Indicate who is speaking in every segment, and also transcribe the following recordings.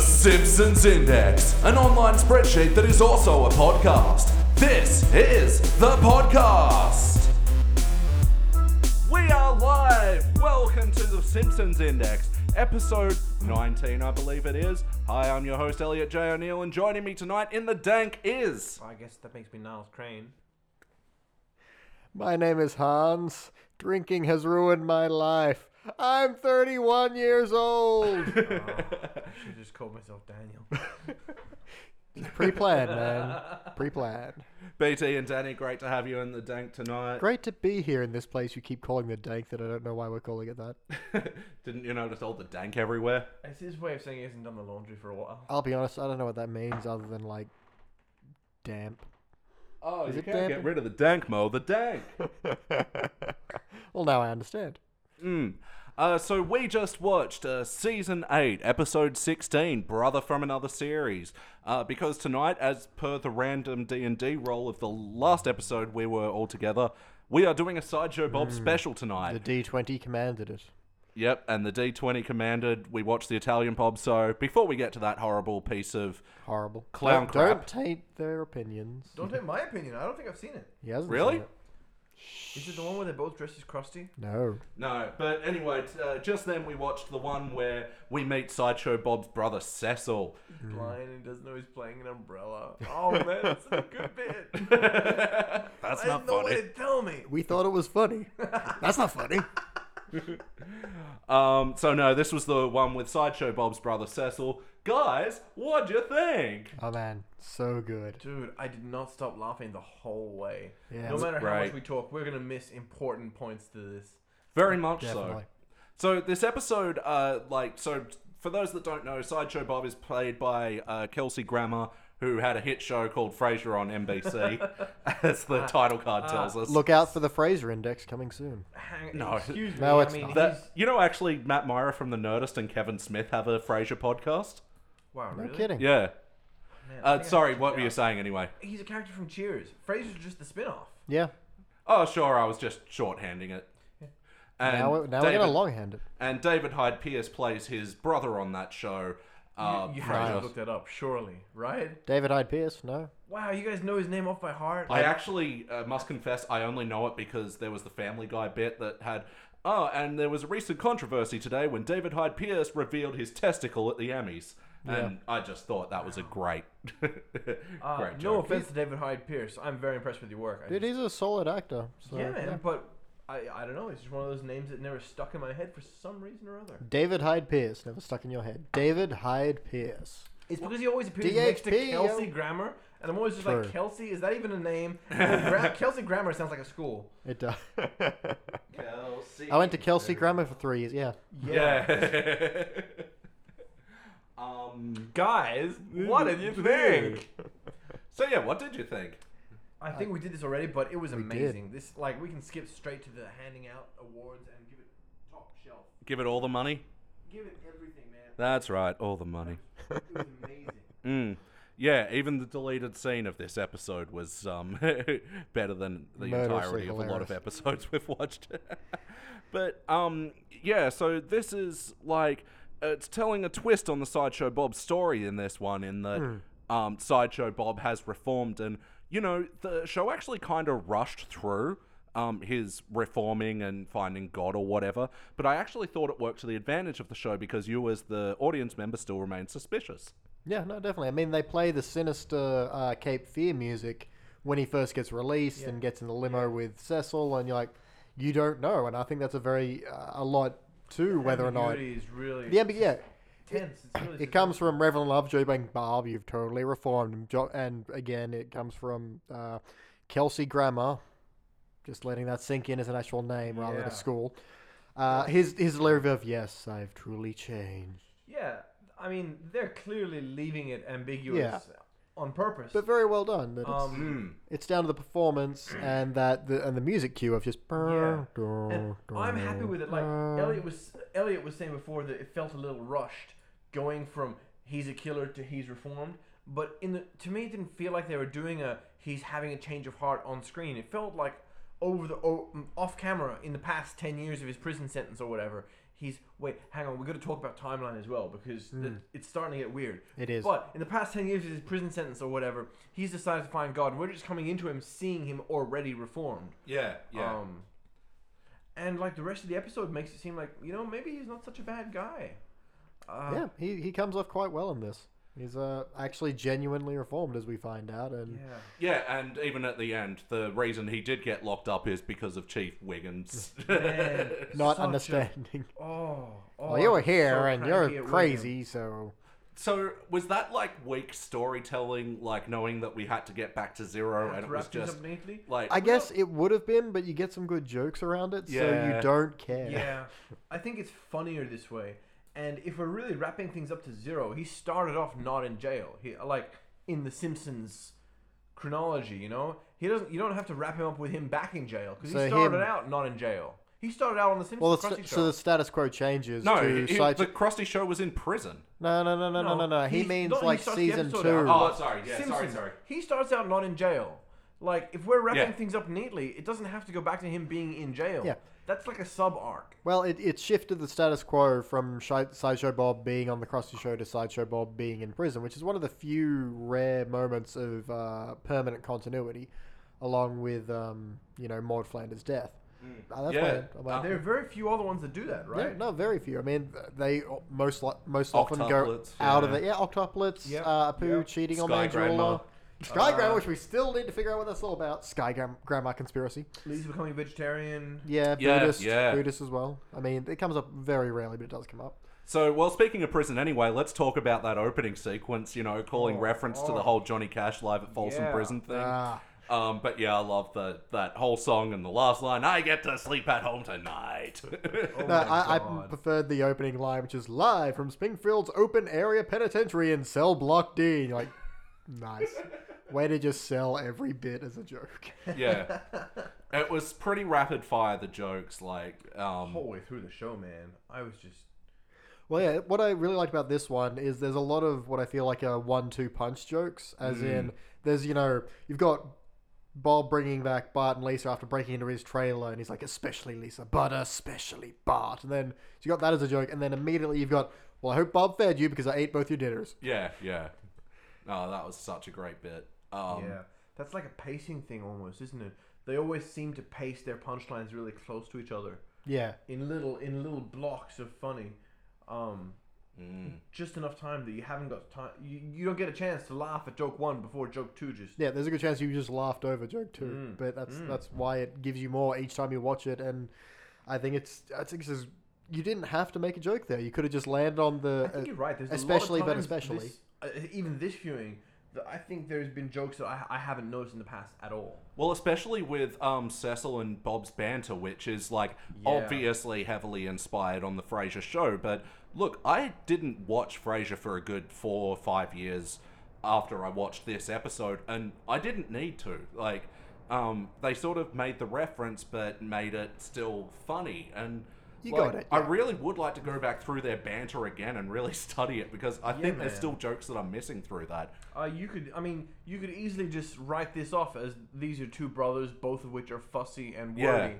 Speaker 1: Simpsons Index, an online spreadsheet that is also a podcast. This is the podcast. We are live. Welcome to the Simpsons Index, episode 19, I believe it is. Hi, I'm your host, Elliot J. O'Neill, and joining me tonight in the dank is.
Speaker 2: I guess that makes me Niles Crane.
Speaker 3: My name is Hans. Drinking has ruined my life. I'm 31 years old.
Speaker 2: I should just call myself Daniel.
Speaker 3: Pre-planned, man. Pre-planned.
Speaker 1: BT and Danny, great to have you in the dank tonight.
Speaker 3: Great to be here in this place you keep calling the dank that I don't know why we're calling it that.
Speaker 1: Didn't you notice all the dank everywhere?
Speaker 2: It's his way of saying he hasn't done the laundry for a while.
Speaker 3: I'll be honest, I don't know what that means other than like damp.
Speaker 1: Oh, you
Speaker 3: it
Speaker 1: can't
Speaker 3: damp?
Speaker 1: get rid of the dank, Mo. The dank.
Speaker 3: Well, now I understand.
Speaker 1: Mm. Uh, so we just watched uh, season eight, episode sixteen, "Brother from Another Series," uh, because tonight, as per the random D and D roll of the last episode we were all together, we are doing a sideshow Bob special
Speaker 3: The
Speaker 1: tonight.
Speaker 3: D20 commanded it.
Speaker 1: yep, and the D twenty commanded we watched the Italian Bob. So before we get to that horrible piece of
Speaker 3: Horrible.
Speaker 1: Clown
Speaker 3: don't,
Speaker 1: crap.
Speaker 3: Don't taint their opinions.
Speaker 2: Don't take my opinion. I don't think I've seen it.
Speaker 3: He hasn't
Speaker 1: Really?
Speaker 3: seen it.
Speaker 2: Is it the one where they're both dressed as Krusty?
Speaker 3: No.
Speaker 1: No, but anyway, t- uh, just then we watched the one where we meet Sideshow Bob's brother Cecil.
Speaker 2: He's blind and doesn't know he's playing an umbrella. Oh man, that's a good bit.
Speaker 1: That's
Speaker 2: I didn't know what to tell me.
Speaker 3: We thought it was funny. That's not funny.
Speaker 1: Um, so no, this was the one with Sideshow Bob's brother Cecil. Guys, what'd you think?
Speaker 3: Oh man, so good.
Speaker 2: Dude, I did not stop laughing the whole way.
Speaker 3: Yeah.
Speaker 2: no matter how
Speaker 1: Right.
Speaker 2: much we talk, we're gonna miss important points to this.
Speaker 1: Very much
Speaker 3: Definitely.
Speaker 1: so. So this episode, uh, like, so for those that don't know, Sideshow Bob is played by uh, Kelsey Grammer, who had a hit show called Frasier on NBC, as the title card tells us.
Speaker 3: Uh, Look out for the Fraser Index coming soon.
Speaker 2: Hang,
Speaker 1: No.
Speaker 2: excuse me.
Speaker 3: No,
Speaker 2: I
Speaker 3: it's
Speaker 2: mean,
Speaker 3: not.
Speaker 1: that
Speaker 2: he's-
Speaker 1: you know, actually, Matt Myra from The Nerdist and Kevin Smith have a Frasier podcast.
Speaker 2: wow,
Speaker 3: No
Speaker 2: really?
Speaker 3: kidding.
Speaker 1: Yeah.
Speaker 2: Man, I
Speaker 1: Uh,
Speaker 2: think I
Speaker 1: sorry,
Speaker 2: should
Speaker 1: what
Speaker 2: check
Speaker 1: were
Speaker 2: it
Speaker 1: you
Speaker 2: out.
Speaker 1: saying anyway?
Speaker 2: He's a character from Cheers. Fraser's just the spin-off.
Speaker 3: Yeah.
Speaker 1: Oh, sure, I was just shorthanding it. And
Speaker 3: now we're, now we're
Speaker 1: David-
Speaker 3: gonna longhand it.
Speaker 1: And David Hyde Pierce plays his brother on that show. Uh,
Speaker 2: you you
Speaker 1: Frasier.
Speaker 2: have to look that up, surely, right?
Speaker 3: David Hyde Pierce, no.
Speaker 2: Wow, you guys know his name off by heart.
Speaker 1: I actually uh, must confess, I only know it because there was the Family Guy bit that had. Oh, and there was a recent controversy today when David Hyde Pierce revealed his testicle at the Emmys. And I just thought that was a great, great
Speaker 2: Uh, no
Speaker 1: joke.
Speaker 2: offense to David Hyde Pierce, I'm very impressed with your work. I
Speaker 3: Dude,
Speaker 2: just-
Speaker 3: he's a solid actor. So,
Speaker 2: yeah, man, but I, I don't know. It's just one of those names that never stuck in my head for some reason or other.
Speaker 3: David Hyde Pierce, never stuck in your head. David Hyde Pierce.
Speaker 2: It's because he always appears
Speaker 3: DHP,
Speaker 2: next to Kelsey
Speaker 3: yo.
Speaker 2: Grammer, and I'm always just
Speaker 3: True.
Speaker 2: like, Kelsey, is that even a name? And Gra- Kelsey Grammer sounds like a school.
Speaker 3: It does.
Speaker 1: Kelsey.
Speaker 3: I went to Kelsey Grammar for three years. Yeah.
Speaker 1: Yeah. um,
Speaker 2: Guys, what did you think?
Speaker 1: so, yeah, what did you think?
Speaker 2: I think we did this already, but it was
Speaker 3: did.
Speaker 2: amazing. This like we can skip straight to the handing out awards and give it top shelf.
Speaker 1: Give it all the money?
Speaker 2: Give it everything, man.
Speaker 1: That's right, all the money.
Speaker 2: It was amazing.
Speaker 1: Mm. Yeah, even the deleted scene of this episode was um, better than the
Speaker 3: Murderously
Speaker 1: entirety of a lot of
Speaker 3: hilarious.
Speaker 1: episodes we've watched. but um, yeah, so this is like it's telling a twist on the sideshow Bob story in this one, in that um, sideshow Bob has reformed, and you know the show actually kind of rushed through. Um, his reforming and finding God or whatever, but I actually thought it worked to the advantage of the show because you, as the audience member, still remain suspicious.
Speaker 3: Yeah, no, definitely. I mean, they play the sinister uh, Cape Fear music when he first gets released and gets in the limo with Cecil, and you're like, you don't know. And I think that's a very, uh, a lot to whether or not.
Speaker 2: Ambiguity is really
Speaker 3: Yeah, but yeah.
Speaker 2: tense. It's really
Speaker 3: It comes from Reverend Lovejoy being Barb, you've totally reformed. And Jo- And again, it comes from uh, Kelsey Grammer, just letting that sink in as an actual name rather than
Speaker 2: Yeah.
Speaker 3: a school. Uh, his his lyric of yes, I've truly changed,
Speaker 2: Yeah, I mean they're clearly leaving it ambiguous on purpose.
Speaker 3: but very well done. That it's,
Speaker 2: um,
Speaker 3: it's down to the performance and that the and the music cue of just.
Speaker 2: Yeah. and I'm happy with it. Like Elliot was Elliot was saying before that it felt a little rushed, going from he's a killer to he's reformed. But in the to me, it didn't feel like they were doing a he's having a change of heart on screen. It felt like over the o- off camera in the past ten years of his prison sentence or whatever. He's wait, hang on. We're going to talk about timeline as well because th- it's starting to get weird.
Speaker 3: Hmm. It is.
Speaker 2: But in the past ten years of his prison sentence or whatever, he's decided to find God. We're just coming into him, seeing him already reformed.
Speaker 1: Yeah, yeah.
Speaker 2: Um, and like the rest of the episode makes it seem like you know maybe he's not such a bad guy. Uh,
Speaker 3: yeah, he, he comes off quite well in this. He's uh, actually genuinely reformed, as we find out, and
Speaker 2: yeah.
Speaker 1: yeah, and even at the end, the reason he did get locked up is because of Chief Wiggins.
Speaker 2: Man,
Speaker 3: not
Speaker 2: such a-
Speaker 3: understanding.
Speaker 2: oh, oh,
Speaker 3: well, you were
Speaker 2: I'm so
Speaker 3: here and
Speaker 2: cranky
Speaker 3: you're
Speaker 2: at William.
Speaker 3: crazy, so
Speaker 1: so was that like weak storytelling, like knowing that we had to get back to zero and it was
Speaker 2: Wrapped it
Speaker 1: just
Speaker 2: up neatly.
Speaker 1: like
Speaker 3: I guess it would have been, but you get some good jokes around it, so
Speaker 1: Yeah.
Speaker 3: you don't care.
Speaker 2: Yeah, I think it's funnier this way. And if we're really wrapping things up to zero, he started off not in jail. He like in the Simpsons chronology, you know. He doesn't. You don't have to wrap him up with him back in jail because
Speaker 3: So
Speaker 2: he started
Speaker 3: him-
Speaker 2: out not in jail. He started out on the Simpsons.
Speaker 3: Well, the
Speaker 2: Krusty
Speaker 3: st-
Speaker 2: Show.
Speaker 3: so the status quo changes
Speaker 1: no,
Speaker 3: to
Speaker 1: he-
Speaker 3: side.
Speaker 1: the Krusty Show was in prison.
Speaker 3: no, no, no, no, no, no, no. He
Speaker 2: he's-
Speaker 3: means
Speaker 2: no, he
Speaker 3: like
Speaker 2: starts the
Speaker 3: season
Speaker 2: episode
Speaker 3: two.
Speaker 2: out.
Speaker 1: Oh, sorry, yeah, sorry, sorry.
Speaker 2: He starts out not in jail. Like if we're wrapping
Speaker 1: Yeah.
Speaker 2: things up neatly, it doesn't have to go back to him being in jail.
Speaker 3: Yeah.
Speaker 2: That's like a sub arc.
Speaker 3: Well, it, it shifted the status quo from Shi- Sideshow Bob being on the Krusty Show to Sideshow Bob being in prison, which is one of the few rare moments of uh, permanent continuity, along with um, you know Maud Flanders' death.
Speaker 2: Mm.
Speaker 3: Uh, that's
Speaker 1: Yeah.
Speaker 3: why I'm
Speaker 1: Uh-huh.
Speaker 3: like,
Speaker 2: There are very few other ones that do that,
Speaker 3: yeah,
Speaker 2: right?
Speaker 3: no, very few. I mean, th- they o- most li- most often go
Speaker 1: Octoplets,
Speaker 3: out of
Speaker 1: yeah.
Speaker 3: it. Yeah, octoplets,
Speaker 2: Yep,
Speaker 3: uh, Apu
Speaker 2: yep.
Speaker 3: cheating on
Speaker 1: Sky
Speaker 3: Angela.
Speaker 1: Grandma.
Speaker 3: Sky
Speaker 2: Uh,
Speaker 3: Grandma, which we still need to figure out what that's all about. Sky Gram- Grandma conspiracy.
Speaker 2: Lee's becoming a vegetarian.
Speaker 3: Yeah,
Speaker 1: Yeah,
Speaker 3: Buddhist,
Speaker 1: yeah.
Speaker 3: Buddhist as well. I mean, it comes up very rarely, but it does come up.
Speaker 1: So, well, speaking of prison anyway, let's talk about that opening sequence, you know, calling
Speaker 2: Oh,
Speaker 1: reference to
Speaker 2: oh.
Speaker 1: the whole Johnny Cash live at Folsom
Speaker 2: Yeah.
Speaker 1: Prison thing.
Speaker 3: Ah.
Speaker 1: Um, but yeah, I love the, that whole song and the last line I get to sleep at home tonight.
Speaker 2: Oh
Speaker 3: No,
Speaker 2: my
Speaker 3: I, I
Speaker 2: God.
Speaker 3: preferred the opening line, which is live from Springfield's open area penitentiary in cell block D. Like, nice. Way to just sell every bit as a joke.
Speaker 1: yeah. It was pretty rapid fire, the jokes. Like,
Speaker 2: The
Speaker 1: um,
Speaker 2: whole way through the show, man. I was just
Speaker 3: Well, yeah, what I really liked about this one is there's a lot of what I feel like are one-two punch jokes, as in
Speaker 2: Mm.
Speaker 3: there's you know you've got Bob bringing back Bart and Lisa after breaking into his trailer, and he's like, especially Lisa, but especially Bart, and then so you got that as a joke, and then immediately you've got, well, I hope Bob fed you because I ate both your dinners.
Speaker 1: yeah, yeah. Oh, that was such a great bit. Um,
Speaker 2: yeah. That's like a pacing thing almost, isn't it? They always seem to pace their punchlines really close to each other
Speaker 3: Yeah,
Speaker 2: in little in little blocks of funny. Um,
Speaker 3: Mm.
Speaker 2: Just enough time that you haven't got time. You, you don't get a chance to laugh at joke one before joke two just
Speaker 3: yeah. There's a good chance you just laughed over joke two,
Speaker 2: Mm.
Speaker 3: but that's that's why it gives you more each time you watch it, and I think it's I think this is. You didn't have to make a joke there. You could have just landed on the.
Speaker 2: I
Speaker 3: uh,
Speaker 2: think you're right. There's
Speaker 3: especially,
Speaker 2: a lot
Speaker 3: but
Speaker 2: of times
Speaker 3: especially.
Speaker 2: this- uh, even this viewing, that I think there's been jokes that I, I haven't noticed in the past at all.
Speaker 1: Well, especially with um, Cecil and Bob's banter, which is like
Speaker 2: Yeah.
Speaker 1: obviously heavily inspired on the Frasier show. But look, I didn't watch Frasier for a good four or five years after I watched this episode, and I didn't need to. Like, um, they sort of made the reference, but made it still funny. And
Speaker 3: You
Speaker 1: like,
Speaker 3: got it,
Speaker 1: I
Speaker 3: yeah.
Speaker 1: really would like to go back through their banter again and really study it because I think
Speaker 2: man.
Speaker 1: there's still jokes that I'm missing through that.
Speaker 2: Uh, you could, I mean, you could easily just write this off as these are two brothers, both of which are fussy and
Speaker 1: Yeah.
Speaker 2: wordy.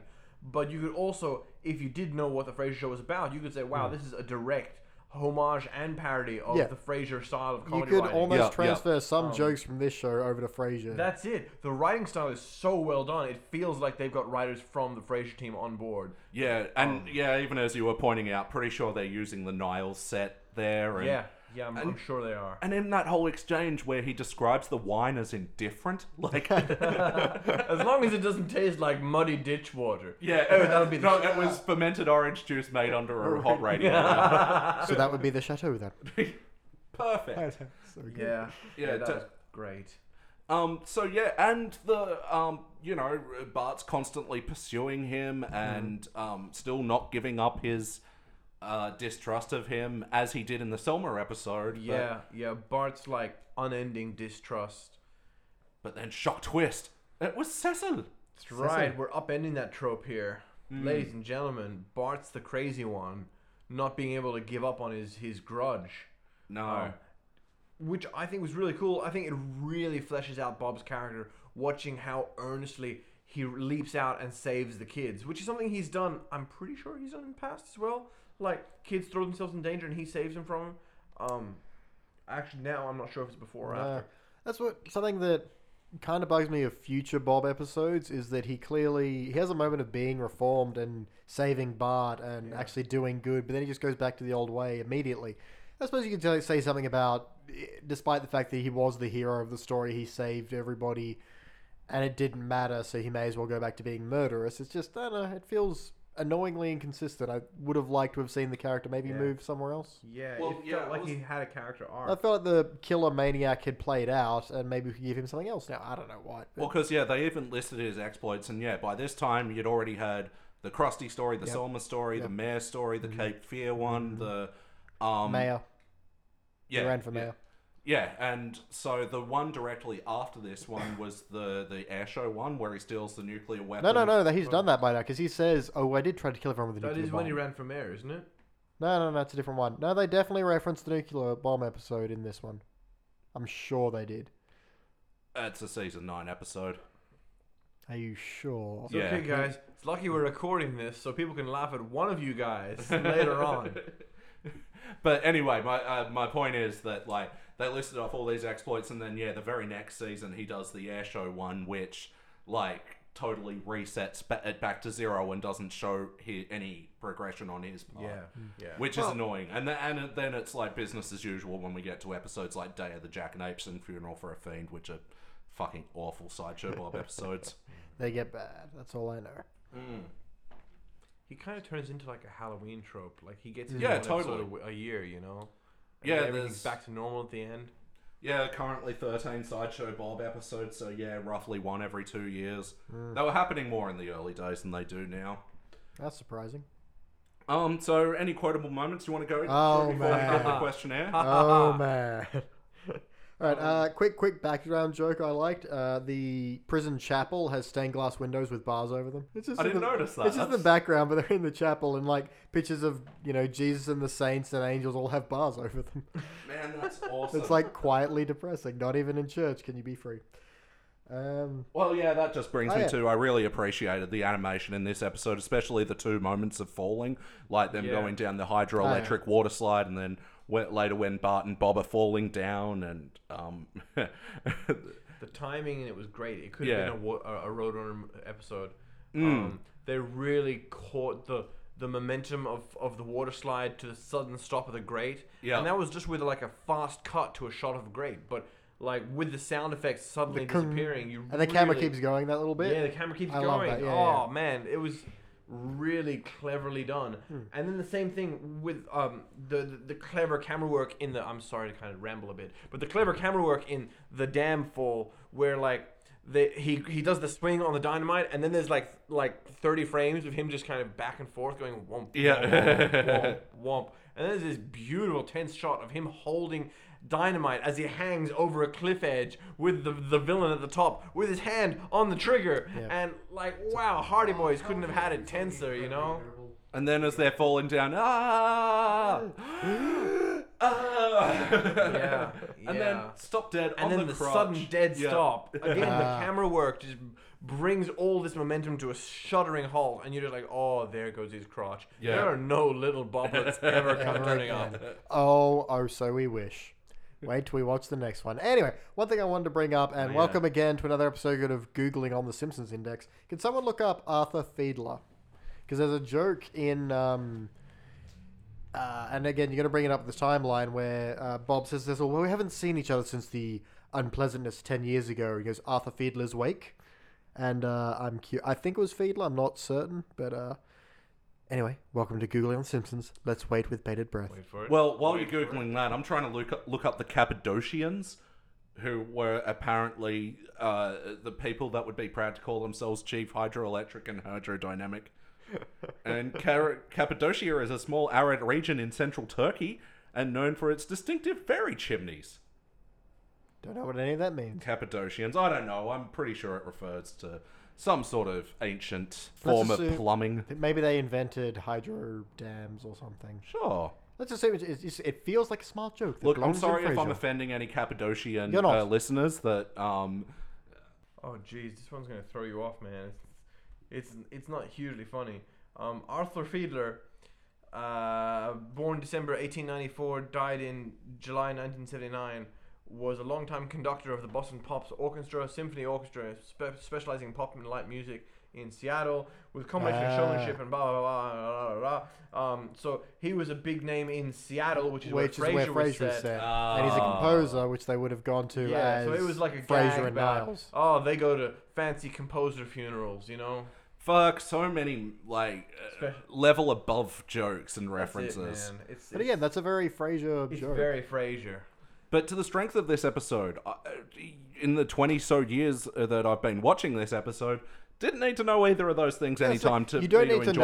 Speaker 2: But you could also, if you did know what the Frasier Show was about, you could say, "Wow, this is a direct homage and parody of
Speaker 3: Yeah.
Speaker 2: the Frasier style of
Speaker 3: you
Speaker 2: comedy."
Speaker 3: could
Speaker 2: writing. Um,
Speaker 3: almost
Speaker 1: Yeah, yeah.
Speaker 3: transfer some jokes from this show over to Frasier.
Speaker 2: That's it. The writing style is so well done; it feels like they've got writers from the Frasier team on board.
Speaker 1: Yeah, and
Speaker 2: Um,
Speaker 1: yeah, even as you were pointing out, pretty sure they're using the Nile set there. And,
Speaker 2: Yeah, yeah, I'm, I'm sure they are.
Speaker 1: And in that whole exchange where he describes the wine as indifferent, like
Speaker 2: As long as it doesn't taste like muddy ditch water.
Speaker 1: yeah,
Speaker 2: oh, that'll be the
Speaker 1: no, it was fermented orange juice made under a hot radiator.
Speaker 3: so that would be the chateau then.
Speaker 1: Perfect.
Speaker 3: So good.
Speaker 2: yeah,
Speaker 1: Yeah,
Speaker 2: that
Speaker 1: to-
Speaker 2: was great.
Speaker 1: Um, so yeah, and the um, you know, Bart's constantly pursuing him
Speaker 2: Mm-hmm.
Speaker 1: and um, still not giving up his uh, distrust of him as he did in the Selma episode. but-
Speaker 2: Yeah, yeah. Bart's like unending distrust.
Speaker 1: but then shock twist, it was Cecil.
Speaker 2: That's right. Mm. We're upending that trope here, ladies and gentlemen. Bart's the crazy one, not being able to give up on his his grudge,
Speaker 1: No.
Speaker 2: which I think was really cool. I think it really fleshes out Bob's character. Watching how earnestly he leaps out and saves the kids, which is something he's done. I'm pretty sure he's done in the past as well. Like kids throw themselves in danger and he saves them from. 'em. Um, actually, now I'm not sure if it's before or
Speaker 3: No.
Speaker 2: after.
Speaker 3: That's what something that kind of bugs me of future Bob episodes is that he clearly he has a moment of being reformed and saving Bart and actually doing good, but then he just goes back to the old way immediately. I suppose you could tell, say something about, eh, despite the fact that he was the hero of the story, he saved everybody, and it didn't matter, so he may as well go back to being murderous. It's just I don't know. It feels annoyingly inconsistent. I would have liked to have seen the character maybe
Speaker 2: Yeah.
Speaker 3: move somewhere else.
Speaker 2: Yeah,
Speaker 1: Well,
Speaker 2: it felt
Speaker 1: yeah, I
Speaker 2: like
Speaker 1: was-
Speaker 2: he had a character arc.
Speaker 3: I felt the killer maniac had played out, and maybe we could give him something else now. I don't know what.
Speaker 1: Well, because yeah, they even listed his exploits, and yeah, by this time you'd already had the Krusty story, the Selma story, the Mayor story, the Cape Fear one, the um,
Speaker 3: Mm-hmm. mayor,
Speaker 1: yeah,
Speaker 3: he ran for
Speaker 1: yeah.
Speaker 3: mayor.
Speaker 1: Yeah, and so the one directly after this one was the the air show one where he steals the nuclear weapon.
Speaker 3: No, no, no. That he's done that by now because he says, "Oh, I did try to kill everyone with a
Speaker 2: that
Speaker 3: nuclear
Speaker 2: is
Speaker 3: bomb."
Speaker 2: when he ran for mayor, isn't it?
Speaker 3: no, no, no. It's a different one. No, they definitely referenced the nuclear bomb episode in this one. I'm sure they did.
Speaker 1: It's a season nine episode.
Speaker 3: Are you sure?
Speaker 2: It's okay,
Speaker 1: Yeah.
Speaker 2: guys. It's lucky we're recording this so people can laugh at one of you guys later on.
Speaker 1: But anyway, my uh, my point is that like they listed off all these exploits, and then yeah, the very next season he does the air show one, which like totally resets ba- it back to zero and doesn't show hi any progression on his
Speaker 3: Oh,
Speaker 1: part.
Speaker 2: Yeah, yeah.
Speaker 3: hmm.
Speaker 1: Which
Speaker 2: Well,
Speaker 1: is annoying, and th- and it- then it's like business as usual when we get to episodes like Day of the Jackanapes and Funeral for a Fiend, which are fucking awful sideshow Bob episodes.
Speaker 3: They get bad. That's all I know.
Speaker 2: he kind of turns into like a Halloween trope. Like he gets
Speaker 1: Yeah,
Speaker 2: yeah, totally.
Speaker 1: totally.
Speaker 2: episode a w- a, year, you know. And
Speaker 1: Yeah,
Speaker 2: then everything's
Speaker 1: there's-
Speaker 2: back to normal at the end.
Speaker 1: Yeah, currently 13 Sideshow Bob episodes, so yeah, roughly one every two years.
Speaker 3: Hmm.
Speaker 1: They were happening more in the early days than they do now.
Speaker 3: That's surprising.
Speaker 1: Um, so any quotable moments you want to go
Speaker 3: Oh,
Speaker 1: through before we get to the
Speaker 3: man.
Speaker 1: questionnaire?
Speaker 3: oh man. All right, uh, quick, quick background joke I liked. Uh, the prison chapel has stained glass windows with bars over them. It's just
Speaker 1: I
Speaker 3: in
Speaker 1: didn't
Speaker 3: the-
Speaker 1: notice that.
Speaker 3: It's just in the background, but they're in the chapel, and like pictures of you know Jesus and the saints and angels all have bars over them.
Speaker 1: Man, that's awesome.
Speaker 3: It's like quietly depressing. Not even in church can you be free. Um,
Speaker 1: Well, yeah, that just brings
Speaker 3: Oh,
Speaker 1: me
Speaker 3: yeah.
Speaker 1: to I really appreciated the animation in this episode, especially the two moments of falling, like them
Speaker 2: Yeah.
Speaker 1: going down the hydroelectric
Speaker 3: Oh,
Speaker 1: water slide, and then wh- later when Bart and Bob are falling down, and um,
Speaker 2: The timing and it was great. It could
Speaker 1: Yeah. Mm.
Speaker 2: have been a, wa- a, a Roadrunner m- episode. Um, they really caught the the momentum of, of the water slide to the sudden stop of the grate.
Speaker 1: Yeah.
Speaker 2: and that was just with like a fast cut to a shot of grate, but like with the sound effects suddenly
Speaker 3: kung-
Speaker 2: disappearing. You
Speaker 3: and the camera
Speaker 2: really-
Speaker 3: keeps going that little bit.
Speaker 2: Yeah, the camera keeps
Speaker 3: I love
Speaker 2: going.
Speaker 3: that, yeah,
Speaker 2: oh man, it was really cleverly done.
Speaker 3: Hmm.
Speaker 2: And then the same thing with um the, the the clever camera work in the I'm sorry to kind of ramble a bit, but the clever camera work in the dam fall where like the, he he does the swing on the dynamite and then there's like like 30 frames of him just kind of back and forth going womp
Speaker 1: Yeah.
Speaker 2: womp, womp, womp. And there's this beautiful tense shot of him holding dynamite as he hangs over a cliff edge with the, the villain at the top with his hand on the trigger. And like, wow, Hardy Boys couldn't have had it tenser, you know?
Speaker 1: and then as they're falling down, ah, ah,
Speaker 2: Yeah,
Speaker 1: and then
Speaker 2: yeah.
Speaker 1: stop dead,
Speaker 2: And
Speaker 1: on
Speaker 2: then
Speaker 1: the,
Speaker 2: the,
Speaker 1: crotch.
Speaker 2: sudden dead
Speaker 1: Yeah.
Speaker 2: stop. Again, the
Speaker 3: Ah.
Speaker 2: camera work just brings all this momentum to a shuddering halt, and you're just like, oh, there goes his crotch.
Speaker 1: Yeah.
Speaker 2: There are no little boblets ever come turning up.
Speaker 3: Oh, oh, so we wish. Wait till we watch the next one. Anyway, one thing I wanted to bring up, and welcome again to another episode of Googling on the Simpsons Index. Can someone look up Arthur Fiedler? Because there's a joke in, um, uh, and again, you're going to bring it up this timeline where uh, Bob says this, well, we haven't seen each other since the unpleasantness 10 years ago. He goes, Arthur Fiedler's wake. And uh, I'm cu I think it was Fiedler. I'm not certain. But uh, anyway, welcome to Googling on the Simpsons. Let's wait with bated breath.
Speaker 2: Wait for it.
Speaker 1: Well, while
Speaker 2: Wait
Speaker 1: you're
Speaker 2: for it.
Speaker 1: googling that, I'm trying to look up, look up the Cappadocians, who were apparently uh, the people that would be proud to call themselves chief hydroelectric and hydrodynamic. and Car- Cappadocia is a small arid region in central Turkey and known for its distinctive fairy chimneys.
Speaker 3: Don't know what any of that means.
Speaker 1: Cappadocians, I don't know. I'm pretty sure it refers to some sort of ancient form of
Speaker 3: assume-
Speaker 1: plumbing.
Speaker 3: Maybe they invented hydro dams or something.
Speaker 1: Sure.
Speaker 3: Let's assume it, it, it feels like a smart joke. that
Speaker 1: Look, I'm
Speaker 3: belongs in
Speaker 1: sorry if I'm
Speaker 3: Frasier.
Speaker 1: offending any Cappadocian
Speaker 3: You're not.
Speaker 1: uh, listeners that uh, um,
Speaker 2: Oh, jeez, this one's gonna throw you off, man. It's it's it's not hugely funny. Um, Arthur Fiedler, uh, born December 1894, died in July 1979, was a longtime conductor of the Boston Pops Orchestra, Symphony Orchestra, spe- specializing in pop and light music in Seattle, with a combination of
Speaker 3: Ah.
Speaker 2: showmanship and blah blah blah blah blah. blah. Um, so he was a big name in Seattle, which is
Speaker 3: which
Speaker 2: where
Speaker 3: is
Speaker 2: Fraser
Speaker 3: where
Speaker 2: was
Speaker 3: Fraser
Speaker 2: set.
Speaker 3: is set. and he's a
Speaker 1: Ah.
Speaker 3: composer, which they would have gone to
Speaker 2: Yeah,
Speaker 3: as
Speaker 2: so it was like a
Speaker 3: Fraser
Speaker 2: gag
Speaker 3: and
Speaker 2: about,
Speaker 3: Niles.
Speaker 2: Oh, they go to fancy composer funerals, you know.
Speaker 1: Fuck, so many like uh,
Speaker 2: Spe-
Speaker 1: level above jokes and
Speaker 2: That's it,
Speaker 1: references.
Speaker 2: man. It's,
Speaker 3: But
Speaker 2: it's-
Speaker 3: again, that's a very Fraser
Speaker 2: it's
Speaker 3: joke.
Speaker 2: very Frasier.
Speaker 1: But to the strength of this episode, I- uh, in the 20 so years uh, that I've been watching this episode, didn't need to know either of those things
Speaker 3: Yeah, it's like,
Speaker 1: anytime to, for you enjoy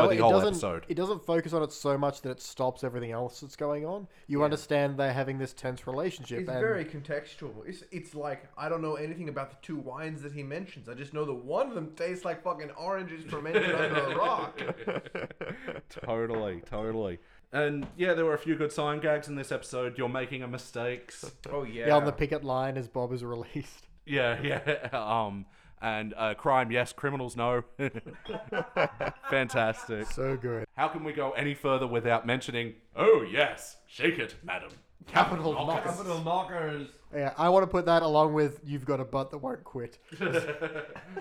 Speaker 1: the
Speaker 3: it
Speaker 1: whole
Speaker 3: doesn't,
Speaker 1: episode.
Speaker 3: It doesn't focus on it so much that it stops everything else that's going on. You understand they're having this tense relationship.
Speaker 2: It's
Speaker 3: and
Speaker 2: very contextual. It's it's like I don't know anything about the two wines that he mentions. I just know that one of them tastes like fucking oranges fermented under a rock.
Speaker 1: totally, totally. And yeah, there were a few good sign gags in this episode. You're making a mistakes.
Speaker 2: Oh yeah.
Speaker 3: yeah, on the picket line as Bob is released.
Speaker 1: Yeah, yeah. Um, and uh, crime, yes. Criminals, no. Fantastic.
Speaker 3: So good.
Speaker 1: How can we go any further without mentioning? Oh yes, shake it, madam. Capital knockers.
Speaker 2: Capital knockers.
Speaker 3: Yeah, I want to put that along with "You've got a butt that won't quit."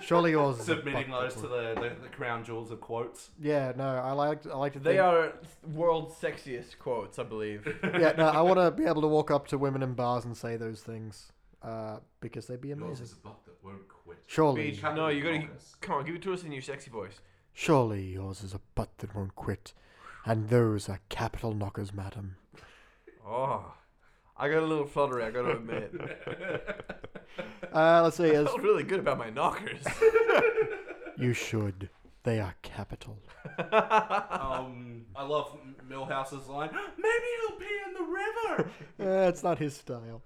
Speaker 3: Surely yours. is a
Speaker 1: Submitting
Speaker 3: butt that
Speaker 1: those to
Speaker 3: won't-
Speaker 1: the, the, the crown jewels of quotes.
Speaker 3: Yeah, no, I like I like to.
Speaker 2: They
Speaker 3: think-
Speaker 2: are world's sexiest quotes, I believe.
Speaker 3: Yeah, no, I want to be able to walk up to women in bars and say those things uh, because they'd be
Speaker 1: Yours
Speaker 3: amazing.
Speaker 1: is a buck that won't quit.
Speaker 3: Surely,
Speaker 2: Beach, no, you gotta
Speaker 1: Knockers.
Speaker 2: come on, give it to us in your sexy voice.
Speaker 3: surely yours is a butt that won't quit, and those are capital knockers, madam.
Speaker 2: Oh, I got a little fluttery. I gotta admit,
Speaker 3: Uh, let's see.
Speaker 2: I
Speaker 3: As
Speaker 2: felt really good about my knockers.
Speaker 3: you should, they are capital.
Speaker 1: Um, I love Millhouse's line. Maybe he'll pee in the river.
Speaker 3: Uh, it's not his style.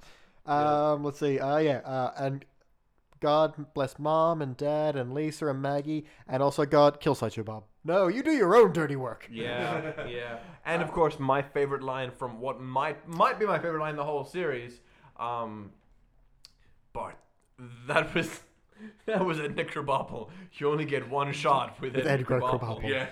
Speaker 3: Um, let's see. Uh, yeah, uh, and God bless mom and dad and Lisa and Maggie, and also God kill Sideshow Bob. No, you do your own dirty work.
Speaker 2: Yeah, yeah. And of course, my favorite line from what might might be my favorite line in the whole series, um, Bart. That was that was a knickerbobble. You only get one shot with it.
Speaker 3: Edgar Krabappel.
Speaker 1: Yeah.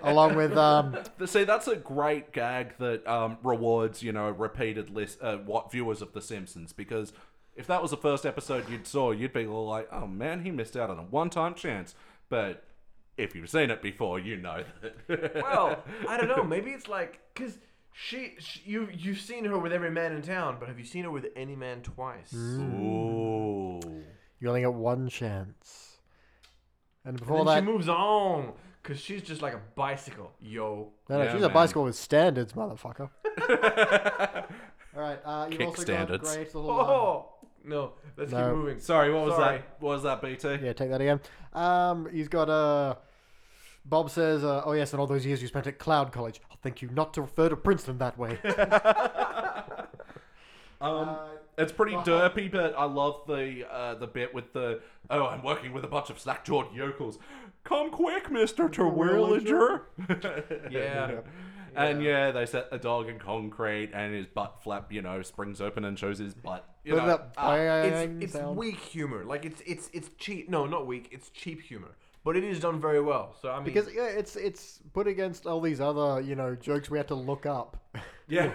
Speaker 3: Along with um,
Speaker 1: See, that's a great gag that um, rewards, you know, repeated list, uh, what viewers of The Simpsons because if that was the first episode you'd saw, you'd be all like, "Oh man, he missed out on a one-time chance." But if you've seen it before, you know that.
Speaker 2: Well, I don't know. Maybe it's like because she, she you you've seen her with every man in town, but have you seen her with any man twice?
Speaker 3: Mm.
Speaker 1: Ooh.
Speaker 3: you only get one chance. And before
Speaker 2: And then
Speaker 3: that,
Speaker 2: she moves on because she's just like a bicycle. Yo,
Speaker 3: no, no,
Speaker 1: Yeah,
Speaker 3: she's
Speaker 1: man.
Speaker 3: a bicycle with standards, motherfucker. All right, uh, you've
Speaker 1: Kick
Speaker 3: also
Speaker 1: standards.
Speaker 3: got great little. uh,
Speaker 2: oh no, let's
Speaker 3: No.
Speaker 2: keep moving.
Speaker 1: Sorry, what was
Speaker 2: Sorry.
Speaker 1: that? What was that, BT?
Speaker 3: Yeah, take that again. Um, he's got Uh, Bob says, uh, "Oh yes, and all those years you spent at Cloud College. I'll thank you not to refer to Princeton that way."
Speaker 1: Um,
Speaker 3: Uh,
Speaker 1: it's pretty
Speaker 3: well,
Speaker 1: derpy, but I love the uh, the bit with the oh, I'm working with a bunch of slack jawed yokels. Come quick, Mister Terwilliger.
Speaker 2: Yeah.
Speaker 1: And yeah, they set the dog in concrete, and his butt flap, you know, springs open and shows his butt. You know,
Speaker 3: But
Speaker 1: ah,
Speaker 3: that bang
Speaker 2: it's, it's
Speaker 3: sound.
Speaker 2: weak humor. Like it's it's it's cheap. No, not weak. It's cheap humor, but it is done very well. So I mean,
Speaker 3: because yeah, it's it's put against all these other you know jokes we had to look up.
Speaker 1: yeah,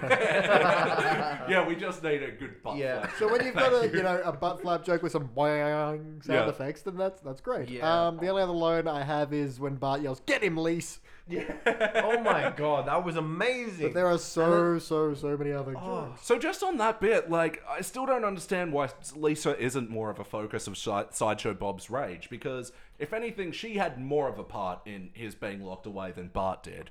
Speaker 1: yeah. We just need a good butt
Speaker 2: Yeah.
Speaker 1: flap.
Speaker 3: So when you've got a you know a butt flap joke with some boing sound
Speaker 1: Yeah.
Speaker 3: effects, then that's that's great.
Speaker 2: Yeah.
Speaker 3: Um, the only other line I have is when Bart yells, "Get him, Lise!"
Speaker 2: oh my god, that was amazing.
Speaker 3: But there are so so so many other jokes.
Speaker 1: So just on that bit, like I still don't understand why Lisa isn't more of a focus of Shi- sideshow Bob's rage because if anything, she had more of a part in his being locked away than Bart did.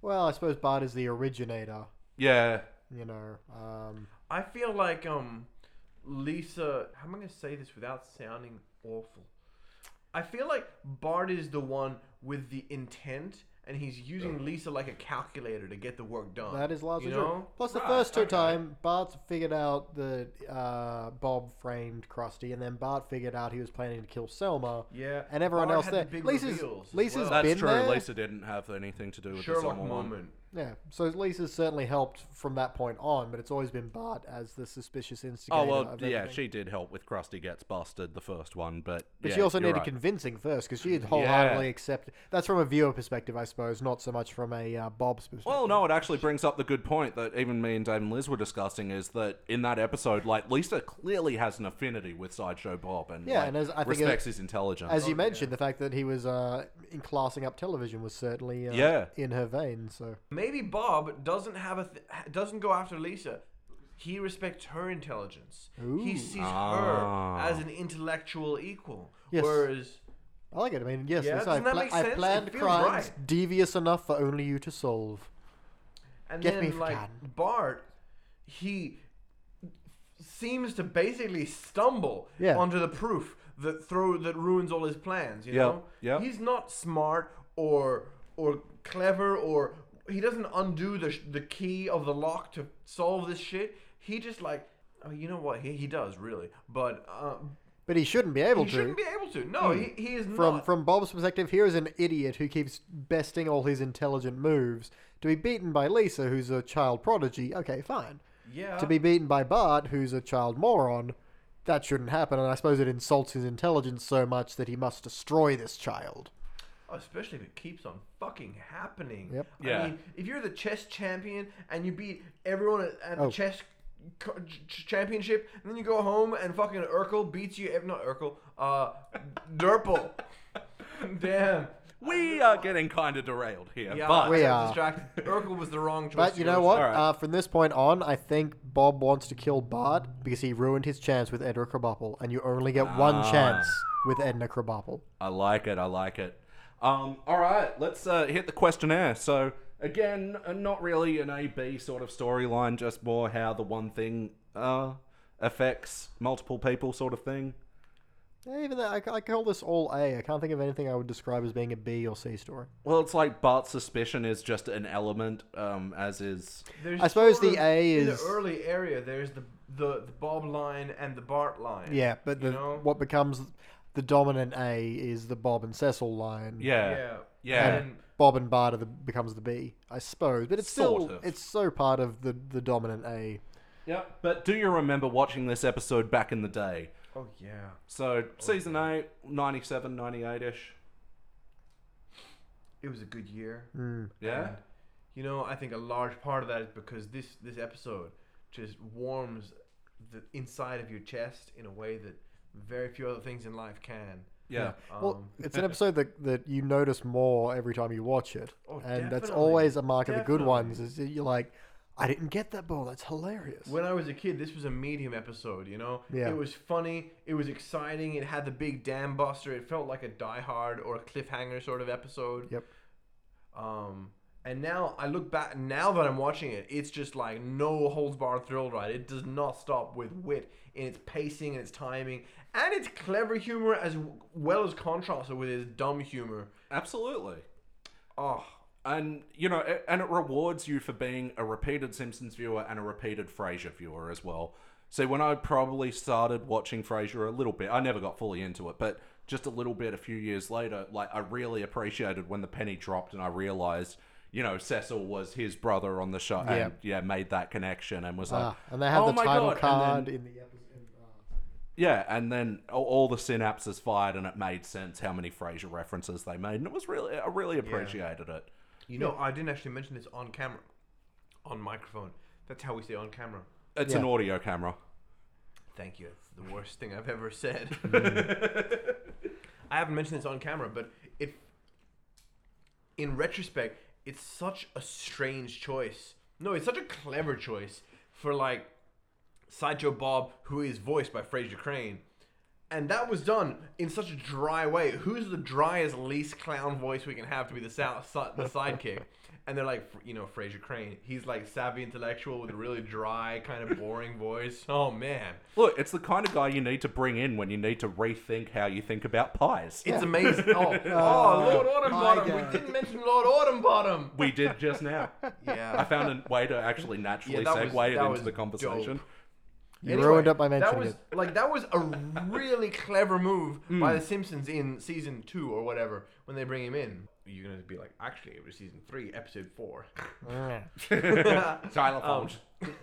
Speaker 3: Well, I suppose Bart is the originator.
Speaker 1: Yeah,
Speaker 3: You know, um,
Speaker 2: I feel like um, Lisa. How am I going to say this without sounding awful? I feel like Bart is the one with the intent, and he's using Lisa like a calculator to get the work done.
Speaker 3: that is largely
Speaker 2: Uh, you
Speaker 3: true.
Speaker 2: know? Ah,
Speaker 3: Plus, the
Speaker 1: Right,
Speaker 3: first two
Speaker 1: okay.
Speaker 3: time Bart's figured out that uh, Bob framed Krusty, and then Bart figured out he was planning to kill Selma.
Speaker 2: Yeah,
Speaker 3: and everyone
Speaker 2: Bart
Speaker 3: else
Speaker 2: had the
Speaker 3: there.
Speaker 2: big
Speaker 3: Lisa's
Speaker 2: reveals as
Speaker 3: Lisa's
Speaker 2: well.
Speaker 1: that's
Speaker 3: been
Speaker 1: true.
Speaker 3: there.
Speaker 1: Lisa didn't have anything to do with the
Speaker 2: Sherlock
Speaker 1: summer one.
Speaker 2: moment.
Speaker 3: Yeah, so Lisa's certainly helped from that point on, but it's always been Bart as the suspicious instigator.
Speaker 1: Oh well,
Speaker 3: of
Speaker 1: yeah,
Speaker 3: everything.
Speaker 1: she did help with Krusty Gets Busted, the first one, but
Speaker 3: But
Speaker 1: yeah,
Speaker 3: she also
Speaker 1: you're
Speaker 3: needed
Speaker 1: right.
Speaker 3: convincing first, because she had wholeheartedly
Speaker 1: Yeah.
Speaker 3: accepted. That's from a viewer perspective, I suppose, not so much from a uh, Bob's perspective.
Speaker 1: Well, no, it actually brings up the good point that even me and Dave and Liz were discussing is that in that episode, like Lisa clearly has an affinity with Sideshow Bob and,
Speaker 3: Yeah,
Speaker 1: like,
Speaker 3: and as- I think
Speaker 1: respects his intelligence.
Speaker 3: As you mentioned, the fact that he was uh, in classing up television was certainly uh,
Speaker 1: Yeah.
Speaker 3: in her veins. So
Speaker 2: Maybe Bob doesn't have a th- doesn't go after Lisa. He respects her intelligence. He sees
Speaker 1: Ah.
Speaker 2: her as an intellectual equal.
Speaker 3: Yes.
Speaker 2: Whereas
Speaker 3: I like it. I mean, yes,
Speaker 2: Yeah,
Speaker 3: it's
Speaker 2: doesn't
Speaker 3: I,
Speaker 2: that make
Speaker 3: I
Speaker 2: sense? It
Speaker 3: planned
Speaker 2: feels
Speaker 3: crimes
Speaker 2: right.
Speaker 3: devious enough for only you to solve.
Speaker 2: and
Speaker 3: Get
Speaker 2: then
Speaker 3: me if you
Speaker 2: like
Speaker 3: can.
Speaker 2: Bart, he seems to basically stumble
Speaker 3: Yeah.
Speaker 2: onto the proof that throw that ruins all his plans. You
Speaker 1: Yeah,
Speaker 2: know,
Speaker 1: yeah.
Speaker 2: he's not smart or or clever or he doesn't undo the sh- the key of the lock to solve this shit. He just like. Oh, you know what? He, he does really, but um,
Speaker 3: But he shouldn't be able
Speaker 2: He
Speaker 3: to. Hmm.
Speaker 2: shouldn't be able to. No, he, he is
Speaker 3: from
Speaker 2: not.
Speaker 3: from Bob's perspective, here is an idiot who keeps besting all his intelligent moves to be beaten by Lisa, who's a child prodigy. Okay, fine.
Speaker 2: yeah.
Speaker 3: To be beaten by Bart, who's a child moron, that shouldn't happen. And I suppose it insults his intelligence so much that he must destroy this child.
Speaker 2: especially if it keeps on fucking happening.
Speaker 3: Yep.
Speaker 2: I
Speaker 1: Yeah.
Speaker 2: mean, if you're the chess champion and you beat everyone at, at
Speaker 3: Oh.
Speaker 2: the chess co- ch- ch- championship, and then you go home and fucking Urkel beats you. ev- Not Urkel. Uh, Derpel. Damn.
Speaker 1: we are getting kind of derailed here,
Speaker 2: Um, Yeah,
Speaker 1: but
Speaker 2: I
Speaker 3: We
Speaker 2: got
Speaker 3: are.
Speaker 2: distracted. Urkel was the wrong choice.
Speaker 3: But
Speaker 2: to
Speaker 3: you
Speaker 2: go
Speaker 3: know
Speaker 2: to.
Speaker 3: what?
Speaker 1: Alright.
Speaker 3: Uh, from this point on, I think Bob wants to kill Bart because he ruined his chance with Edna Krabappel, and you only get one
Speaker 1: Ah.
Speaker 3: chance with Edna Krabappel.
Speaker 1: I like it. I like it. Um, all right, let's uh, hit the questionnaire. So again, uh, not really an A B sort of storyline, just more how the one thing uh, affects multiple people, sort of thing.
Speaker 3: Yeah, Even though I, I call this all A, I can't think of anything I would describe as being a B or C story.
Speaker 1: Well, it's like Bart's suspicion is just an element, um, as is
Speaker 2: There's
Speaker 3: I suppose
Speaker 2: sort
Speaker 3: the
Speaker 2: of-
Speaker 3: A
Speaker 2: in
Speaker 3: is-
Speaker 2: the early area. There's the, the the Bob line and the Bart line.
Speaker 3: Yeah, but
Speaker 2: you
Speaker 3: the,
Speaker 2: know?
Speaker 3: what becomes the dominant A is the Bob and Cecil line.
Speaker 1: yeah,
Speaker 2: Yeah.
Speaker 1: Yeah.
Speaker 2: And
Speaker 3: Bob and Bart are the, becomes the B, I suppose. But it's still
Speaker 1: Sort of.
Speaker 3: it's so part of the the dominant A.
Speaker 1: Yep. But do you remember watching this episode back in the day?
Speaker 2: oh yeah.
Speaker 1: So season
Speaker 2: Oh,
Speaker 1: eight, 97, 98 ish.
Speaker 2: It was a good year.
Speaker 3: Hmm.
Speaker 1: Yeah.
Speaker 2: And, you know, I think a large part of that is because this this episode just warms the inside of your chest in a way that very few other things in life can.
Speaker 1: Yeah.
Speaker 3: Well,
Speaker 2: Um,
Speaker 3: it's an episode that, that you notice more every time you watch it,
Speaker 2: Oh,
Speaker 3: and that's
Speaker 2: definitely.
Speaker 3: always a mark of the good
Speaker 2: Definitely.
Speaker 3: ones. Is that you're like, I didn't get that ball. That's hilarious.
Speaker 2: When I was a kid, this was a medium episode, you know?
Speaker 3: Yeah.
Speaker 2: It was funny, it was exciting, it had the big dam buster, it felt like a Die Hard or a cliffhanger sort of episode.
Speaker 3: Yep.
Speaker 2: Um, and now I look back, now that I'm watching it, it's just like no holds barred thrill ride. It does not stop with wit in its pacing and its timing and its clever humor as well as contrasted with its dumb humor.
Speaker 1: Absolutely.
Speaker 2: Oh,
Speaker 1: And you know, it, and it rewards you for being a repeated Simpsons viewer and a repeated Frasier viewer as well. So when I probably started watching Frasier a little bit, I never got fully into it, but just a little bit a few years later, like I really appreciated when the penny dropped and I realized, you know, Cecil was his brother on the show,
Speaker 3: Yeah.
Speaker 1: and yeah, made that connection and was like,
Speaker 3: Ah, and they have
Speaker 1: "Oh
Speaker 3: the
Speaker 1: my
Speaker 3: title
Speaker 1: God," and then-
Speaker 3: card in the episode.
Speaker 1: Yeah, and then all, all the synapses fired, and it made sense how many Frasier references they made, and it was really I really appreciated it.
Speaker 2: you know, I didn't actually mention this on camera, on microphone. That's how we say on camera.
Speaker 1: It's an audio camera.
Speaker 2: Thank you. It's the worst thing I've ever said. I haven't mentioned this on camera, but it, in retrospect, it's such a strange choice. No, it's such a clever choice for like Sideshow Bob, who is voiced by Fraser Crane. And that was done in such a dry way. Who's the driest, least clown voice we can have to be the, sou- si- the sidekick? And they're like, you know, Fraser Crane. He's like savvy intellectual with a really dry, kind of boring voice. Oh man,
Speaker 1: Look, it's the kind of guy you need to bring in when you need to rethink how you think about pies.
Speaker 2: it's amazing. Oh, oh Lord Autumnbottom. We
Speaker 3: God.
Speaker 2: didn't mention Lord Autumnbottom.
Speaker 1: we did just now. I
Speaker 2: Yeah.
Speaker 1: found a way to actually naturally
Speaker 2: that
Speaker 1: segue
Speaker 2: was-
Speaker 1: it
Speaker 2: that
Speaker 1: into
Speaker 2: was
Speaker 1: the conversation.
Speaker 2: dope.
Speaker 3: You ruined up by
Speaker 2: that
Speaker 3: mentioning
Speaker 2: was,
Speaker 3: it.
Speaker 2: Like that was a
Speaker 3: Mm.
Speaker 2: really clever move by the Simpsons in season two or whatever when they bring him in. you're gonna be like, actually, it was season three, episode four.
Speaker 1: Ah, Xylophones.
Speaker 2: Um,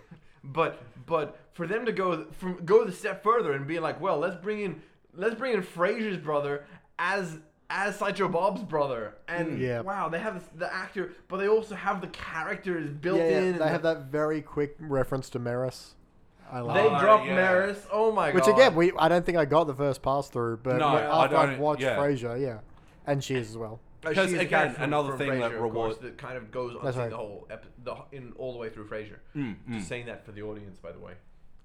Speaker 2: but but for them to go from go the step further and be like, well, let's bring in let's bring in Frasier's brother as as Sideshow Bob's brother, and
Speaker 3: Mm. Yeah.
Speaker 2: wow, they have the actor, but they also have the characters built
Speaker 3: yeah,
Speaker 2: in.
Speaker 3: yeah,
Speaker 2: and
Speaker 3: they have that very quick reference to Maris. I love.
Speaker 2: They
Speaker 3: it.
Speaker 1: Oh,
Speaker 2: drop
Speaker 1: yeah.
Speaker 2: Maris. Oh my
Speaker 3: Which
Speaker 2: god!
Speaker 3: again, we I don't think I got the first pass through, but
Speaker 1: No,
Speaker 3: when-
Speaker 1: I
Speaker 3: after I
Speaker 1: don't-
Speaker 3: have watched
Speaker 1: yeah.
Speaker 3: Frasier, yeah, and she is as well.
Speaker 2: Uh,
Speaker 1: Because again, another thing that
Speaker 2: rewards
Speaker 1: reward-
Speaker 2: that kind of goes on
Speaker 3: That's
Speaker 2: through
Speaker 3: right.
Speaker 2: the whole epi- the, in all the way through Frasier.
Speaker 1: Mm,
Speaker 2: Just saying that for the audience, by the way.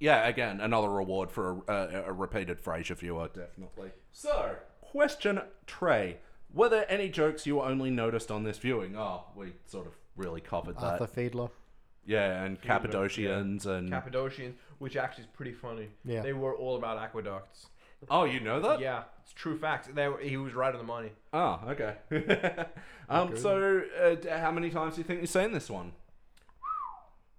Speaker 1: Yeah, again, another reward for a, a, a repeated Frasier viewer, definitely. So, question Trey. Were there any jokes you only noticed on this viewing? Oh, we sort of really covered that.
Speaker 3: Arthur Fiedler.
Speaker 1: yeah, and Cappadocians and...
Speaker 2: Cappadocians, which actually is pretty funny.
Speaker 3: Yeah.
Speaker 2: They were all about aqueducts.
Speaker 1: oh, you know that?
Speaker 2: Yeah, it's true facts. They were, he was right on the money.
Speaker 1: Oh, okay. um, So, uh, d- how many times do you think you've seen this one?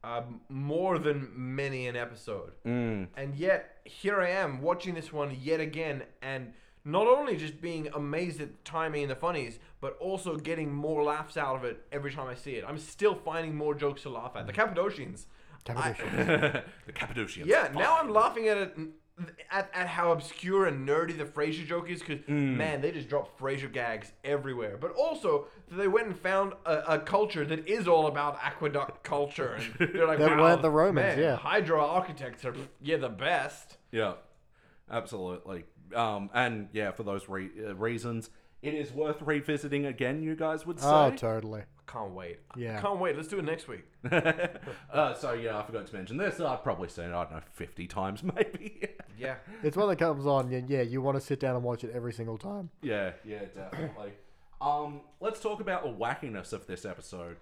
Speaker 2: Uh, more than many an episode.
Speaker 1: Mm.
Speaker 2: And yet, here I am watching this one yet again, and not only just being amazed at the timing and the funnies, but also getting more laughs out of it every time I see it. I'm still finding more jokes to laugh at. The Cappadocians. I-
Speaker 3: Cappadocians.
Speaker 1: the Cappadocians.
Speaker 2: yeah, now
Speaker 1: Fine.
Speaker 2: I'm laughing at it. At, at how obscure and nerdy the Frasier joke is, because man, they just drop Frasier gags everywhere. But also, they went and found a, a culture that is all about aqueduct culture. And they're like,
Speaker 3: They
Speaker 2: wow,
Speaker 3: were the Romans,
Speaker 2: man,
Speaker 3: yeah.
Speaker 2: hydro architects are yeah the best.
Speaker 1: Yeah, absolutely. Um, and yeah, for those re- uh, reasons, it is worth revisiting again. You guys would say.
Speaker 3: Oh, totally.
Speaker 2: Can't wait.
Speaker 3: Yeah.
Speaker 2: Can't wait. Let's do it next week.
Speaker 1: uh, so yeah, I forgot to mention this. I've probably seen it, I don't know fifty times maybe.
Speaker 2: Yeah.
Speaker 3: It's one that comes on, and yeah, you want to sit down and watch it every single time.
Speaker 1: yeah, yeah, definitely. um, let's talk about the wackiness of this episode.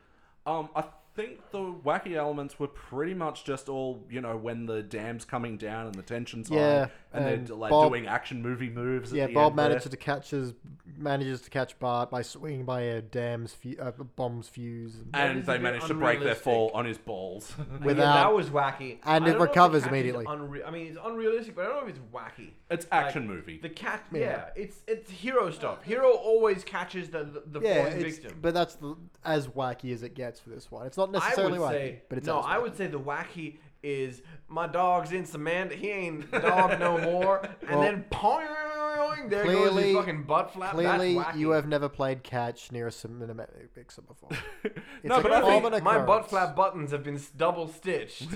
Speaker 1: Um, I think the wacky elements were pretty much just all you know when the dam's coming down and the tension's
Speaker 3: Yeah,
Speaker 1: high, and,
Speaker 3: and
Speaker 1: they're like
Speaker 3: Bob-
Speaker 1: doing action movie moves. At
Speaker 3: Yeah,
Speaker 1: the
Speaker 3: Bob
Speaker 1: end there.
Speaker 3: manages to catch his, manages to catch Bart by swinging by a dam's fu- uh, bomb's fuse, and,
Speaker 2: That
Speaker 1: and
Speaker 2: is a
Speaker 1: they
Speaker 2: bit
Speaker 1: managed to break their
Speaker 2: unrealistic.
Speaker 1: fall on his balls.
Speaker 3: Without-
Speaker 2: yeah, that was wacky,
Speaker 3: and
Speaker 2: I
Speaker 3: it
Speaker 2: don't know if the
Speaker 3: recovers
Speaker 2: catch is
Speaker 3: immediately.
Speaker 2: unre- I mean, it's unrealistic, but I don't know if it's wacky.
Speaker 1: it's
Speaker 2: Like,
Speaker 1: action movie.
Speaker 2: The cat, yeah. it's it's hero stuff. Hero always catches the the
Speaker 3: yeah,
Speaker 2: fallen
Speaker 3: it's,
Speaker 2: victim.
Speaker 3: but that's the, as wacky as it gets for this one. It's not
Speaker 2: I
Speaker 3: necessarily
Speaker 2: would
Speaker 3: wacky,
Speaker 2: say,
Speaker 3: but it's
Speaker 2: no,
Speaker 3: as
Speaker 2: I
Speaker 3: wacky.
Speaker 2: would say the wacky is my dog's in Samantha. He ain't dog no more. And
Speaker 3: Well,
Speaker 2: then poing, there goes
Speaker 3: clearly-
Speaker 2: his fucking butt flap.
Speaker 3: Clearly,
Speaker 2: That's wacky.
Speaker 3: you have never played catch near a cinematic mixer before.
Speaker 1: no,
Speaker 3: a
Speaker 1: but I
Speaker 2: But I
Speaker 1: think
Speaker 3: common
Speaker 2: think my butt
Speaker 3: occurrence.
Speaker 2: flap buttons have been s- double stitched.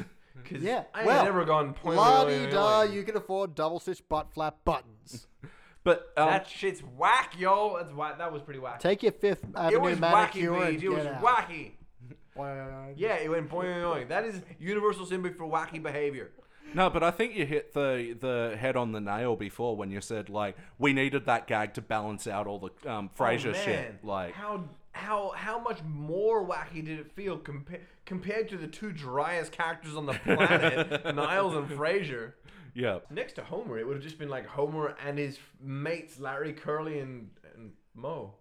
Speaker 2: Cause
Speaker 3: Yeah,
Speaker 2: I ain't
Speaker 3: well,
Speaker 2: never gone point.
Speaker 3: La di da, you can afford double stitch butt flap buttons.
Speaker 1: But um,
Speaker 2: That shit's whack, yo. That's why that was pretty wacky.
Speaker 3: Take your fifth
Speaker 2: it
Speaker 3: avenue
Speaker 2: was wacky,
Speaker 3: manicure and
Speaker 2: please. It
Speaker 3: get
Speaker 2: was
Speaker 3: out.
Speaker 2: wacky.
Speaker 3: Why-
Speaker 2: Yeah, it went boing, boing, boing. That is universal symbol for wacky behavior.
Speaker 1: no, but I think you hit the the head on the nail before when you said like we needed that gag to balance out all the um, Frasier
Speaker 2: Oh, man.
Speaker 1: shit. Like,
Speaker 2: how how how much more wacky did it feel compa- compared to the two driest characters on the planet, Niles and Frasier?
Speaker 1: yeah,
Speaker 2: Next to Homer, it would have just been like Homer and his mates Larry, Curly, and, and Mo.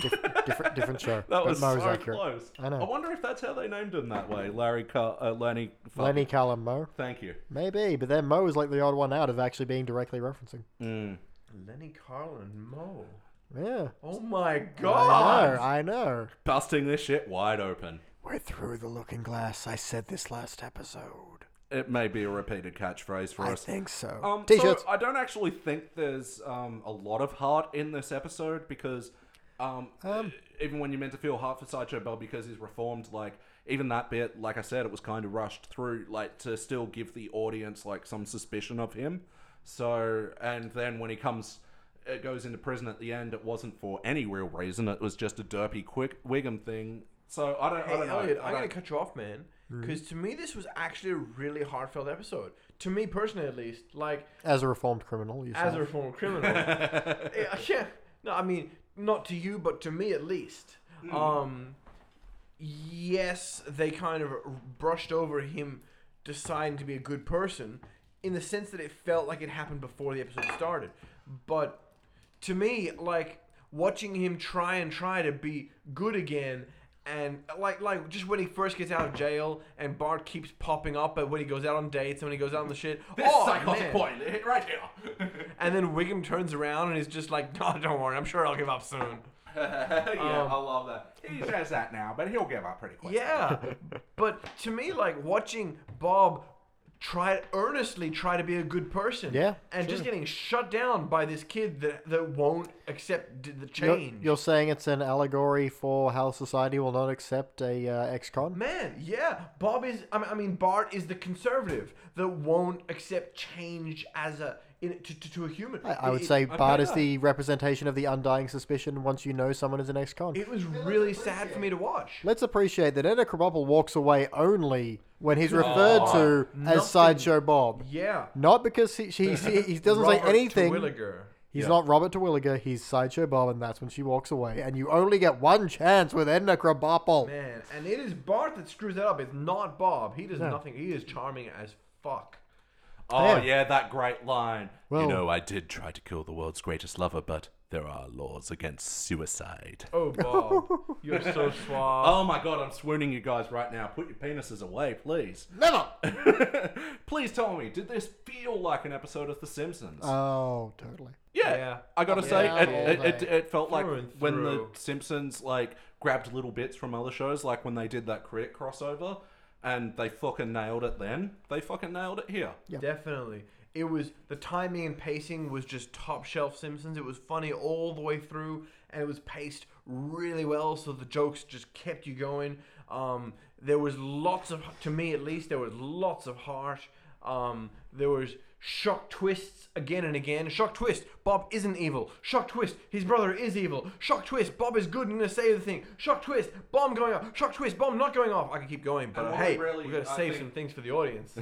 Speaker 3: Diff- different, different show.
Speaker 1: that
Speaker 3: but
Speaker 1: was
Speaker 3: Mo's
Speaker 1: so
Speaker 3: accurate.
Speaker 1: close.
Speaker 3: I know.
Speaker 1: wonder if that's how they named him that way, Larry, Car- uh, Lenny. fuck.
Speaker 3: Lenny Callum Mo.
Speaker 1: Thank you.
Speaker 3: Maybe, but then Mo is like the odd one out of actually being directly referencing.
Speaker 1: Mm.
Speaker 2: Lenny, Carl, and Mo.
Speaker 3: Yeah.
Speaker 2: Oh my
Speaker 3: I
Speaker 2: god!
Speaker 3: know, I know.
Speaker 1: Busting this shit wide open.
Speaker 3: We're through the looking glass. I said this last episode.
Speaker 1: It may be a repeated catchphrase for
Speaker 3: I
Speaker 1: us.
Speaker 3: think so.
Speaker 1: Um,
Speaker 3: T-shirts.
Speaker 1: So I don't actually think there's um, a lot of heart in this episode because um, even when you meant to feel heart for Sideshow Bob because he's reformed, like even that bit, like I said, it was kind of rushed through, like to still give the audience like some suspicion of him. So and then when he comes, it goes into prison at the end. It wasn't for any real reason. It was just a derpy quick Wiggum thing. So I don't, I
Speaker 2: Hey,
Speaker 1: don't know.
Speaker 2: Elliot,
Speaker 1: I don't-
Speaker 2: I'm gonna
Speaker 1: Mm-hmm.
Speaker 2: cut you off, man. Because to me, this was actually a really heartfelt episode. To me personally, at least, like
Speaker 3: as a reformed criminal, you
Speaker 2: as a reformed criminal. yeah, yeah. no, I mean not to you, but to me at least.
Speaker 1: Mm.
Speaker 2: Um, yes, they kind of brushed over him deciding to be a good person in the sense that it felt like it happened before the episode started. But to me, like watching him try and try to be good again. And like, like, just when he first gets out of jail, and Bart keeps popping up, and when he goes out on dates, and when he goes out on the shit,
Speaker 1: this
Speaker 2: oh,
Speaker 1: psychotic
Speaker 2: man.
Speaker 1: point hit right here.
Speaker 2: And then Wiggum turns around and is just like, "No, don't worry. I'm sure I'll give up soon."
Speaker 1: yeah,
Speaker 2: Um,
Speaker 1: I love that. He says that now, but he'll give up pretty quick.
Speaker 2: Yeah, but to me, like watching Bob try earnestly try to be a good person,
Speaker 3: Yeah,
Speaker 2: and just getting shut down by this kid that that won't accept d- the
Speaker 3: You're,
Speaker 2: change.
Speaker 3: you're saying it's an allegory for how society will not accept a uh, ex-con?
Speaker 2: Man, yeah, Bob is. I mean, I mean, Bart is the conservative that won't accept change as a in, to, to, to a human.
Speaker 3: I, I would
Speaker 2: It-
Speaker 3: say
Speaker 2: it-
Speaker 3: Bart is
Speaker 1: yeah.
Speaker 3: the representation of the undying suspicion once you know someone is an ex-con.
Speaker 2: it was really sad for me to watch.
Speaker 3: Let's appreciate that Ed Krabappel walks away only when he's referred to
Speaker 2: nothing.
Speaker 3: as Sideshow Bob.
Speaker 2: Yeah,
Speaker 3: Not because he, she, he, he doesn't
Speaker 2: Robert
Speaker 3: say anything.
Speaker 2: Terwilliger.
Speaker 3: He's
Speaker 1: Yeah.
Speaker 3: not Robert Terwilliger, he's Sideshow Bob, and that's when she walks away. And you only get one chance with Edna Krabappel.
Speaker 2: Man, and it is Bart that screws that up. It's not Bob. He does nothing. He is charming as fuck.
Speaker 1: Oh
Speaker 3: Yeah.
Speaker 1: yeah, that great line.
Speaker 3: Well-
Speaker 1: you know, I did try to kill the world's greatest lover, but there are laws against suicide.
Speaker 2: Oh, Bob, you're so suave.
Speaker 1: Oh my god, I'm swooning you guys right now. Put your penises away, please.
Speaker 3: Never!
Speaker 1: please tell me, did this feel like an episode of The Simpsons?
Speaker 3: Oh, totally.
Speaker 1: yeah,
Speaker 2: yeah.
Speaker 1: I gotta
Speaker 2: Yeah,
Speaker 1: say, it,
Speaker 3: yeah,
Speaker 1: it, it,
Speaker 3: mate.
Speaker 1: it felt like
Speaker 2: Through and
Speaker 1: when The
Speaker 2: through.
Speaker 1: Simpsons like grabbed little bits from other shows, like when they did that critic crossover, and they fucking nailed it. Then they fucking nailed it here.
Speaker 2: Definitely. It was the timing and pacing was just top shelf Simpsons. It was funny all the way through, and it was paced really well, so the jokes just kept you going. Um, there was lots of, to me at least, there was lots of heart. Um, there was shock twists again and again. Shock twist, Bob isn't evil. Shock twist, his brother is evil. Shock twist, Bob is good and gonna save the thing. Shock twist, bomb going off. Shock twist, bomb not going off. I can keep going, but
Speaker 1: And
Speaker 2: uh,
Speaker 1: what
Speaker 2: hey,
Speaker 1: really-
Speaker 2: we gotta
Speaker 1: I
Speaker 2: save
Speaker 1: think-
Speaker 2: some things for the audience.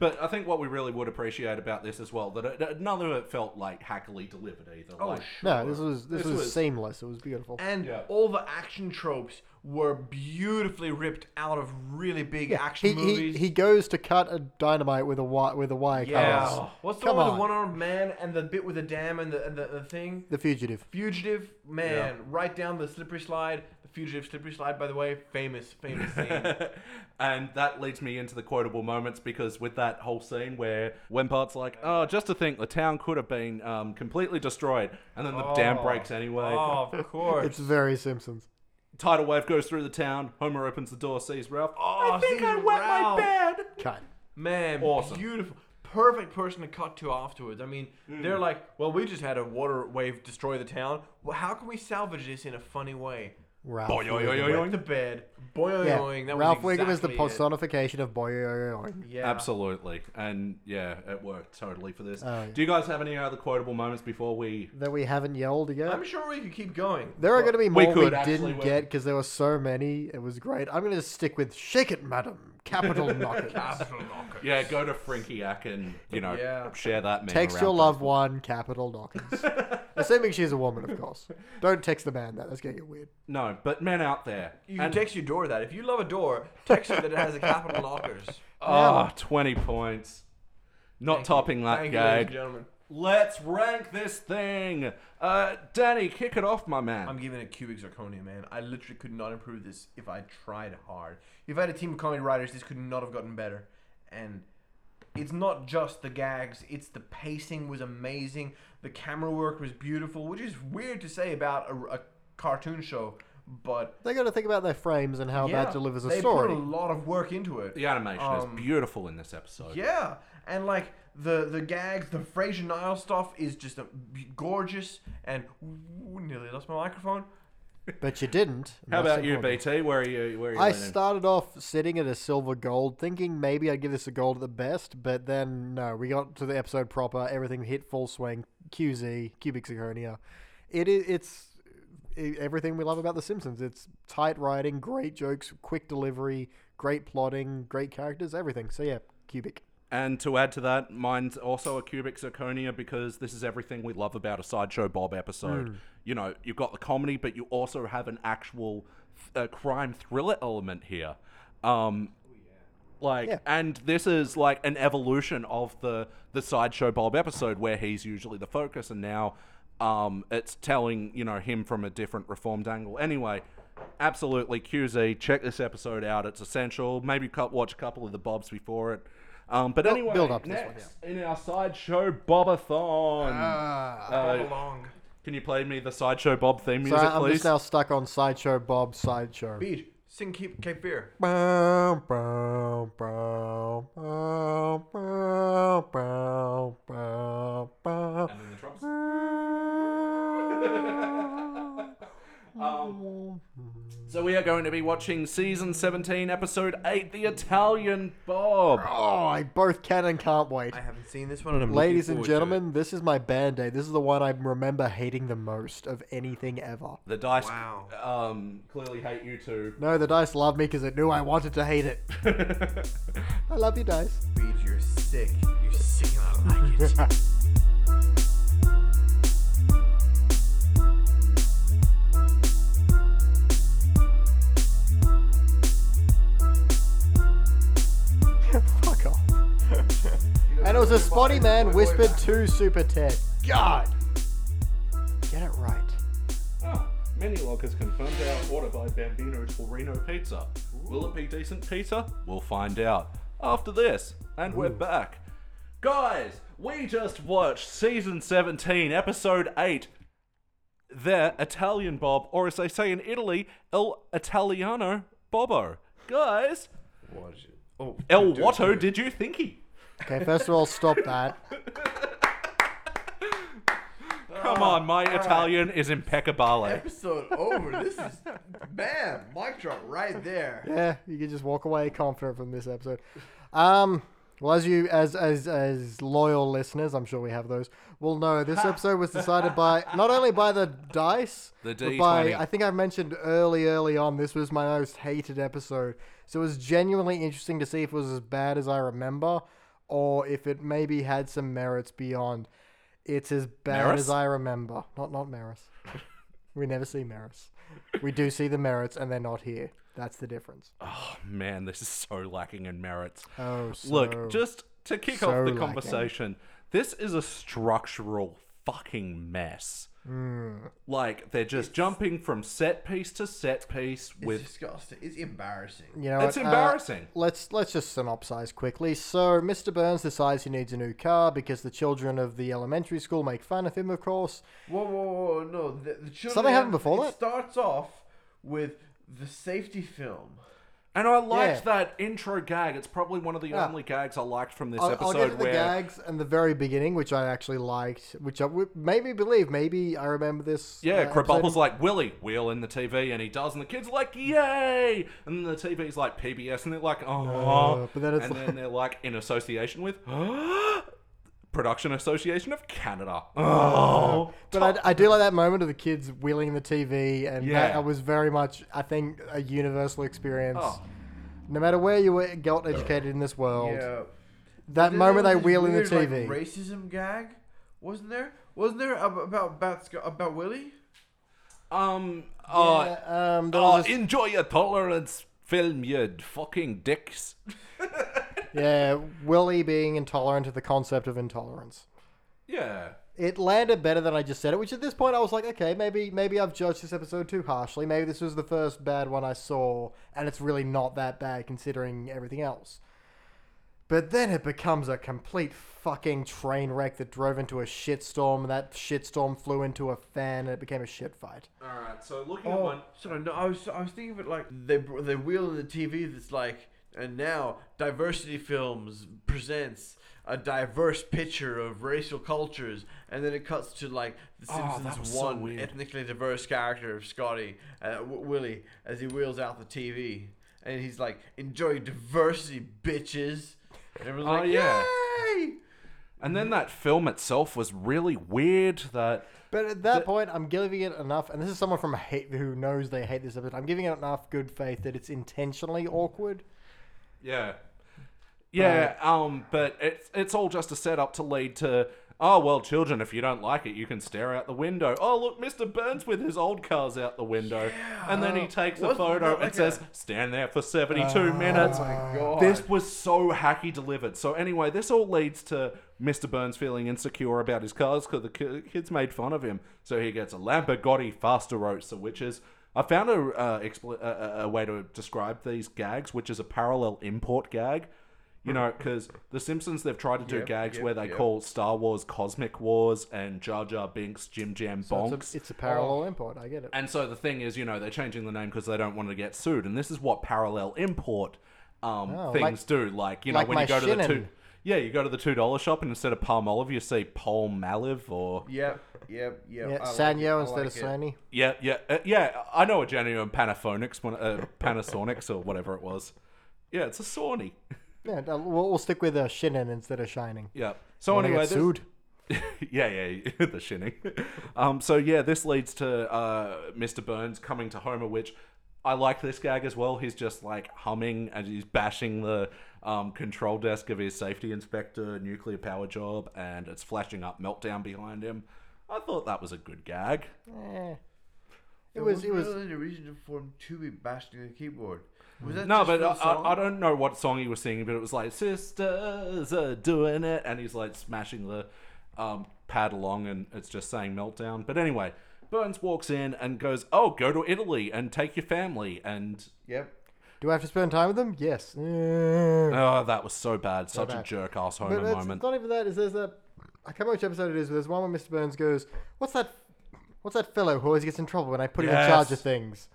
Speaker 1: But I think what we really would appreciate about this as well that it, that none of it felt like hackily delivered either.
Speaker 2: Oh,
Speaker 1: like,
Speaker 2: sure.
Speaker 3: No, this was this,
Speaker 1: This
Speaker 3: was,
Speaker 1: was-
Speaker 3: seamless. It was beautiful.
Speaker 2: And
Speaker 1: Yeah.
Speaker 2: all the action tropes were beautifully ripped out of really big
Speaker 3: Yeah,
Speaker 2: action
Speaker 3: he, he,
Speaker 2: movies.
Speaker 3: he goes to cut a dynamite with a wire with a wire
Speaker 2: yeah.
Speaker 3: cutters.
Speaker 2: What's the
Speaker 3: oh,
Speaker 2: one
Speaker 3: Come
Speaker 2: with
Speaker 3: on.
Speaker 2: the one-armed man and the bit with the dam and the and the, the thing?
Speaker 3: The fugitive.
Speaker 2: Fugitive man, right down the slippery slide. The fugitive slippery slide, by the way, famous, famous scene.
Speaker 1: and that leads me into the quotable moments because with that whole scene where Wempart's like, oh, just to think the town could have been um, completely destroyed, and then the dam
Speaker 2: Oh.
Speaker 1: breaks anyway.
Speaker 2: oh, of course.
Speaker 3: It's very Simpsons.
Speaker 1: Tidal wave goes through the town. Homer opens the door, sees Ralph.
Speaker 2: Oh,
Speaker 1: I think
Speaker 2: sees
Speaker 1: I wet
Speaker 2: Ralph."
Speaker 1: my bed.
Speaker 3: Cut.
Speaker 2: Man,
Speaker 1: Awesome.
Speaker 2: beautiful. Perfect person to cut to afterwards. I mean, they're like, well, we just had a water wave destroy the town. Well, how can we salvage this in a funny way?
Speaker 3: Ralph.
Speaker 1: Boy, oy,
Speaker 3: Wiggum.
Speaker 1: oy, oy, oy.
Speaker 2: Went to bed, boing,
Speaker 3: Yeah.
Speaker 2: that
Speaker 3: Ralph
Speaker 2: was
Speaker 3: Wiggum is the
Speaker 2: exactly it.
Speaker 3: personification of boy. oy, oy, oy.
Speaker 2: Yeah.
Speaker 1: Absolutely. And yeah, it worked totally for this.
Speaker 3: Oh, yeah.
Speaker 1: Do you guys have any other quotable moments before we.
Speaker 3: That we haven't yelled again.
Speaker 2: I'm sure we could keep going.
Speaker 3: There are going to be more we,
Speaker 1: could actually
Speaker 3: didn't
Speaker 1: win.
Speaker 3: get because there were so many. It was great. I'm going to stick with "Shake It, Madam." Capital knockers.
Speaker 1: Yeah, go to Frinky Ack and, you know,
Speaker 2: Yeah.
Speaker 1: share that meme
Speaker 3: Text
Speaker 1: around
Speaker 3: your loved one. Capital knockers. Assuming she's a woman, of course. Don't text the man that. That's going to get weird.
Speaker 1: No, but men out there.
Speaker 2: You can text your door that. If you love a door, text it that it has a capital lockers.
Speaker 1: Oh, 20 points. Not topping that
Speaker 2: Thank you, ladies and
Speaker 1: gag.
Speaker 2: gentlemen.
Speaker 1: Let's rank this thing. Uh, Danny, kick it off, my man.
Speaker 2: I'm giving a cubic zirconia, man. I literally could not improve this if I tried hard. If I had a team of comedy writers, this could not have gotten better. And it's not just the gags, it's the pacing was amazing. The camera work was beautiful, which is weird to say about a, a cartoon show, but
Speaker 3: They got to think about their frames and how
Speaker 2: yeah,
Speaker 3: that delivers a
Speaker 2: they
Speaker 3: story.
Speaker 2: put a lot of work into it.
Speaker 1: the animation
Speaker 2: Um,
Speaker 1: is beautiful in this episode.
Speaker 2: Yeah, and like the the gags, the Fraser Nile stuff is just a, gorgeous. And ooh, nearly lost my microphone.
Speaker 3: But you didn't. and
Speaker 1: How
Speaker 3: that's
Speaker 1: about you,
Speaker 3: important.
Speaker 1: BT? Where are you? Where are you?
Speaker 3: I
Speaker 1: leaning?
Speaker 3: started off sitting at a silver gold, thinking maybe I'd give this a gold at the best, but then no, we got to the episode proper, everything hit full swing, QZ, cubic zirconia. It is it's i everything we love about The Simpsons. It's tight writing, great jokes, quick delivery, great plotting, great characters, everything. So yeah, cubic.
Speaker 1: And to add to that, mine's also a cubic zirconia because this is everything we love about a sideshow Bob episode. You know, you've got the comedy, but you also have an actual th- uh, crime thriller element here. Um, like,
Speaker 3: Yeah.
Speaker 1: and this is like an evolution of the the sideshow Bob episode where he's usually the focus, and now um, it's telling you know him from a different reformed angle. Anyway. Absolutely, QZ. Check this episode out; it's essential. Maybe cu- watch a couple of the Bobs before it. Um, but
Speaker 3: Build-
Speaker 1: anyway,
Speaker 3: build up to this one,
Speaker 1: next in our sideshow Bobathon.
Speaker 3: Ah.
Speaker 1: Uh,
Speaker 2: Along.
Speaker 1: could Can you play me the Sideshow Bob theme
Speaker 3: So
Speaker 1: music,
Speaker 3: I'm
Speaker 1: please?
Speaker 3: just now stuck on Sideshow Bob Sideshow.
Speaker 2: Beat, sing Cape, Cape Fear.
Speaker 3: Bow, bow, bow, bow, bow, bow, bow, bow.
Speaker 1: And then the drums. So we are going to be watching season 17, episode 8, The Italian Bob.
Speaker 3: Oh, I both can and can't wait.
Speaker 2: I haven't seen this one. And I'm looking
Speaker 3: Ladies and
Speaker 2: forward to it.
Speaker 3: gentlemen, this is my band aid. This is the one I remember hating the most of anything ever.
Speaker 1: The dice
Speaker 2: Wow.
Speaker 1: um, clearly hate you too.
Speaker 3: No, the dice loved me because it knew I wanted to hate it. I love you, dice.
Speaker 2: Beat, you're sick. You're sick, and I like it.
Speaker 3: Fuck off. And it was a spotty man whispered to Super Ted. God! Get it right.
Speaker 1: Oh, many loggers confirmed our order by Bambino Torino Pizza. Will it be decent pizza? We'll find out. After this, and we're back. Guys, we just watched season 17, episode 8. Their Italian Bob, or as they say in Italy, El Italiano Bobbo. Guys,
Speaker 2: What is it? Oh,
Speaker 1: El
Speaker 2: dude, dude,
Speaker 1: Watto
Speaker 2: dude.
Speaker 1: did you thinky?
Speaker 3: Okay, first of all, stop that.
Speaker 1: Come on, my Italian is impeccable.
Speaker 2: Episode over. This is bam. Mic drop right there.
Speaker 3: Yeah, you can just walk away confident from this episode. Um, well, as you, as as as loyal listeners, I'm sure we have those. Will know this episode was decided by not only by the dice,
Speaker 1: The
Speaker 3: but by
Speaker 1: D20.
Speaker 3: I think I mentioned early, early on. This was my most hated episode, so it was genuinely interesting to see if it was as bad as I remember, or if it maybe had some merits beyond. It's as bad
Speaker 1: Maris?
Speaker 3: as I remember. Not not Maris. we never see Maris. We do see the merits, and they're not here. That's the difference.
Speaker 1: Oh man, this is so lacking in merits.
Speaker 3: Oh, so
Speaker 1: Look, just to kick
Speaker 3: so
Speaker 1: off the
Speaker 3: lacking.
Speaker 1: conversation, this is a structural fucking mess.
Speaker 3: Hmm.
Speaker 1: Like they're just jumping from set piece to set piece
Speaker 2: It's
Speaker 1: with
Speaker 2: disgusting. It's embarrassing.
Speaker 3: you know,
Speaker 1: It's
Speaker 3: what, uh,
Speaker 1: embarrassing.
Speaker 3: let's let's just synopsize quickly. So, Mr. Burns decides he needs a new car because the children of the elementary school make fun of him, of course.
Speaker 2: Whoa, whoa, whoa! No, the, the children.
Speaker 3: Something happened before
Speaker 2: it
Speaker 3: that?
Speaker 2: Starts off with the safety film.
Speaker 1: And I liked
Speaker 3: Yeah.
Speaker 1: that intro gag. It's probably one of the
Speaker 3: Yeah.
Speaker 1: only gags I liked from this
Speaker 3: I'll, I'll
Speaker 1: episode
Speaker 3: get to the
Speaker 1: where
Speaker 3: gags and the very beginning, which I actually liked, which I would- made me believe. Maybe I remember this.
Speaker 1: Yeah,
Speaker 3: uh,
Speaker 1: Krabubble's
Speaker 3: episode.
Speaker 1: like Willie, wheel in the TV, and he does, and the kids are like, "Yay!" And then the TV's like PBS, and they're like, "Oh,"
Speaker 3: Uh, but then it's
Speaker 1: and
Speaker 3: like-
Speaker 1: then they're like in association with Production Association of Canada.
Speaker 3: Oh.
Speaker 1: Oh,
Speaker 3: But I, I do like that moment of the kids wheeling the TV, and
Speaker 1: Yeah.
Speaker 3: that was very much, I think, a universal experience.
Speaker 1: Oh.
Speaker 3: No matter where you were, got educated in this world,
Speaker 2: Yeah.
Speaker 3: that
Speaker 2: Then
Speaker 3: moment
Speaker 2: there
Speaker 3: they
Speaker 2: was this
Speaker 3: wheel in the
Speaker 2: weird, like,
Speaker 3: TV.
Speaker 2: racism gag, wasn't there? Wasn't there ab- about about Sc- about Willie?
Speaker 1: um, uh,
Speaker 3: Yeah, um, there
Speaker 1: uh,
Speaker 3: was this-
Speaker 1: enjoy your tolerance film, you fucking dicks.
Speaker 3: yeah, Willie being intolerant to the concept of intolerance.
Speaker 1: Yeah,
Speaker 3: It landed better than I just said it, which at this point I was like, okay, maybe maybe I've judged this episode too harshly. Maybe this was the first bad one I saw, and it's really not that bad considering everything else. But then it becomes a complete fucking train wreck that drove into a shitstorm. and That shitstorm flew into a fan, and it became a shit fight.
Speaker 1: all right. So looking at
Speaker 2: Oh,
Speaker 1: one,
Speaker 2: sorry. No, I was I was thinking of it like they br- they wheel in the TV that's like, and now diversity films presents a diverse picture of racial cultures, and then it cuts to like the
Speaker 1: Oh, that
Speaker 2: Simpsons
Speaker 1: was so
Speaker 2: one
Speaker 1: weird.
Speaker 2: ethnically diverse character of Scotty uh, w- Willie as he wheels out the TV, and he's like, enjoy diversity, bitches. And everyone's
Speaker 1: Oh,
Speaker 2: like,
Speaker 1: yeah.
Speaker 2: yay!
Speaker 1: and then that film itself was really weird. That
Speaker 3: But at that point, I'm giving it enough, and this is someone from hate who knows they hate this episode. I'm giving it enough good faith that it's intentionally awkward.
Speaker 1: Yeah. Yeah, um, but it's it's all just a setup to lead to oh well children, if you don't like it, you can stare out the window. Oh look, Mr. Burns with his old cars out the window. and then he takes a
Speaker 2: uh, wasn't
Speaker 1: photo
Speaker 2: that
Speaker 1: and
Speaker 2: like
Speaker 1: says, Stand there for seventy two minutes.
Speaker 2: Oh God.
Speaker 1: This was so hacky delivered. So anyway, this all leads to Mr. Burns feeling insecure about his cars because the ki- kids made fun of him. So he gets a Lamborghini Fastarosa, which is I found a, uh, expl- a, a- a way to describe these gags, which is a parallel import gag. You know, because The Simpsons, they've tried to do
Speaker 2: Yep,
Speaker 1: gags
Speaker 2: yep,
Speaker 1: where they
Speaker 2: yep.
Speaker 1: call Star Wars Cosmic Wars and Jar Jar Binks Jim Jam
Speaker 3: So
Speaker 1: Bonks.
Speaker 3: It's a, it's a
Speaker 2: Oh.
Speaker 3: parallel import. I get it.
Speaker 1: And so the thing is, you know, they're changing the name because they don't want to get sued. And this is what parallel import um,
Speaker 3: Oh,
Speaker 1: things
Speaker 3: like-
Speaker 1: do. Like, you know,
Speaker 3: like
Speaker 1: when you
Speaker 3: my
Speaker 1: go to the
Speaker 3: shinin'.
Speaker 1: two, yeah, you go to the two dollar shop and instead of palm olive, you see palm olive or
Speaker 2: Yep, yep, yep.
Speaker 3: Yeah,
Speaker 2: I like it,
Speaker 3: Sanyo
Speaker 2: I
Speaker 3: instead
Speaker 2: like
Speaker 3: of
Speaker 2: it.
Speaker 3: Sony.
Speaker 1: yeah, yeah, uh, yeah. I know a genuine Panaphonics, one, uh, Panasonics or whatever it was. Yeah, it's a Sony.
Speaker 3: Yeah, no, we'll, we'll stick with uh, Shinin instead of Shining.
Speaker 1: Yeah. So
Speaker 3: Wanna
Speaker 1: anyway,
Speaker 3: get
Speaker 1: this-
Speaker 3: sued.
Speaker 1: yeah, yeah, the shinning. Um, so yeah, this leads to uh, Mr. Burns coming to Homer, which I like this gag as well. He's just like humming and he's bashing the um, control desk of his safety inspector nuclear power job, and it's flashing up meltdown behind him. I thought that was a good gag.
Speaker 3: Eh. It
Speaker 2: There
Speaker 3: was. It
Speaker 2: wasn't
Speaker 3: was.
Speaker 2: really a reason for him to be bashing the keyboard. Was that
Speaker 1: Mm. No,
Speaker 2: just
Speaker 1: but uh,
Speaker 2: for
Speaker 1: I,
Speaker 2: the song?
Speaker 1: I, I don't know what song he was singing, but it was like "Sisters are doing it," and he's like smashing the um, pad along, and it's just saying "meltdown." But anyway, Burns walks in and goes, "Oh, go to Italy and take your family," and
Speaker 2: Yep.
Speaker 3: Do I have to spend time with them? Yes. Eh.
Speaker 1: oh, that was so bad, such a
Speaker 3: bad.
Speaker 1: jerk ass
Speaker 3: But
Speaker 1: Homer
Speaker 3: it's
Speaker 1: moment.
Speaker 3: not even that. Is there's that? I can't remember which episode it is. But there's one where Mr. Burns goes, "What's that? What's that fellow who always gets in trouble when I put him in charge
Speaker 1: Yes.
Speaker 3: of things?"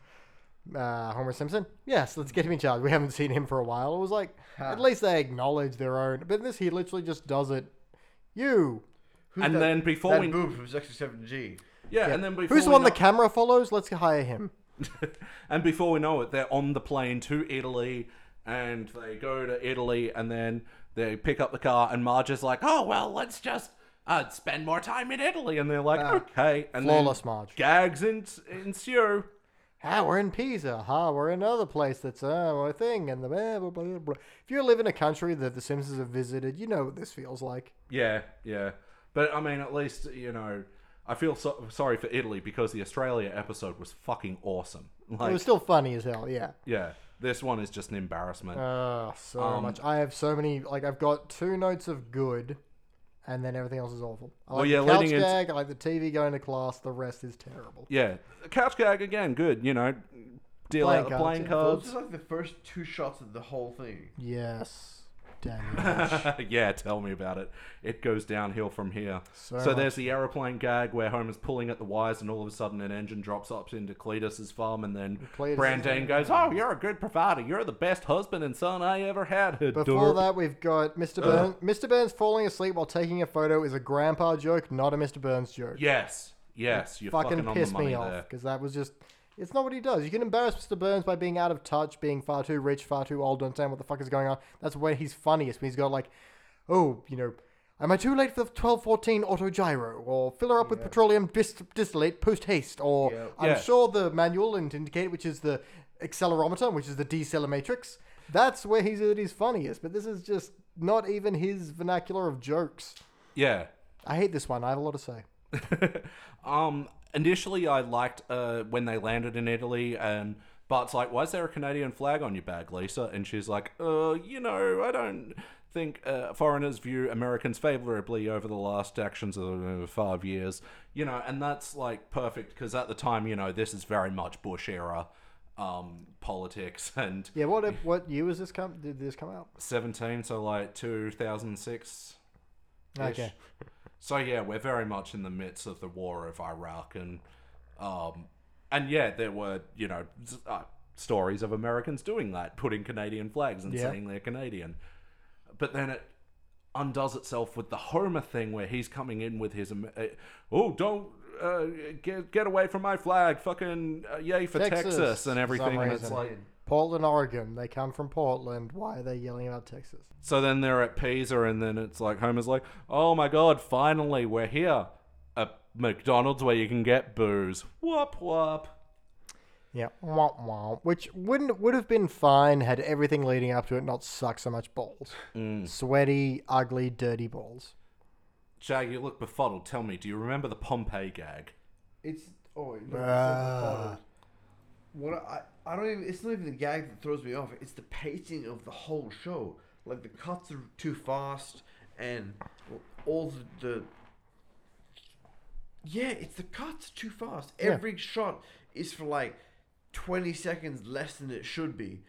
Speaker 3: Uh, Homer Simpson. Yes, let's get him in charge. We haven't seen him for a while. It was like at least they acknowledge their own. But in this, he literally just does it. You.
Speaker 2: Who's
Speaker 1: And
Speaker 2: that-
Speaker 1: then before
Speaker 2: that
Speaker 1: we-
Speaker 2: boob from Section Seven G.
Speaker 1: yeah, and then before
Speaker 3: Who's the
Speaker 1: we
Speaker 3: one the
Speaker 1: know-
Speaker 3: camera follows? Let's hire him.
Speaker 1: and before we know it, they're on the plane to Italy, and they go to Italy, and then they pick up the car, and Marge is like, "Oh well, let's just uh, spend more time in Italy," and they're like, "Okay," and
Speaker 3: Ah, Flawless
Speaker 1: then
Speaker 3: Marge.
Speaker 1: gags ens- ensue.
Speaker 3: Ah, we're in Pisa. Ha, we're in another place that's uh, a thing. And the blah, blah, blah, blah, blah. If you live in a country that the Simpsons have visited, you know what this feels like.
Speaker 1: Yeah, yeah, but I mean, at least you know, I feel so- sorry for Italy because the Australia episode was fucking awesome.
Speaker 3: It
Speaker 1: Like,
Speaker 3: was still funny as hell. Yeah.
Speaker 1: yeah, this one is just an embarrassment.
Speaker 3: Oh, so
Speaker 1: um,
Speaker 3: much. I have so many. Like, I've got two notes of good, and then everything else is awful. I like
Speaker 1: yeah,
Speaker 3: the couch
Speaker 1: leading into-
Speaker 3: gag. I like the TV going to class. The rest is terrible.
Speaker 1: yeah, couch gag again, good. You know, deal
Speaker 3: Playing
Speaker 1: out the
Speaker 3: cards,
Speaker 1: playing
Speaker 3: yeah.
Speaker 2: Well,
Speaker 1: cards.
Speaker 2: just like the first two shots of the whole thing.
Speaker 3: Yes. Damn. it.
Speaker 1: yeah, tell me about it. It goes downhill from here. So,
Speaker 3: So
Speaker 1: there's the aeroplane gag where Homer's pulling at the wires, and all of a sudden an engine drops up into Cletus's farm, and then
Speaker 3: Cletus-
Speaker 1: Brandane goes, "Oh, you're a good provider. You're the best husband and son I ever had."
Speaker 3: Before
Speaker 1: Adorable.
Speaker 3: that, we've got
Speaker 1: Uh.
Speaker 3: Mr. Burns. Mr. Burns falling asleep while taking a photo is a grandpa joke, not a Mr. Burns joke.
Speaker 1: yes, yes, you're fucking,
Speaker 3: fucking,
Speaker 1: on
Speaker 3: pissed
Speaker 1: the money
Speaker 3: me
Speaker 1: there.
Speaker 3: off because that was just. It's not what he does. You can embarrass Mr. Burns by being out of touch, being far too rich, far too old, don't understand what the fuck is going on. That's when he's funniest. When he's got like, oh, you know, am I too late for the twelve fourteen auto gyro? Or fill her up with petroleum dis- distillate post haste? Or I'm
Speaker 1: Yeah.
Speaker 3: sure the manual didn't indicate, which is the accelerometer, which is the deceleromatrix. That's where he's at his funniest. But this is just not even his vernacular of jokes.
Speaker 1: Yeah,
Speaker 3: I hate this one. I have a lot to say.
Speaker 1: um, initially I liked uh, when they landed in Italy and Bart's like, why is there a Canadian flag on your bag, Lisa? And she's like, uh, you know, I don't think uh, foreigners view Americans favorably over the last actions of uh, five years, you know, and that's like perfect because at the time, you know, this is very much Bush era um, politics and
Speaker 3: Yeah, what what year was this come? Did this come out?
Speaker 1: 17, so like 2006.
Speaker 3: Okay.
Speaker 1: So yeah, we're very much in the midst of the war of Iraq, and um, and yeah, there were you know s- uh, stories of Americans doing that, putting Canadian flags and
Speaker 3: Yeah.
Speaker 1: saying they're Canadian, but then it undoes itself with the Homer thing where he's coming in with his Am- uh, oh don't. Uh, get get away from my flag! Fucking uh, yay for Texas,
Speaker 3: Texas,
Speaker 1: and
Speaker 3: for
Speaker 1: everything.
Speaker 3: some
Speaker 1: And it's
Speaker 3: reason.
Speaker 1: like
Speaker 3: Portland, Oregon. They come from Portland. Why are they yelling about Texas?
Speaker 1: so then they're at Pisa, and then it's like Homer's like, "Oh my god, finally we're here! A McDonald's where you can get booze." Whoop whoop.
Speaker 3: Yeah, wah, wah. which wouldn't would have been fine had everything leading up to it not suck so much balls.
Speaker 1: Mm.
Speaker 3: Sweaty, ugly, dirty balls.
Speaker 1: Jag, you look befuddled. Tell me, do you remember the Pompeii gag?
Speaker 2: It's oh no, it's not
Speaker 3: Bruh.
Speaker 2: bottled. What I I don't even it's not even the gag that throws me off. It's the pacing of the whole show. Like the cuts are too fast and all the, the yeah, it's the cuts too fast. Every shot is for like twenty seconds less than it should be.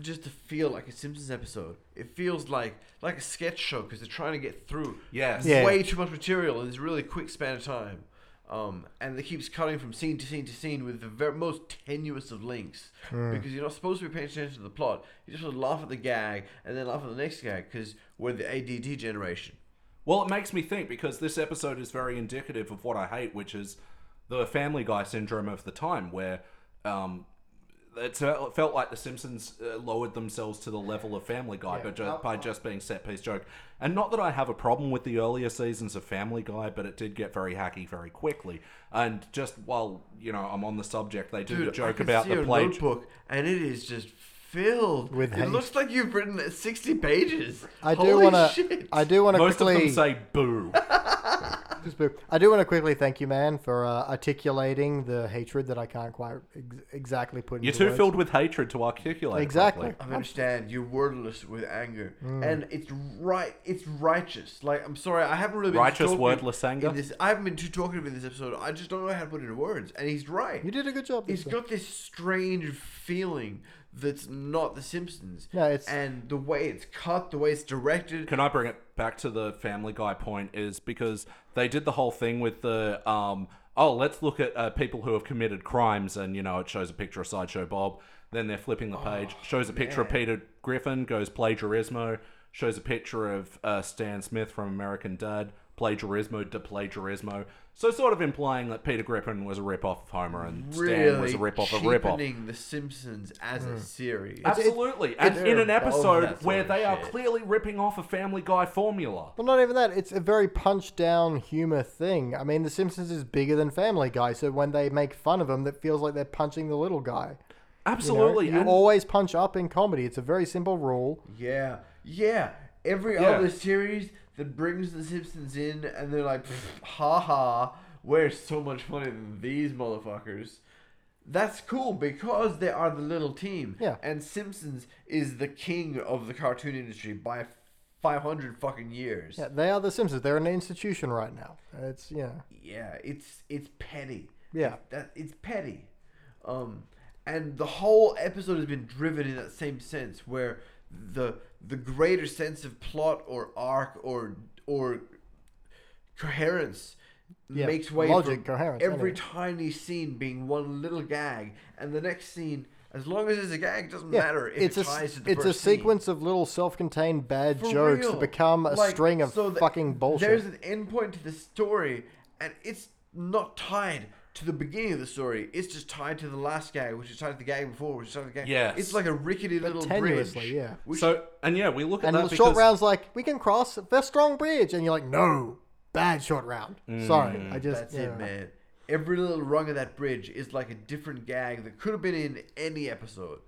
Speaker 2: just to feel like a Simpsons episode. It feels like like a sketch show because they're trying to get through
Speaker 1: Yes.
Speaker 3: Yeah.
Speaker 2: way too much material in this really quick span of time. Um, and it keeps cutting from scene to scene to scene with the ver- most tenuous of links because you're not supposed to be paying attention to the plot. You just want to laugh at the gag and then laugh at the next gag because we're the ADD generation.
Speaker 1: Well, it makes me think because this episode is very indicative of what I hate, which is the Family Guy syndrome of the time, where um, it's, uh, it felt like The Simpsons uh, lowered themselves to the level of Family Guy but
Speaker 2: Oh.
Speaker 1: ju- by just being set piece joke. And not that I have a problem with the earlier seasons of Family Guy, but it did get very hacky very quickly. And just while you know I'm on the subject, they did a
Speaker 2: Dude, I
Speaker 1: joke
Speaker 2: can
Speaker 1: about
Speaker 2: see
Speaker 1: the
Speaker 2: your
Speaker 1: play.
Speaker 2: notebook, and it is just filled
Speaker 3: With
Speaker 2: It
Speaker 3: hate.
Speaker 2: looks like you've written sixty pages.
Speaker 3: I do
Speaker 2: Holy
Speaker 3: want to.
Speaker 2: shit.
Speaker 3: I do want to
Speaker 1: Most of
Speaker 3: quickly.
Speaker 1: them say boo.
Speaker 3: Just boop. I do want to quickly thank you, man, for uh, articulating the hatred that I can't quite ex- exactly put into
Speaker 1: You're too
Speaker 3: words.
Speaker 1: filled with hatred to articulate. it
Speaker 3: Exactly.
Speaker 1: properly.
Speaker 2: I understand you're wordless with anger,
Speaker 3: Mm.
Speaker 2: and it's right. It's righteous. Like I'm sorry, I haven't really been
Speaker 1: Righteous
Speaker 2: talking
Speaker 1: wordless anger?
Speaker 2: In this, I haven't been too talkative in this episode. I just don't know how to put it in words, and he's right.
Speaker 3: You did a good job.
Speaker 2: It's
Speaker 3: Lisa.
Speaker 2: got this strange feeling that's not The Simpsons.
Speaker 3: No, it's-
Speaker 2: and the way it's cut, the way it's directed.
Speaker 1: Can I bring it back to the Family Guy point? Is because they did the whole thing with the um, oh, let's look at uh, people who have committed crimes, and you know it shows a picture of Sideshow Bob. Then they're flipping the page,
Speaker 2: Oh,
Speaker 1: shows a picture of Peter Griffin, goes plagiarismo, shows a picture of uh, Stan Smith from American Dad, plagiarismo de plagiarismo. So sort of implying that Peter Griffin was a rip off of Homer and Stan was
Speaker 2: Really
Speaker 1: a rip off of rip off.
Speaker 2: cheapening The Simpsons as
Speaker 3: Hmm.
Speaker 2: a series.
Speaker 1: Absolutely, and
Speaker 2: it's-
Speaker 1: in an
Speaker 2: they're above
Speaker 1: episode
Speaker 2: that sort
Speaker 1: where
Speaker 2: of
Speaker 1: they are
Speaker 2: shit.
Speaker 1: clearly ripping off a Family Guy formula.
Speaker 3: Well, not even that. It's a very punch down humor thing. I mean, The Simpsons is bigger than Family Guy, so when they make fun of him, that feels like they're punching the little guy. You know?
Speaker 1: Absolutely,
Speaker 3: You,
Speaker 1: and-
Speaker 3: always punch up in comedy. It's a very simple rule.
Speaker 2: Yeah, yeah. Every
Speaker 1: Yeah.
Speaker 2: other series that brings The Simpsons in, and they're like, "Pfft, ha ha, we're so much funnier than these motherfuckers. That's cool because they are the little team.
Speaker 3: Yeah.
Speaker 2: And Simpsons is the king of the cartoon industry by 500 fucking years.
Speaker 3: Yeah, they are The Simpsons. They're an institution right now. It's, yeah.
Speaker 2: yeah it's it's petty
Speaker 3: Yeah.
Speaker 2: It's- that it's petty um and the whole episode has been driven in that same sense where the the greater sense of plot or arc or or coherence
Speaker 3: Yeah,
Speaker 2: makes way
Speaker 3: logic,
Speaker 2: for
Speaker 3: coherence,
Speaker 2: every
Speaker 3: anyway.
Speaker 2: tiny scene being one little gag and the next scene as long as it's a gag it doesn't
Speaker 3: Yeah,
Speaker 2: matter if
Speaker 3: it's
Speaker 2: it
Speaker 3: a, s-
Speaker 2: ties to the
Speaker 3: it's a
Speaker 2: first scene.
Speaker 3: sequence of little self-contained bad
Speaker 2: For
Speaker 3: jokes
Speaker 2: real.
Speaker 3: that become a
Speaker 2: Like,
Speaker 3: string of
Speaker 2: so the-
Speaker 3: fucking bullshit.
Speaker 2: There's an end point to the story, and it's not tied to the beginning of the story. It's just tied to the last gag, which is tied to the gag before, which is tied to the gag.
Speaker 1: Yes.
Speaker 2: It's like a rickety little bridge.
Speaker 3: tenuously, yeah.
Speaker 2: Which,
Speaker 1: So and yeah, we look at
Speaker 3: And
Speaker 1: that
Speaker 3: the short
Speaker 1: because-
Speaker 3: round's like, we can cross the strong bridge. And you're like, no, bad short round. Sorry, I just.
Speaker 2: that's
Speaker 3: yeah.
Speaker 2: it, man. Every little rung of that bridge is like a different gag that could have been in any episode.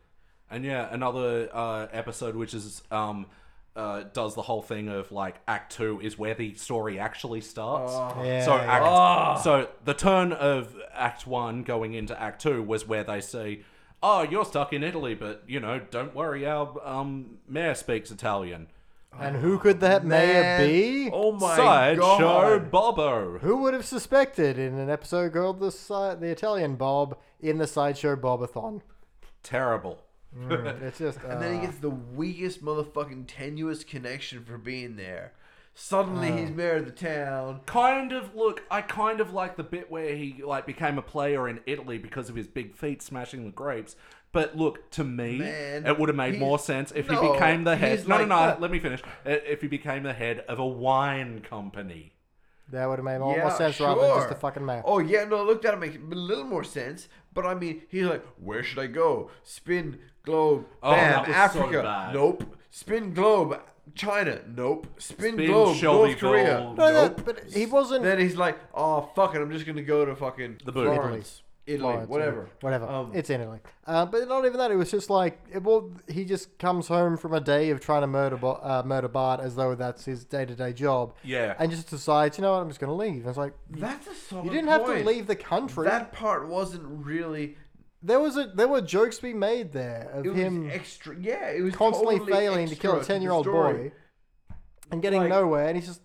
Speaker 1: and yeah, another uh, episode which is um uh, does the whole thing of like Act Two is where the story actually starts.
Speaker 3: Yeah,
Speaker 1: so
Speaker 3: yeah.
Speaker 1: Act so the turn of Act One going into Act Two was where they say, "Oh, you're stuck in Italy, but you know, don't worry, our um mayor speaks Italian."
Speaker 3: And who could that mayor
Speaker 2: Man,
Speaker 3: be?
Speaker 2: Oh my god.
Speaker 1: Sideshow Bobo.
Speaker 3: Who would have suspected in an episode called the si- the Italian Bob in the sideshow Bobathon?
Speaker 1: Terrible.
Speaker 3: It's just uh,
Speaker 2: And then he gets the weakest motherfucking tenuous connection for being there. Suddenly
Speaker 3: Uh.
Speaker 2: he's mayor of the town.
Speaker 1: Kind of look, I kind of like the bit where he like became a player in Italy because of his big feet smashing the grapes. But look, to me,
Speaker 2: Man,
Speaker 1: it would have made
Speaker 2: he's-
Speaker 1: more sense if he
Speaker 2: no,
Speaker 1: became the head.
Speaker 2: he's
Speaker 1: No,
Speaker 2: like
Speaker 1: no, no.
Speaker 2: that.
Speaker 1: Let me finish. Uh, If he became the head of a wine company,
Speaker 3: that would have made a lot more sense rather than just a fucking mayor.
Speaker 2: Oh yeah, no, look, that'll make a little more sense. But I mean, he's like, where should I go? Spin globe,
Speaker 1: Oh,
Speaker 2: bam,
Speaker 1: that was so
Speaker 2: Africa,
Speaker 1: bad.
Speaker 2: nope. Spin globe, China, nope. Spin,
Speaker 1: Spin
Speaker 2: globe, North
Speaker 1: Shelbyville,
Speaker 2: Korea,
Speaker 1: nope.
Speaker 3: no, no,
Speaker 2: nope.
Speaker 3: but he wasn't.
Speaker 2: Then he's like, oh fuck it, I'm just gonna go to fucking the
Speaker 1: booth.
Speaker 2: Florence, Italy,
Speaker 3: Florence,
Speaker 2: whatever,
Speaker 3: whatever.
Speaker 2: Um,
Speaker 3: it's in Italy, uh, but not even that. It was just like, it, well, he just comes home from a day of trying to murder Bo- uh, murder Bart as though that's his day to day job.
Speaker 1: Yeah.
Speaker 3: and just decides, you know what, I'm just going to leave. It's like
Speaker 2: that's a solid.
Speaker 3: you didn't have to
Speaker 2: point.
Speaker 3: leave the country.
Speaker 2: That part wasn't really.
Speaker 3: there was a there were jokes to be made there of
Speaker 2: It was
Speaker 3: him.
Speaker 2: extra. Yeah, it was
Speaker 3: constantly
Speaker 2: totally
Speaker 3: failing to kill a
Speaker 2: extra the
Speaker 3: 10 year old
Speaker 2: story.
Speaker 3: boy and getting
Speaker 2: Like-
Speaker 3: nowhere. And he's just,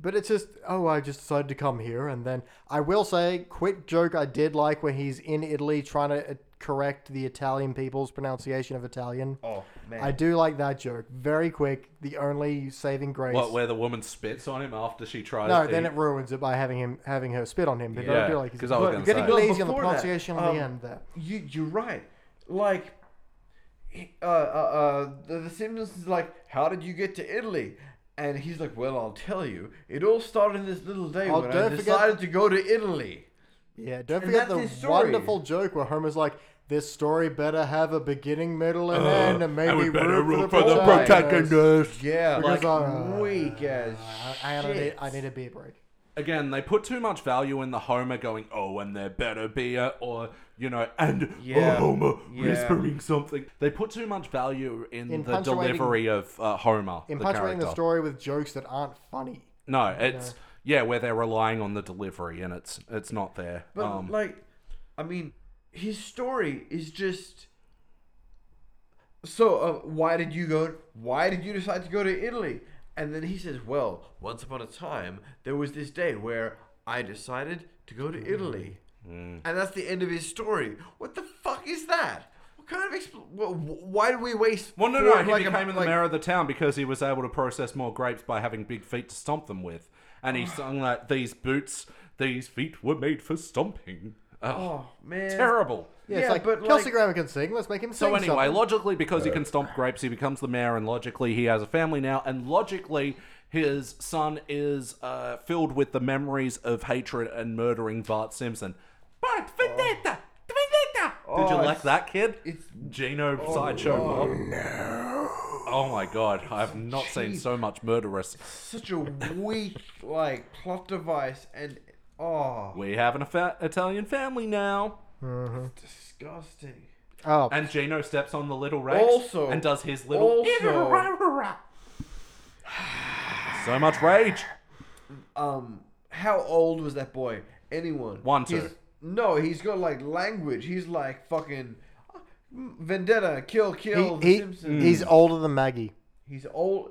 Speaker 3: but it's just, oh, I just decided to come here. And then I will say, quick joke I did like when he's in Italy trying to uh, correct the Italian people's pronunciation of Italian.
Speaker 2: Oh man,
Speaker 3: I do like that joke. Very quick. The only saving grace.
Speaker 1: What, where the woman spits on him after she tries
Speaker 3: no,
Speaker 1: to
Speaker 3: then it ruins it by having him having her spit on him. But I
Speaker 1: Yeah,
Speaker 3: do like
Speaker 1: 'cause I was gonna
Speaker 3: getting
Speaker 1: say.
Speaker 3: lazy on the
Speaker 2: Before that,
Speaker 3: pronunciation on the
Speaker 2: um,
Speaker 3: end there.
Speaker 2: you you're right. Like, uh, uh, uh the, the Simpsons is like, how did you get to Italy? And he's like, well, I'll tell you. It all started this little day
Speaker 3: Oh,
Speaker 2: when I
Speaker 3: don't forget-
Speaker 2: decided to go to Italy.
Speaker 3: Yeah, don't
Speaker 2: And
Speaker 3: forget
Speaker 2: that's
Speaker 3: the
Speaker 2: his story.
Speaker 3: wonderful joke where Homer's like, "This story better have a beginning, middle,
Speaker 1: Uh,
Speaker 3: and end, and maybe room for the, protagonist."
Speaker 2: Yeah,
Speaker 3: Because,
Speaker 2: like
Speaker 3: uh,
Speaker 2: weak as
Speaker 3: Uh,
Speaker 2: shit.
Speaker 3: I, I, need, I need a beer break.
Speaker 1: Again, they put too much value in the Homer going, oh, and there better be a, or, you know, and
Speaker 2: Yeah,
Speaker 1: oh, Homer
Speaker 2: yeah.
Speaker 1: whispering something. They put too much value in,
Speaker 3: In
Speaker 1: the
Speaker 3: punctuating-
Speaker 1: delivery of uh, Homer.
Speaker 3: In
Speaker 1: the
Speaker 3: punctuating the
Speaker 1: character.
Speaker 3: story with jokes that aren't funny.
Speaker 1: No, it's, yeah, where they're relying on the delivery and it's it's not there.
Speaker 2: But
Speaker 1: um,
Speaker 2: like, I mean, his story is just. So uh, why did you go? Why did you decide to go to Italy? And then he says, "Well, once upon a time, there was this day where I decided to go to Italy."
Speaker 1: Mm.
Speaker 2: And that's the end of his story. What the fuck is that? What kind of expl- wh- wh- Why do we waste?
Speaker 1: well, no,
Speaker 2: four-
Speaker 1: no, he
Speaker 2: like a-
Speaker 1: became in the
Speaker 2: like-
Speaker 1: mayor of the town because he was able to process more grapes by having big feet to stomp them with. And he sung that, these boots, these feet were made for stomping. Oh,
Speaker 2: Oh man,
Speaker 1: terrible.
Speaker 3: Yeah, it's
Speaker 2: Yeah,
Speaker 3: like
Speaker 2: but,
Speaker 3: Kelsey
Speaker 2: like-
Speaker 3: Grammer can sing. Let's make him sing.
Speaker 1: So anyway,
Speaker 3: something.
Speaker 1: logically, because he can stomp grapes, he becomes the mayor, and logically, he has a family now, and logically, his son is uh, filled with the memories of hatred and murdering Bart Simpson. Bart vendetta, vendetta. Did you
Speaker 2: Oh,
Speaker 1: like
Speaker 2: it's-
Speaker 1: that kid?
Speaker 2: it's-
Speaker 1: Gino sideshow Bob. Oh my god, I've not seen
Speaker 2: cheap.
Speaker 1: so much murderous.
Speaker 2: such a weak like plot device, and oh,
Speaker 1: We have an Ifa- Italian family now.
Speaker 2: disgusting.
Speaker 3: oh,
Speaker 1: And Gino steps on the little Rex
Speaker 2: Also-
Speaker 1: and does his little.
Speaker 2: also-
Speaker 1: So much rage.
Speaker 2: um how old was that boy? Anyone?
Speaker 1: One, two.
Speaker 2: He's- no, he's got like language. He's like fucking uh, vendetta, kill, kill. the
Speaker 3: he, he,
Speaker 2: Simpsons.
Speaker 1: Hmm.
Speaker 3: he's older than Maggie.
Speaker 2: he's old.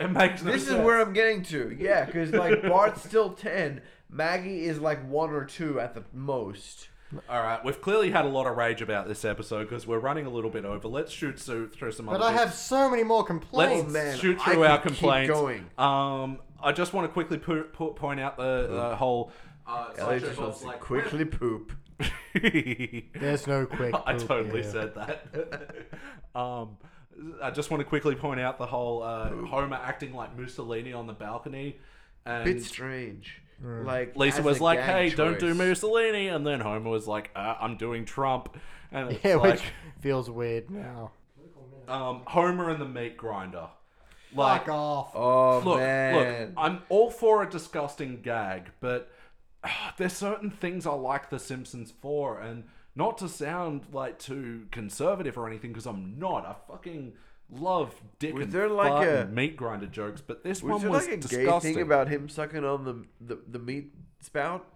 Speaker 1: It makes no
Speaker 2: This is
Speaker 1: sense.
Speaker 2: where I'm getting to. Yeah, because like Bart's still ten. Maggie is like one or two at the most.
Speaker 1: All right, we've clearly had a lot of rage about this episode because we're running a little bit over. Let's shoot through, through some
Speaker 3: But
Speaker 1: other
Speaker 3: I
Speaker 1: bits.
Speaker 3: have so many more
Speaker 1: Oh, Let's
Speaker 3: complaints.
Speaker 2: Oh, man,
Speaker 1: shoot
Speaker 2: I
Speaker 1: through
Speaker 2: could
Speaker 1: our
Speaker 2: keep
Speaker 1: complaints.
Speaker 2: going.
Speaker 1: Um, I just want to quickly po- po- point out the the whole. Uh,
Speaker 2: Mm-hmm. Elliot
Speaker 1: Sideshow
Speaker 2: just
Speaker 1: Bob's
Speaker 2: wants to
Speaker 1: like,
Speaker 2: quickly poop.
Speaker 3: There's no quick.
Speaker 1: I
Speaker 3: poop
Speaker 1: totally
Speaker 3: here.
Speaker 1: said that. um, I just want to quickly point out the whole uh, Homer acting like Mussolini on the balcony, and
Speaker 2: Bit strange.
Speaker 3: Mm.
Speaker 2: Like
Speaker 1: Lisa
Speaker 2: as
Speaker 1: was
Speaker 2: a
Speaker 1: like,
Speaker 2: gag
Speaker 1: "Hey, don't do
Speaker 2: choice.
Speaker 1: Mussolini," and then Homer was like, uh, "I'm doing Trump," and it's
Speaker 3: Yeah,
Speaker 1: like,
Speaker 3: which feels weird now.
Speaker 1: um, Homer and the meat grinder. Like,
Speaker 3: Fuck off.
Speaker 2: Oh
Speaker 1: look,
Speaker 2: man.
Speaker 1: look, I'm all for a disgusting gag, but ah, there's certain things I like The Simpsons for, and not to sound like too conservative or anything, because I'm not. I fucking love dick
Speaker 2: Was
Speaker 1: and
Speaker 2: there like
Speaker 1: fart
Speaker 2: a-
Speaker 1: and meat grinder jokes, but this
Speaker 2: Was
Speaker 1: one
Speaker 2: there
Speaker 1: was
Speaker 2: like a
Speaker 1: disgusting.
Speaker 2: gay thing about him sucking on the the, the meat spout?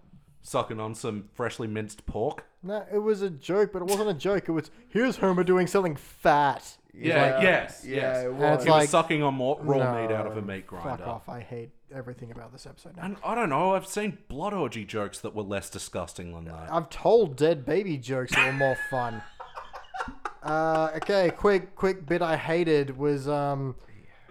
Speaker 1: Sucking on some freshly minced pork.
Speaker 3: No, it was a joke, but it wasn't a joke. It was here's Homer doing something fat.
Speaker 1: Yeah, yes,
Speaker 2: yeah,
Speaker 1: yes.
Speaker 2: It
Speaker 1: And
Speaker 2: was.
Speaker 3: it's
Speaker 1: He
Speaker 3: like-
Speaker 1: was sucking on more raw
Speaker 3: No,
Speaker 1: meat out of a meat grinder.
Speaker 3: Fuck off! I hate everything about this episode. Now.
Speaker 1: And I don't know. I've seen blood orgy jokes that were less disgusting than that.
Speaker 3: I've told dead baby jokes that were more fun. Uh, okay, quick, quick bit I hated was um,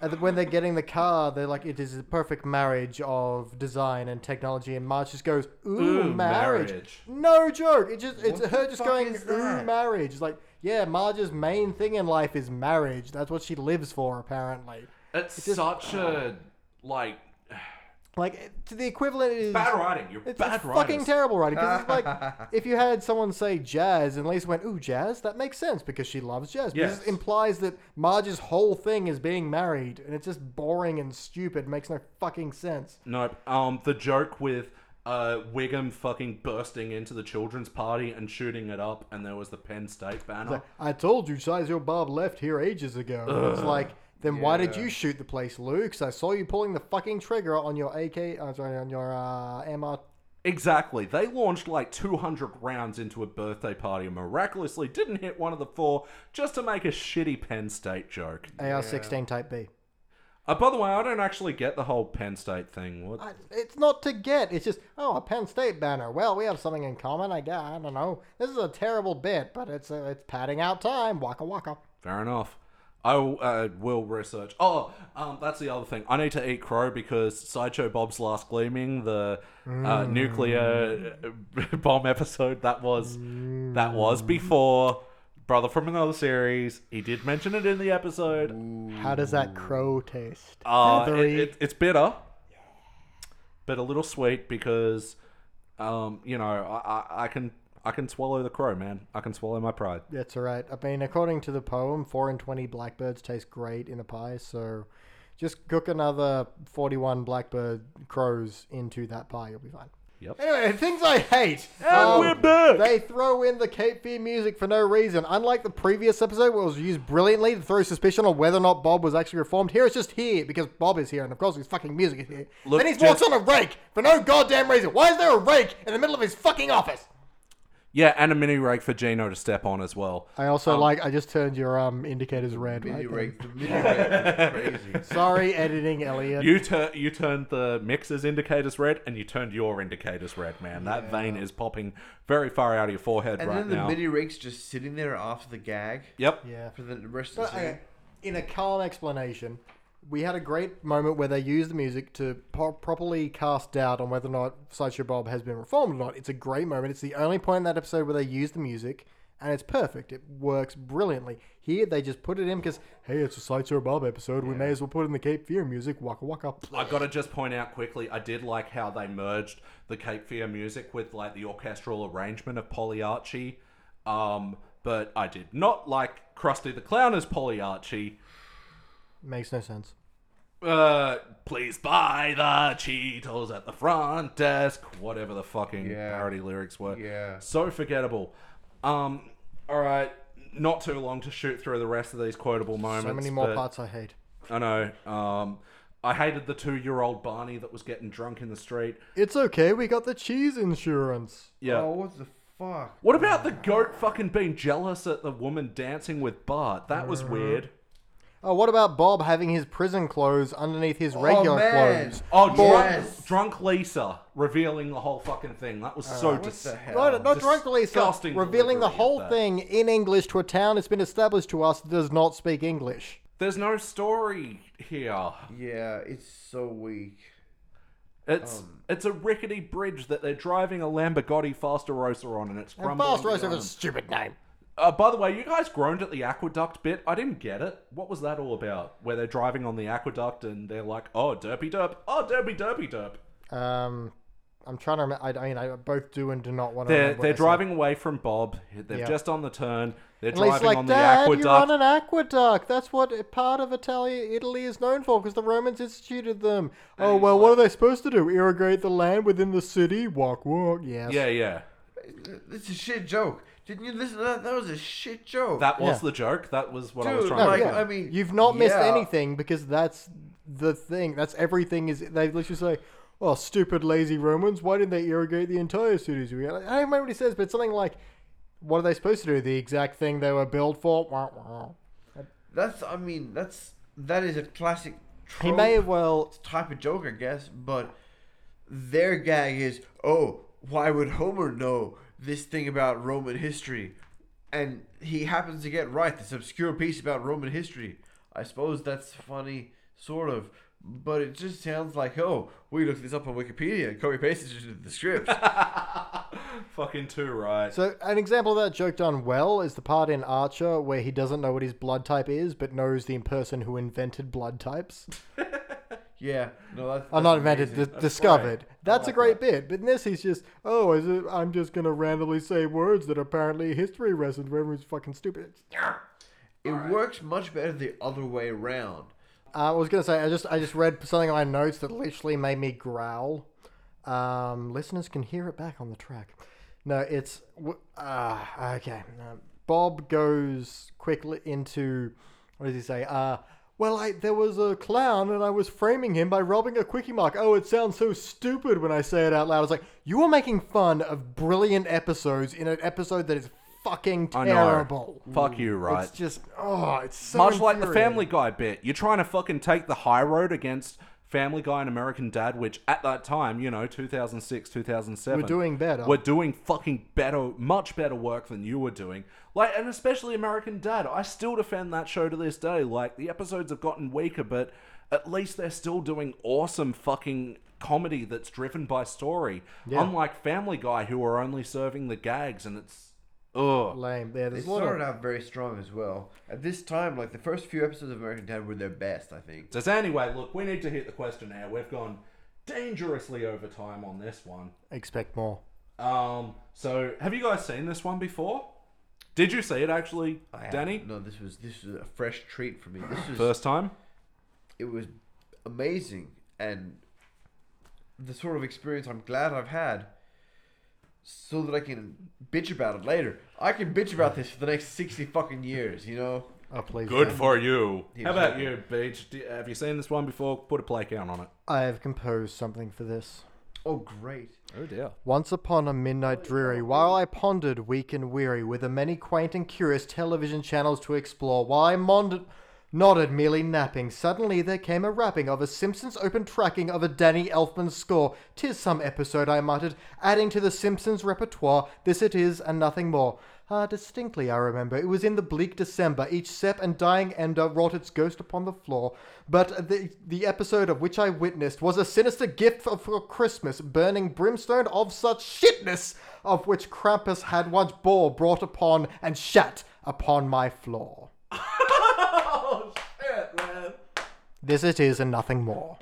Speaker 3: at the- when they're getting the car, they're like, it is the perfect marriage of design and technology, and Marge just goes, ooh,
Speaker 1: Ooh,
Speaker 3: marriage.
Speaker 1: marriage.
Speaker 3: No joke. It just it's
Speaker 2: What
Speaker 3: her
Speaker 2: the
Speaker 3: just
Speaker 2: fuck
Speaker 3: going,
Speaker 2: is
Speaker 3: ooh,
Speaker 2: that?
Speaker 3: marriage. It's like, yeah, Marge's main thing in life is marriage. That's what she lives for, apparently.
Speaker 1: It's such a like
Speaker 3: Like to the equivalent is
Speaker 1: bad writing. You're
Speaker 3: It's,
Speaker 1: bad
Speaker 3: it's
Speaker 1: writing.
Speaker 3: fucking terrible writing because it's like if you had someone say jazz and Lisa went, "Ooh, jazz," that makes sense because she loves jazz. Because
Speaker 1: Yes.
Speaker 3: it implies that Marge's whole thing is being married, and it's just boring and stupid. Makes no fucking sense.
Speaker 1: nope. Um, the joke with uh Wiggum fucking bursting into the children's party and shooting it up, and there was the Penn State banner.
Speaker 3: Like, I told you, Sizeo Bob left here ages ago. It's like. Then why did
Speaker 2: Yeah.
Speaker 3: you shoot the place, Luke? 'Cause I saw you pulling the fucking trigger on your AK. I'm sorry, on your uh, MR.
Speaker 1: Exactly. They launched like 200 rounds into a birthday party and miraculously didn't hit one of the four just to make a shitty Penn State joke.
Speaker 3: AR-16 Type B.
Speaker 1: Uh, by the way, I don't actually get the whole Penn State thing. What?
Speaker 3: I, it's not to get. It's just oh, a Penn State banner. Well, we have something in common. I guess I don't know. This is a terrible bit, but it's uh, it's padding out time. Waka waka.
Speaker 1: Fair enough. I w- uh, will research. Oh, um, that's the other thing. I need to eat crow because Sideshow Bob's Last Gleaming, the uh, nuclear uh, bomb episode, that was that was before Brother from Another Series. He did mention it in the episode.
Speaker 3: How does that crow taste?
Speaker 1: Uh, it-
Speaker 3: Feathery.
Speaker 1: it- it's bitter, but a little sweet because, um, you know, I, I, I can I can swallow the crow, man. I can swallow my pride.
Speaker 3: That's all right. I mean, according to the poem, four and twenty blackbirds taste great in a pie. So, just cook another forty-one blackbird crows into that pie. You'll be fine.
Speaker 1: Yep.
Speaker 3: Anyway, things I hate. Um,
Speaker 1: And we're back.
Speaker 3: They throw in the Cape Fear music for no reason. Unlike the previous episode, where it was used brilliantly to throw suspicion on whether or not Bob was actually reformed, here it's just here because Bob is here, and of course his fucking music is here.
Speaker 1: Look,
Speaker 3: then he's
Speaker 1: just-
Speaker 3: walked on a rake for no goddamn reason. Why is there a rake in the middle of his fucking office?
Speaker 1: Yeah, and a mini rake for Gino to step on as well.
Speaker 3: I also like. I just turned your um indicators red.
Speaker 2: Mini
Speaker 3: Right there.
Speaker 2: rake, the mini rake is crazy.
Speaker 3: Sorry, editing Elliot.
Speaker 1: You tur- you turned the mixer's indicators red, and you turned your indicators red, man. That vein is popping very far out of your forehead
Speaker 4: And
Speaker 1: right
Speaker 4: then the
Speaker 1: now.
Speaker 4: mini rake's just sitting there off the gag
Speaker 1: yep.
Speaker 3: yeah.
Speaker 4: for the rest of
Speaker 3: But
Speaker 4: the scene.
Speaker 3: okay, in a calm explanation, we had a great moment where they used the music to po- properly cast doubt on whether or not Sideshow Bob has been reformed or not. It's a great moment. It's the only point in that episode where they use the music, and it's perfect. It works brilliantly. Here, they just put it in because, hey, it's a Sideshow Bob episode. We may as well put in the Cape Fear music. Waka waka.
Speaker 1: I gotta just point out quickly, I did like how they merged the Cape Fear music with like the orchestral arrangement of Poliarchi. Um, but I did not like Krusty the Clown as Poliarchi.
Speaker 3: Makes no sense.
Speaker 1: Uh, please buy the Cheetos at the front desk. Whatever the fucking
Speaker 4: Yeah.
Speaker 1: parody lyrics were.
Speaker 4: Yeah.
Speaker 1: So forgettable. Um, all right. Not too long to shoot through the rest of these quotable moments.
Speaker 3: So many more
Speaker 1: but-
Speaker 3: parts I hate.
Speaker 1: I know. Um, I hated the two-year-old Barney that was getting drunk in the street.
Speaker 3: It's okay. We got the cheese insurance.
Speaker 1: Yeah.
Speaker 4: Oh, what the fuck?
Speaker 1: What about the goat fucking being jealous at the woman dancing with Bart? That was weird.
Speaker 3: Oh, what about Bob having his prison clothes underneath his regular
Speaker 4: man.
Speaker 3: clothes?
Speaker 1: Oh, drunk,
Speaker 4: Yes.
Speaker 1: drunk Lisa revealing the whole fucking thing. That was so
Speaker 4: What
Speaker 1: dis-
Speaker 4: the hell?
Speaker 3: Not, not drunk Lisa,
Speaker 1: disgusting
Speaker 3: revealing
Speaker 1: delivery
Speaker 3: the
Speaker 1: of
Speaker 3: whole
Speaker 1: that.
Speaker 3: thing in English to a town that's been established to us that does not speak English.
Speaker 1: There's no story here.
Speaker 4: Yeah, it's so weak.
Speaker 1: It's it's a rickety bridge that they're driving a Lamborghini Fastarosa on, and it's
Speaker 3: And
Speaker 1: crumbling.
Speaker 3: Fast Rosa
Speaker 1: down.
Speaker 3: is a stupid name.
Speaker 1: Uh, by the way, you guys groaned at the aqueduct bit. I didn't get it. What was that all about? Where they're driving on the aqueduct and they're like, "Oh, derpy derp, oh derpy derpy derp."
Speaker 3: Um, I'm trying to remember. I, I mean, I both do and do not want to.
Speaker 1: They're
Speaker 3: remember what
Speaker 1: they're
Speaker 3: they said.
Speaker 1: driving away from Bob. They're
Speaker 3: Yeah.
Speaker 1: just on the turn. They're
Speaker 3: And Lisa's
Speaker 1: driving
Speaker 3: like,
Speaker 1: on the
Speaker 3: Dad,
Speaker 1: aqueduct.
Speaker 3: you're on an aqueduct. That's what a part of Italy, Italy is known for, because the Romans instituted them. oh well, what are they supposed to do? Irrigate the land within the city? Walk, walk. Yes.
Speaker 1: yeah, yeah.
Speaker 4: It's a shit joke. Didn't you listen to that? That was a shit joke.
Speaker 1: That was
Speaker 3: Yeah.
Speaker 1: the joke. That was what I was
Speaker 4: Dude,
Speaker 1: trying
Speaker 3: No,
Speaker 1: to.
Speaker 4: like,
Speaker 1: do.
Speaker 3: Oh, yeah.
Speaker 4: I mean,
Speaker 3: you've not missed
Speaker 4: yeah.
Speaker 3: anything because that's the thing. That's everything. Is they literally say, "Oh, stupid lazy Romans! Why didn't they irrigate the entire cities?" We- I don't remember what he says, but it's something like, "What are they supposed to do? The exact thing they were built for." Wah, wah.
Speaker 4: That's I mean that's that is a classic
Speaker 3: He
Speaker 4: trope
Speaker 3: may have well.
Speaker 4: type of joke, I guess. But their gag is, oh, why would Homer know this thing about Roman history? And he happens to get right this obscure piece about Roman history. I suppose that's funny, sort of. But it just sounds like, oh, we looked this up on Wikipedia and copy pasted it into the script.
Speaker 1: Fucking too right.
Speaker 3: So an example of that joke done well is the part in Archer where he doesn't know what his blood type is, but knows the person who invented blood types.
Speaker 4: yeah, no, that's,
Speaker 3: Oh,
Speaker 4: that's
Speaker 3: not invented,
Speaker 4: amazing.
Speaker 3: d- discovered. That's a great bit. But in this, he's just, oh, is it, I'm just going to randomly say words that are apparently history lessons where everyone's fucking stupid.
Speaker 4: It works much better the other way around.
Speaker 3: Uh, I was going to say, I just, I just read something on my notes that literally made me growl. Um, listeners can hear it back on the track. No, it's, w- uh, okay. Um, Bob goes quickly into, what does he say? Uh, well, I, there was a clown and I was framing him by robbing a quickie mark. Oh, it sounds so stupid when I say it out loud. It's like, you are making fun of brilliant episodes in an episode that is fucking
Speaker 1: I know.
Speaker 3: terrible.
Speaker 1: Fuck you, right?
Speaker 3: It's just oh, it's so
Speaker 1: Much like the
Speaker 3: infuriating.
Speaker 1: Family Guy bit, you're trying to fucking take the high road against Family Guy and American Dad, which at that time, you know, 2006, 2007,
Speaker 3: We're doing better.
Speaker 1: We're doing fucking better, much better work than you were doing. Like, and especially American Dad, I still defend that show to this day. Like, the episodes have gotten weaker, but at least they're still doing awesome fucking comedy that's driven by story. Unlike Family Guy, who are only serving the gags, and it's ugh.
Speaker 3: lame. Yeah,
Speaker 4: They
Speaker 3: there's a lot
Speaker 4: started
Speaker 3: of
Speaker 4: out very strong as well. At this time, like the first few episodes of American Dad were their best, I think.
Speaker 1: Says anyway, look, we need to hit the questionnaire. We've gone dangerously over time on this one.
Speaker 3: expect more.
Speaker 1: Um, so have you guys seen this one before? Did you see it actually, Danny?
Speaker 4: No, this was this was a fresh treat for me. This was
Speaker 1: First time?
Speaker 4: it was amazing and the sort of experience I'm glad I've had so that I can bitch about it later. I can bitch about this for the next 60 fucking years, you know?
Speaker 3: Oh please. no.
Speaker 1: for you. How
Speaker 4: was
Speaker 1: about
Speaker 4: happy.
Speaker 1: you, Beach? Do- have you seen this one before? Put a play count on it.
Speaker 3: I have composed something for this.
Speaker 4: Oh, great.
Speaker 1: Oh dear.
Speaker 3: Once upon a midnight dreary, while I pondered, weak and weary, with the many quaint and curious television channels to explore, while I mond- nodded, merely napping, suddenly there came a rapping of a Simpsons open tracking of a Danny Elfman score. Tis some episode, I muttered, adding to the Simpsons repertoire, this it is and nothing more. Ah, distinctly I remember. It was in the bleak December. Each sep and dying ender wrought its ghost upon the floor. But the, the episode of which I witnessed was a sinister gift for, for Christmas, burning brimstone of such shitness, of which Krampus had once bore brought upon and shat upon my floor.
Speaker 1: Oh shit, man.
Speaker 3: This it is and nothing more.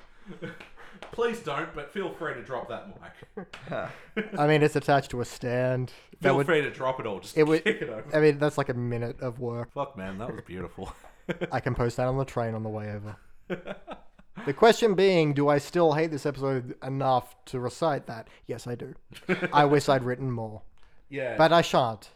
Speaker 1: Please don't, but feel free to drop that mic.
Speaker 3: I mean, it's attached to a stand. That
Speaker 1: Feel
Speaker 3: would,
Speaker 1: free to drop it all. Just
Speaker 3: it would.
Speaker 1: kick it over.
Speaker 3: I mean, that's like a minute of work.
Speaker 1: Fuck, man, that was beautiful.
Speaker 3: I can post that on the train on the way over. the question being, do I still hate this episode enough to recite that? Yes, I do. I wish I'd written more,
Speaker 1: yeah.
Speaker 3: but I shan't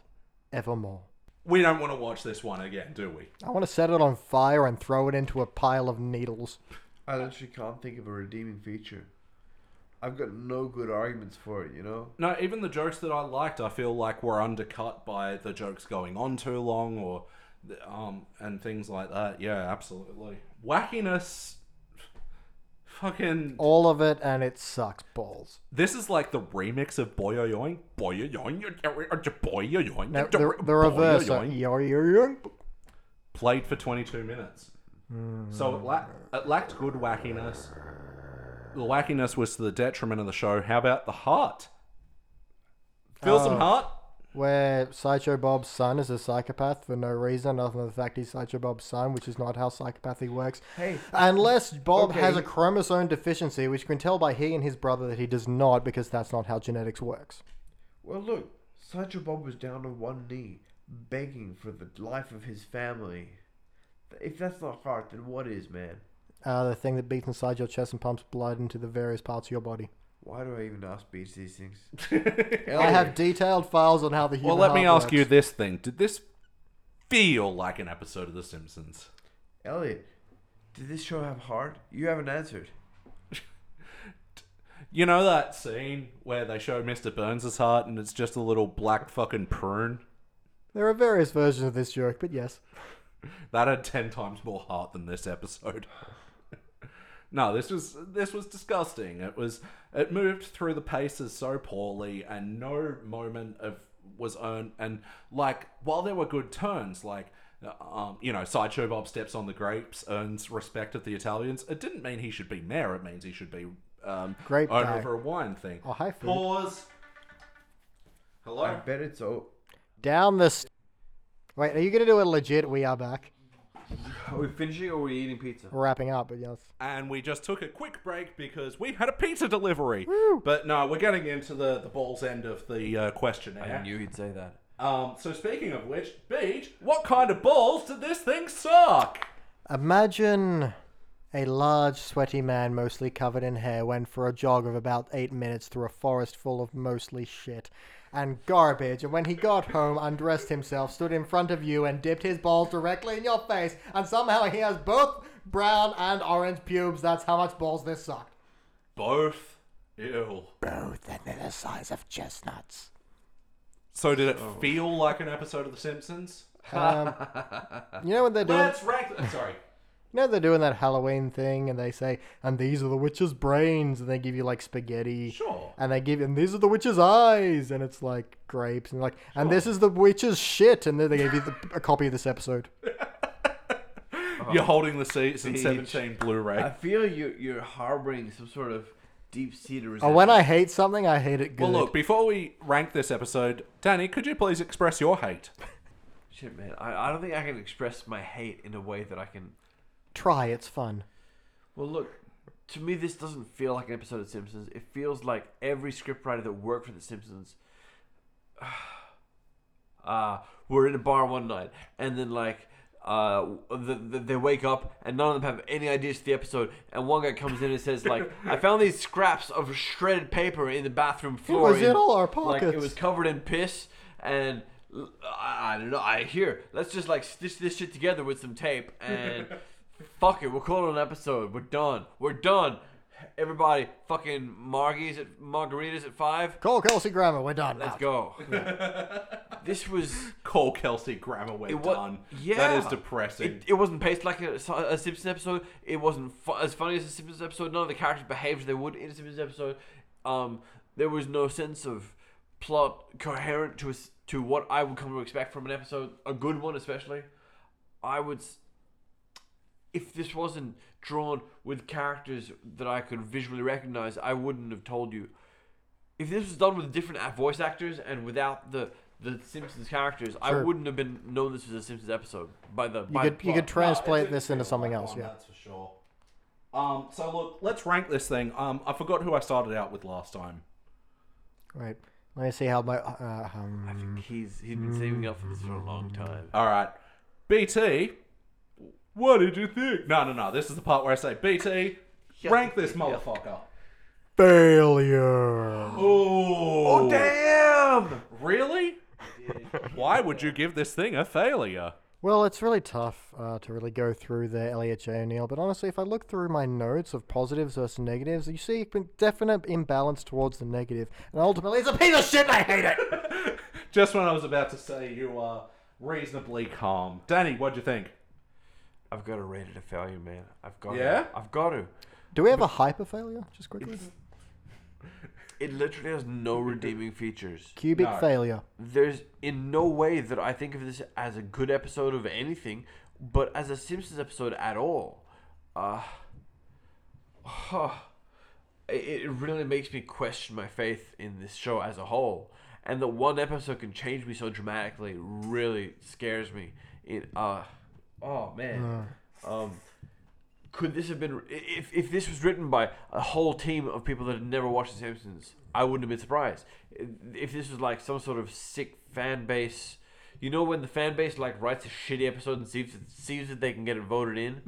Speaker 3: evermore.
Speaker 1: we don't want to watch this one again, do we?
Speaker 3: I want to set it on fire and throw it into a pile of needles.
Speaker 4: I literally can't think of a redeeming feature. I've got no good arguments for it, you know?
Speaker 1: No, even the jokes that I liked, I feel like were undercut by the jokes going on too long, or um, and things like that. Yeah, absolutely. Wackiness, fucking.
Speaker 3: All of it, and it sucks balls.
Speaker 1: This is like the remix of Boyo Yoing. Boyo Yoing. Boyo Yoing.
Speaker 3: No, the, the reverse. uh, yo, yo, yo.
Speaker 1: Played for 22 minutes. So it, la- it lacked good wackiness. The wackiness was to the detriment of the show. How about the heart? Feel some
Speaker 3: Oh.
Speaker 1: heart?
Speaker 3: Where Sideshow Bob's son is a psychopath for no reason other than the fact he's Sideshow Bob's son, which is not how psychopathy works.
Speaker 4: Hey.
Speaker 3: Unless Bob
Speaker 4: Okay.
Speaker 3: has a chromosome deficiency, which you can tell by he and his brother that he does not, because that's not how genetics works.
Speaker 4: Well, look, Sancho Bob was down on one knee, begging for the life of his family. If that's not heart, then what is, man?
Speaker 3: Uh, the thing that beats inside your chest and pumps blood into the various parts of your body.
Speaker 4: Why do I even ask Beach these things?
Speaker 3: I have detailed files on how the human
Speaker 1: Well, let me
Speaker 3: heart
Speaker 1: ask you
Speaker 3: works.
Speaker 1: this thing. Did this feel like an episode of The Simpsons?
Speaker 4: Elliot, did this show have heart? You haven't answered.
Speaker 1: You know that scene where they show Mr. Burns' heart and it's just a little black fucking prune?
Speaker 3: There are various versions of this joke, but yes.
Speaker 1: That had ten times more heart than this episode. no, this was this was disgusting. It was it moved through the paces so poorly, and no moment of was earned. And like while there were good turns, like. Um, you know, sideshow Bob steps on the grapes, earns respect of the Italians. It didn't mean he should be mayor. It means he should be um,
Speaker 3: Grape
Speaker 1: owner
Speaker 3: guy.
Speaker 1: of a wine thing.
Speaker 3: Oh, hi, food.
Speaker 1: Pause. Hello.
Speaker 4: I bet it's oh,
Speaker 3: Down the. St- Wait, are you going to do a legit We Are Back?
Speaker 2: Are we finishing or are we eating pizza?
Speaker 3: We're wrapping up, but yes.
Speaker 1: and we just took a quick break because we had a pizza delivery. But no, we're getting into the, the balls end of the uh, questionnaire.
Speaker 2: he'd say that.
Speaker 1: Um, so speaking of which, Beach, what kind of balls did this thing suck?
Speaker 3: Imagine a large, sweaty man, mostly covered in hair, went for a jog of about eight minutes through a forest full of mostly shit and garbage. And when he got home, undressed himself, stood in front of you, and dipped his balls directly in your face. And somehow he has both brown and orange pubes. That's how much balls this sucked.
Speaker 1: Both. Ew.
Speaker 3: Both, and they're the size of chestnuts.
Speaker 1: So did it
Speaker 2: Oh.
Speaker 1: feel like an episode of The Simpsons?
Speaker 3: Um, you know when they're doing?
Speaker 1: Let's rank. I'm Sorry.
Speaker 3: You know they're doing that Halloween thing, and they say, "And these are the witch's brains," and they give you like spaghetti.
Speaker 2: Sure.
Speaker 3: And they give, and these are the witch's eyes, and it's like grapes, and like, and this is the witch's shit, and then they give you the, a copy of this episode.
Speaker 1: You're holding the season
Speaker 2: Peach.
Speaker 1: 17
Speaker 2: I
Speaker 1: Blu-ray.
Speaker 2: feel you you're harboring some sort of deep seated
Speaker 3: Oh,
Speaker 2: resentment.
Speaker 3: when I hate something, I hate it good.
Speaker 1: Well, look, before we rank this episode, Danny, could you please express your hate?
Speaker 2: Shit, man. I, I don't think I can express my hate in a way that I can.
Speaker 3: Try, it's fun.
Speaker 2: Well, look, to me, this doesn't feel like an episode of Simpsons. It feels like every scriptwriter that worked for The Simpsons. Uh, were in a bar one night, and then, like, uh, the, the, they wake up, and none of them have any ideas to the episode. And one guy comes in and says, like, I found these scraps of shredded paper in the bathroom floor.
Speaker 3: was in all our
Speaker 2: Like, it
Speaker 3: pockets."
Speaker 2: was covered in piss, and l- I, I don't know. I hear. Let's just like stitch this shit together with some tape and fuck it. We'll call it an episode. We're done. We're done. Everybody, fucking margies at margaritas at five.
Speaker 3: Call Kelsey Grammer. We're done.
Speaker 2: Let's
Speaker 3: Out.
Speaker 2: go. this was.
Speaker 1: Call Kelsey Grammer when
Speaker 2: It wa-
Speaker 1: done.
Speaker 2: Yeah,
Speaker 1: That is depressing.
Speaker 2: It, it wasn't paced like a, a Simpsons episode. It wasn't fu- as funny as a Simpsons episode. None of the characters behaved as they would in a Simpsons episode. Um, there was no sense of plot coherent to us, to what I would come to expect from an episode, a good one especially. I would, s- if this wasn't drawn with characters that I could visually recognize, I wouldn't have told you if this was done with different a- voice actors and without the the Simpsons characters, I
Speaker 3: Sure.
Speaker 2: wouldn't have been known this was a Simpsons episode by the
Speaker 3: You
Speaker 2: by
Speaker 3: could
Speaker 2: the
Speaker 3: you
Speaker 2: plot.
Speaker 3: could translate
Speaker 1: No, it didn't
Speaker 3: this into
Speaker 1: feel
Speaker 3: something
Speaker 1: like
Speaker 3: else.
Speaker 1: one,
Speaker 3: Yeah.
Speaker 1: that's for sure. Um, so look, let's rank this thing. Um, I forgot who I started out with last time.
Speaker 3: Right. Let me see how my uh, um,
Speaker 2: I think he's he's been saving up for this for a long time.
Speaker 1: All right, BT. What did you think? No, no, no. This is the part where I say, BT, rank this motherfucker.
Speaker 3: failure.
Speaker 1: Oh,
Speaker 2: Damn!
Speaker 1: Really? Why would you give this thing a failure?
Speaker 3: Well, it's really tough uh, to really go through the Elliot J. O'Neill, but honestly, if I look through my notes of positives versus negatives, you see a definite imbalance towards the negative, and ultimately, it's a piece of shit. and I hate it.
Speaker 1: Just when I was about to say you are reasonably calm, Danny. What'd you think?
Speaker 2: I've got to rate it a failure, man. I've got
Speaker 1: Yeah?
Speaker 2: to. I've got to.
Speaker 3: Do we have a hyper failure? Just quickly,
Speaker 2: It literally has no redeeming features.
Speaker 3: cubic
Speaker 1: no.
Speaker 3: failure.
Speaker 2: There's in no way that I think of this as a good episode of anything, but as a Simpsons episode at all. Uh, huh. it it really makes me question my faith in this show as a whole. And that one episode can change me so dramatically really scares me. It uh oh
Speaker 3: Uh,
Speaker 2: man. Um could this have been if, if this was written by a whole team of people that had never watched The Simpsons, I wouldn't have been surprised. If this was like some sort of sick fan base, you know when the fan base like writes a shitty episode and sees sees that they can get it voted in.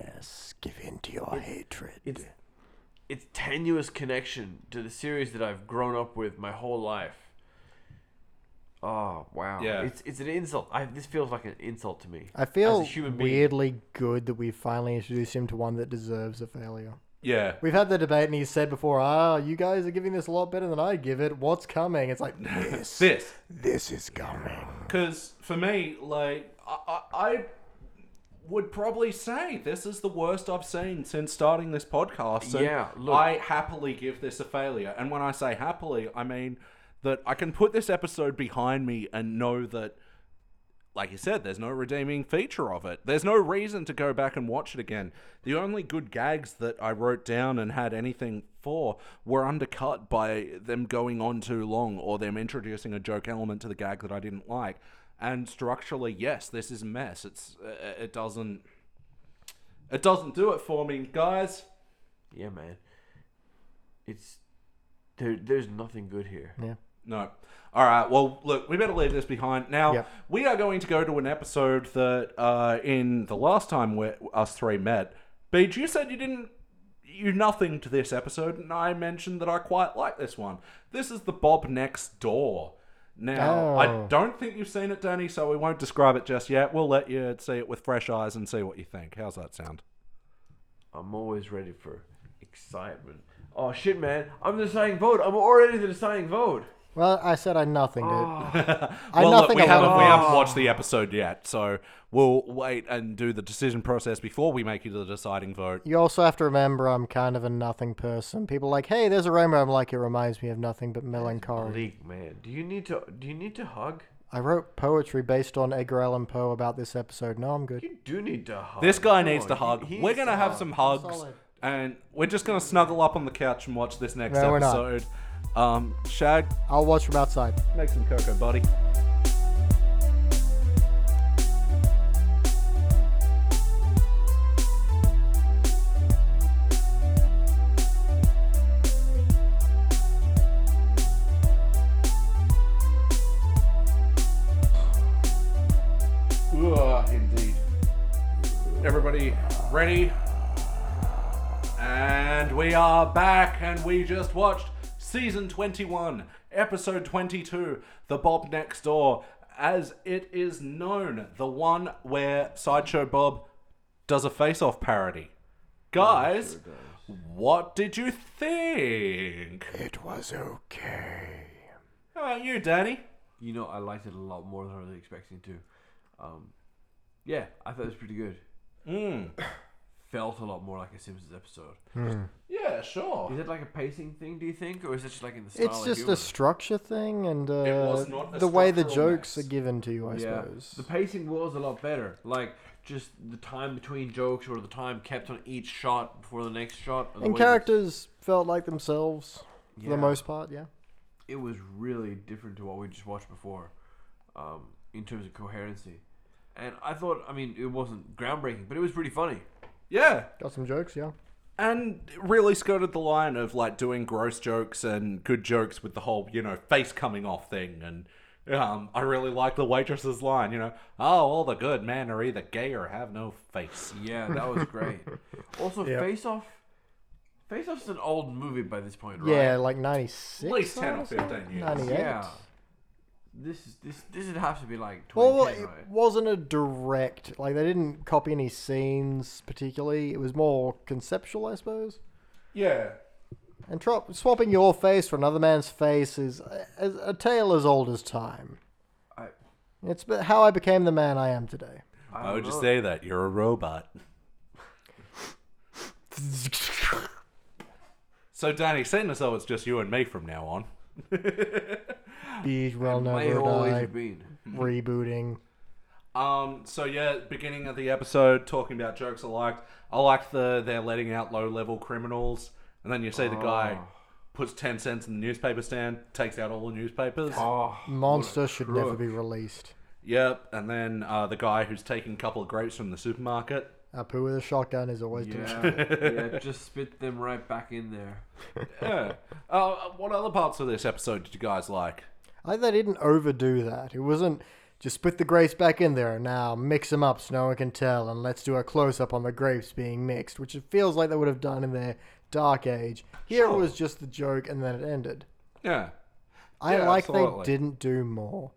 Speaker 3: Yes, give in to your hatred.
Speaker 2: it's it's tenuous connection to the series that I've grown up with my whole life. Oh wow!
Speaker 1: Yeah.
Speaker 2: it's it's an insult. I, this feels like an insult to me.
Speaker 3: I
Speaker 2: as
Speaker 3: feel
Speaker 2: a human being.
Speaker 3: weirdly good that we finally introduced him to one that deserves a failure.
Speaker 1: Yeah.
Speaker 3: We've had the debate, and he said before, "Ah, you guys are giving this a lot better than I give it. What's coming?" It's like this.
Speaker 1: This
Speaker 3: this is coming.
Speaker 1: Because for me, like, I, I, I would probably say this is the worst I've seen since starting this podcast. So
Speaker 2: Yeah, look.
Speaker 1: I happily give this a failure. And when I say happily, I mean that I can put this episode behind me and know that, like you said, there's no redeeming feature of it. There's no reason to go back and watch it again. The only good gags that I wrote down and had anything for were undercut by them going on too long or them introducing a joke element to the gag that I didn't like. And structurally, yes, this is a mess. It's uh, it doesn't it doesn't do it for me, guys.
Speaker 2: Yeah, man. It's there. There's nothing good here.
Speaker 3: Yeah.
Speaker 1: No. All right. Well, look, we better leave this behind. Now,
Speaker 3: Yep.
Speaker 1: we are going to go to an episode that uh, in the last time where us three met, Beej, you said you didn't, you nothing to this episode, and I mentioned that I quite like this one. This is the Bob Next Door. Now, I
Speaker 3: Oh.
Speaker 1: don't think you've seen it, Danny, so we won't describe it just yet. We'll let you see it with fresh eyes and see what you think. How's that sound?
Speaker 2: I'm always ready for excitement. Oh shit, man! I'm the deciding vote. I'm already the deciding vote.
Speaker 3: Well, I said I nothinged it. I
Speaker 1: well, look,
Speaker 3: nothing
Speaker 1: we
Speaker 3: a lot
Speaker 1: haven't,
Speaker 3: of
Speaker 1: we
Speaker 3: it.
Speaker 1: haven't watched the episode yet, so we'll wait and do the decision process before we make it the deciding vote.
Speaker 3: You also have to remember I'm kind of a nothing person. People are like, hey, there's a rainbow. I'm like, it reminds me of nothing but melancholy.
Speaker 2: Bleak man. Do you need to? Do you need to hug?
Speaker 3: I wrote poetry based on Edgar Allan Poe about this episode. No, I'm good.
Speaker 2: You do need to hug.
Speaker 1: This guy needs
Speaker 2: on,
Speaker 1: to
Speaker 2: he-
Speaker 1: hug.
Speaker 2: he
Speaker 1: we're
Speaker 2: needs
Speaker 1: gonna
Speaker 2: to
Speaker 1: have
Speaker 2: hug.
Speaker 1: some hugs,
Speaker 3: solid.
Speaker 1: and we're just gonna snuggle up on the couch and watch this next
Speaker 3: No, we're not.
Speaker 1: episode. Um, Shag,
Speaker 3: I'll watch from outside.
Speaker 1: make some cocoa, buddy.
Speaker 2: Ugh, indeed.
Speaker 1: Everybody ready? And we are back, and we just watched season 21, episode 22, The Bob Next Door, as it is known, the one where Sideshow Bob does a face off parody. Oh, Guys, what did you think?
Speaker 3: It was okay.
Speaker 1: How about you, Danny?
Speaker 2: You know, I liked it a lot more than I was expecting to. Um, yeah, I thought it was pretty good.
Speaker 1: Mm.
Speaker 2: Felt a lot more like a Simpsons episode.
Speaker 1: Yeah, sure.
Speaker 2: Is it like a pacing thing? Do you think, or is it just like in the style?
Speaker 3: It's
Speaker 2: of
Speaker 3: just
Speaker 2: humor?
Speaker 3: a structure thing and uh,
Speaker 1: was not a
Speaker 3: the way the
Speaker 1: structural
Speaker 3: jokes
Speaker 1: mess.
Speaker 3: are given to you, I
Speaker 2: Yeah,
Speaker 3: suppose.
Speaker 2: the pacing was a lot better. Like just the time between jokes, or the time kept on each shot before the next shot. or the
Speaker 3: And
Speaker 2: way that-
Speaker 3: characters felt like themselves for
Speaker 2: Yeah.
Speaker 3: the most part, yeah.
Speaker 2: It was really different to what we just watched before, um, in terms of coherency. And I thought, I mean, it wasn't groundbreaking, but it was pretty funny.
Speaker 1: Yeah,
Speaker 3: Got some jokes, yeah.
Speaker 1: and really skirted the line of like doing gross jokes and good jokes with the whole you know face coming off thing and um, I really like the waitress's line, you know, oh, all the good men are either gay or have no face.
Speaker 2: Yeah, that was great. also,
Speaker 3: Yeah.
Speaker 2: Face Off. Face Off's an old movie by this point, right?
Speaker 3: Yeah, like 96.
Speaker 1: At least 10 or
Speaker 3: honestly?
Speaker 1: 15 years.
Speaker 3: 98.
Speaker 2: Yeah. This is this this would have to be like
Speaker 3: Well,
Speaker 2: 2010,
Speaker 3: well, it
Speaker 2: right?
Speaker 3: wasn't a direct like they didn't copy any scenes particularly. It was more conceptual, I suppose.
Speaker 1: Yeah.
Speaker 3: And tro- swapping your face for another man's face is a, a a tale as old as time.
Speaker 2: I,
Speaker 3: It's be- how I became the man I am today.
Speaker 2: I
Speaker 1: I would
Speaker 2: don't
Speaker 1: just
Speaker 2: know.
Speaker 1: say that you're a robot. so, Danny, seeing as though it's just you and me from now on,
Speaker 3: These will
Speaker 2: May
Speaker 3: never
Speaker 2: always
Speaker 3: die.
Speaker 2: have been.
Speaker 3: Rebooting.
Speaker 1: Um, so yeah, beginning of the episode, talking about jokes I liked. I liked the they're letting out low level criminals, and then you see the guy puts ten cents in the newspaper stand, takes out all the newspapers.
Speaker 2: Oh,
Speaker 3: Monster should never be released.
Speaker 1: Yep, and then uh, the guy who's taking a couple of grapes from the supermarket.
Speaker 3: A poo with a shotgun is always delicious.
Speaker 2: yeah, yeah, just spit them right back in there.
Speaker 1: Yeah. uh, what other parts of this episode did you guys like?
Speaker 3: I think they didn't overdo that. It wasn't just put the grapes back in there now, mix them up so no one can tell, and let's do a close up on the grapes being mixed, which it feels like they would have done in their dark age. Here it was just the joke and then it ended.
Speaker 1: Yeah.
Speaker 3: I
Speaker 1: Yeah,
Speaker 3: like
Speaker 1: absolutely.
Speaker 3: they didn't do more.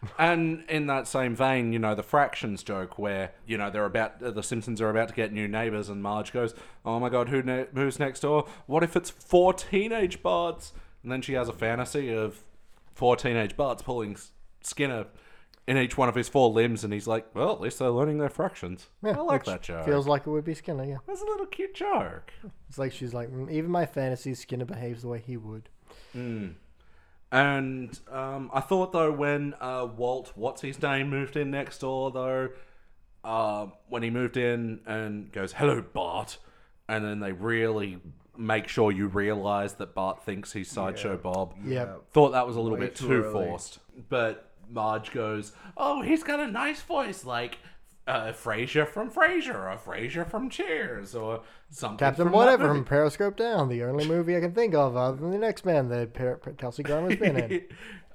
Speaker 1: And in that same vein, you know, the fractions joke where, you know, they're about, the Simpsons are about to get new neighbors, and Marge goes, Oh my God, who ne- who's next door? What if it's four teenage bards? And then she has a fantasy of four teenage bards pulling S- Skinner in each one of his four limbs, and he's like, Well, at least they're learning their fractions.
Speaker 3: Yeah,
Speaker 1: I like
Speaker 3: which
Speaker 1: that joke.
Speaker 3: Feels like it would be Skinner, yeah.
Speaker 1: That's a little cute joke.
Speaker 3: It's like she's like, "Mm, even my fantasy, Skinner behaves the way he would.
Speaker 1: And um, I thought though when uh, Walt, what's his name, moved in next door though, um, when he moved in and goes, "Hello, Bart," and then they really make sure you realize that Bart thinks he's sideshow Bob.
Speaker 3: Yeah.
Speaker 1: Thought that was a little
Speaker 2: Way
Speaker 1: bit
Speaker 2: too
Speaker 1: too
Speaker 2: early.
Speaker 1: forced. But Marge goes, "Oh, he's got a nice voice, like." Uh, Frasier from Frasier, or Frasier from Cheers, or something.
Speaker 3: Captain
Speaker 1: from that
Speaker 3: Whatever
Speaker 1: movie.
Speaker 3: from Periscope Down, the only movie I can think of other than the next man that per- Per- Kelsey Grammer's been in.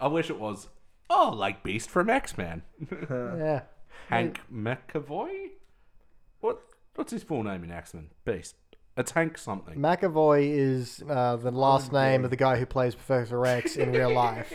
Speaker 1: I wish it was. Oh, like Beast from X Men.
Speaker 3: yeah.
Speaker 1: Hank McAvoy. What? What's his full name in X Men? Beast. It's Hank something.
Speaker 3: McAvoy is uh, the last name of the guy who plays Professor Rex in real life.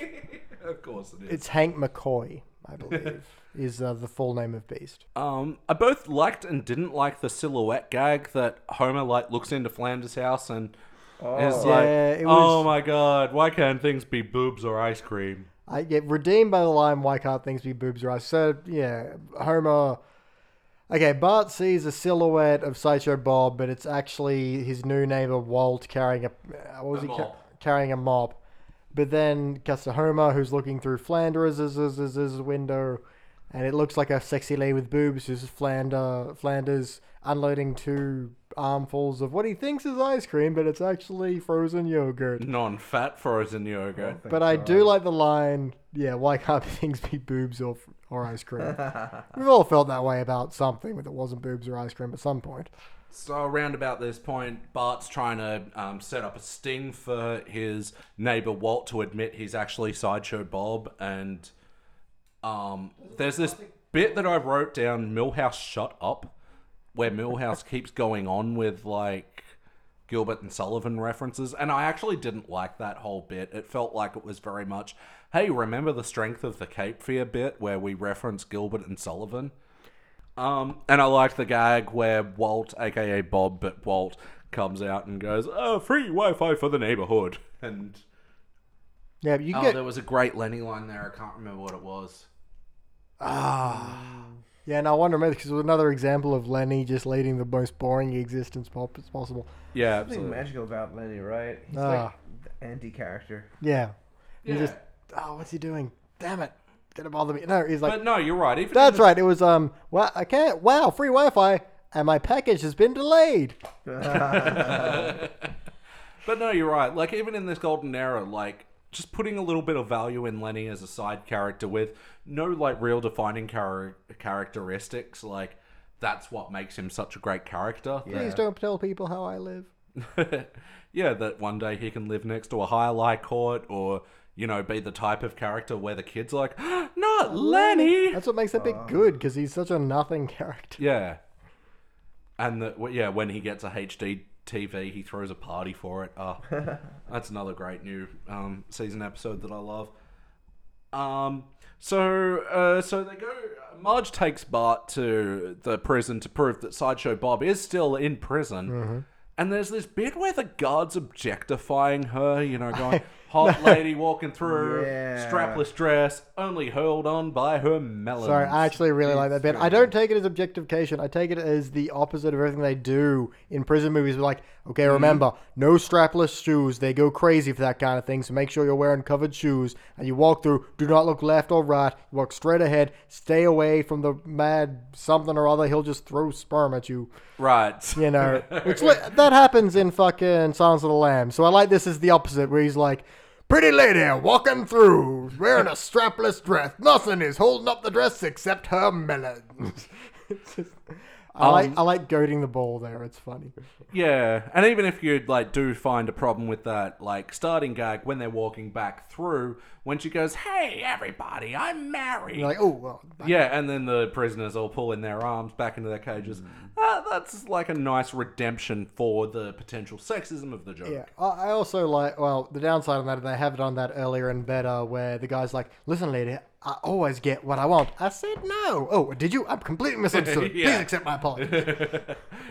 Speaker 1: of course it is.
Speaker 3: It's Hank McCoy, I believe, is uh, the full name of Beast.
Speaker 1: Um, I both liked and didn't like the silhouette gag that Homer like looks into Flanders' house and And it's
Speaker 3: Oh.
Speaker 1: like,
Speaker 3: Yeah, it
Speaker 1: oh
Speaker 3: was-
Speaker 1: my god, why can't things be boobs or ice cream?
Speaker 3: I get redeemed by the line, why can't things be boobs right? So, yeah, Homer. Okay, Bart sees a silhouette of Sideshow Bob, but it's actually his new neighbor Walt carrying a. uh, What was
Speaker 2: A
Speaker 3: he ca-
Speaker 2: mop.
Speaker 3: carrying? A mop. But then cuts to Homer, who's looking through Flanders' window, and it looks like a sexy lady with boobs who's Flander, Flanders unloading two armfuls of what he thinks is ice cream, but it's actually frozen yogurt.
Speaker 1: Non-fat frozen yogurt.
Speaker 3: But I do like the line, yeah, why can't things be boobs or, or ice cream? We've all felt that way about something that wasn't boobs or ice cream at some point.
Speaker 1: So around about this point, Bart's trying to um, set up a sting for his neighbor Walt to admit he's actually Sideshow Bob, and um, there's this bit that I wrote down: Millhouse, shut up, where Millhouse keeps going on with like Gilbert and Sullivan references, and I actually didn't like that whole bit. It felt like it was very much, "Hey, remember the strength of the Cape Fear bit where we reference Gilbert and Sullivan?" Um, and I liked the gag where Walt, aka Bob, but Walt comes out and goes, "Oh, free Wi-Fi for the neighborhood." And
Speaker 3: Yeah, but you
Speaker 1: oh,
Speaker 3: get
Speaker 1: there was a great Lenny line there. I can't remember what it was.
Speaker 3: ah,
Speaker 1: Mm.
Speaker 3: yeah, and I want to remember because it was another example of Lenny just leading the most boring existence po- possible.
Speaker 1: Yeah,
Speaker 4: Something
Speaker 1: absolutely.
Speaker 4: magical about Lenny, right? He's like
Speaker 3: Ah.
Speaker 4: the anti-character.
Speaker 3: Yeah,
Speaker 1: Yeah.
Speaker 3: just- oh, what's he doing? Damn it, gonna bother me. No, he's like,
Speaker 1: but no, you're right. Even
Speaker 3: that's right. It was um, well, I can't. Wow, free Wi-Fi, and my package has been delayed.
Speaker 1: But no, you're right. Like even in this golden era, like just putting a little bit of value in Lenny as a side character with no like real defining char- characteristics, like that's what makes him such a great character.
Speaker 3: Please don't tell people how I live.
Speaker 1: yeah, that one day he can live next to a high lie court or, you know, be the type of character where the kid's like, not Lenny!
Speaker 3: That's what makes that bit good because he's such a nothing character.
Speaker 1: Yeah. And that, w- yeah, when he gets a HD TV, he throws a party for it. Ah, that's another great new um, season episode that I love. Um, so, uh, so they go. Marge takes Bart to the prison to prove that Sideshow Bob is still in prison.
Speaker 3: Mm-hmm.
Speaker 1: And there's this bit where the guards objectifying her, you know, going hot lady walking through,
Speaker 4: Yeah.
Speaker 1: strapless dress, only hurled on by her melons.
Speaker 3: Sorry, I actually really like that bit. I don't take it as objectification. I take it as the opposite of everything they do in prison movies. They're Like, okay, remember, no strapless shoes. They go crazy for that kind of thing. So make sure you're wearing covered shoes and you walk through. Do not look left or right. You walk straight ahead. Stay away from the mad something or other. He'll just throw sperm at you.
Speaker 1: right.
Speaker 3: You know, which li- that happens in fucking Silence of the Lambs. So I like this as the opposite, where he's like, "Pretty lady walking through, wearing a strapless dress. Nothing is holding up the dress except her melons." It's just- I like I like goading the ball there. It's funny.
Speaker 1: Yeah, and even if you like do find a problem with that, like starting gag when they're walking back through, when she goes, "Hey, everybody, I'm married."
Speaker 3: You're like, oh well,
Speaker 1: yeah, and then the prisoners all pull in their arms back into their cages.
Speaker 3: Mm.
Speaker 1: Ah, that's like a nice redemption for the potential sexism of the joke.
Speaker 3: Yeah, I I also like. Well, the downside on that, they have it on that earlier and better, where the guy's like, "Listen, lady, I always get what I want." I said no. Oh, did you? I'm completely misunderstood.
Speaker 1: Yeah.
Speaker 3: Please accept my apology.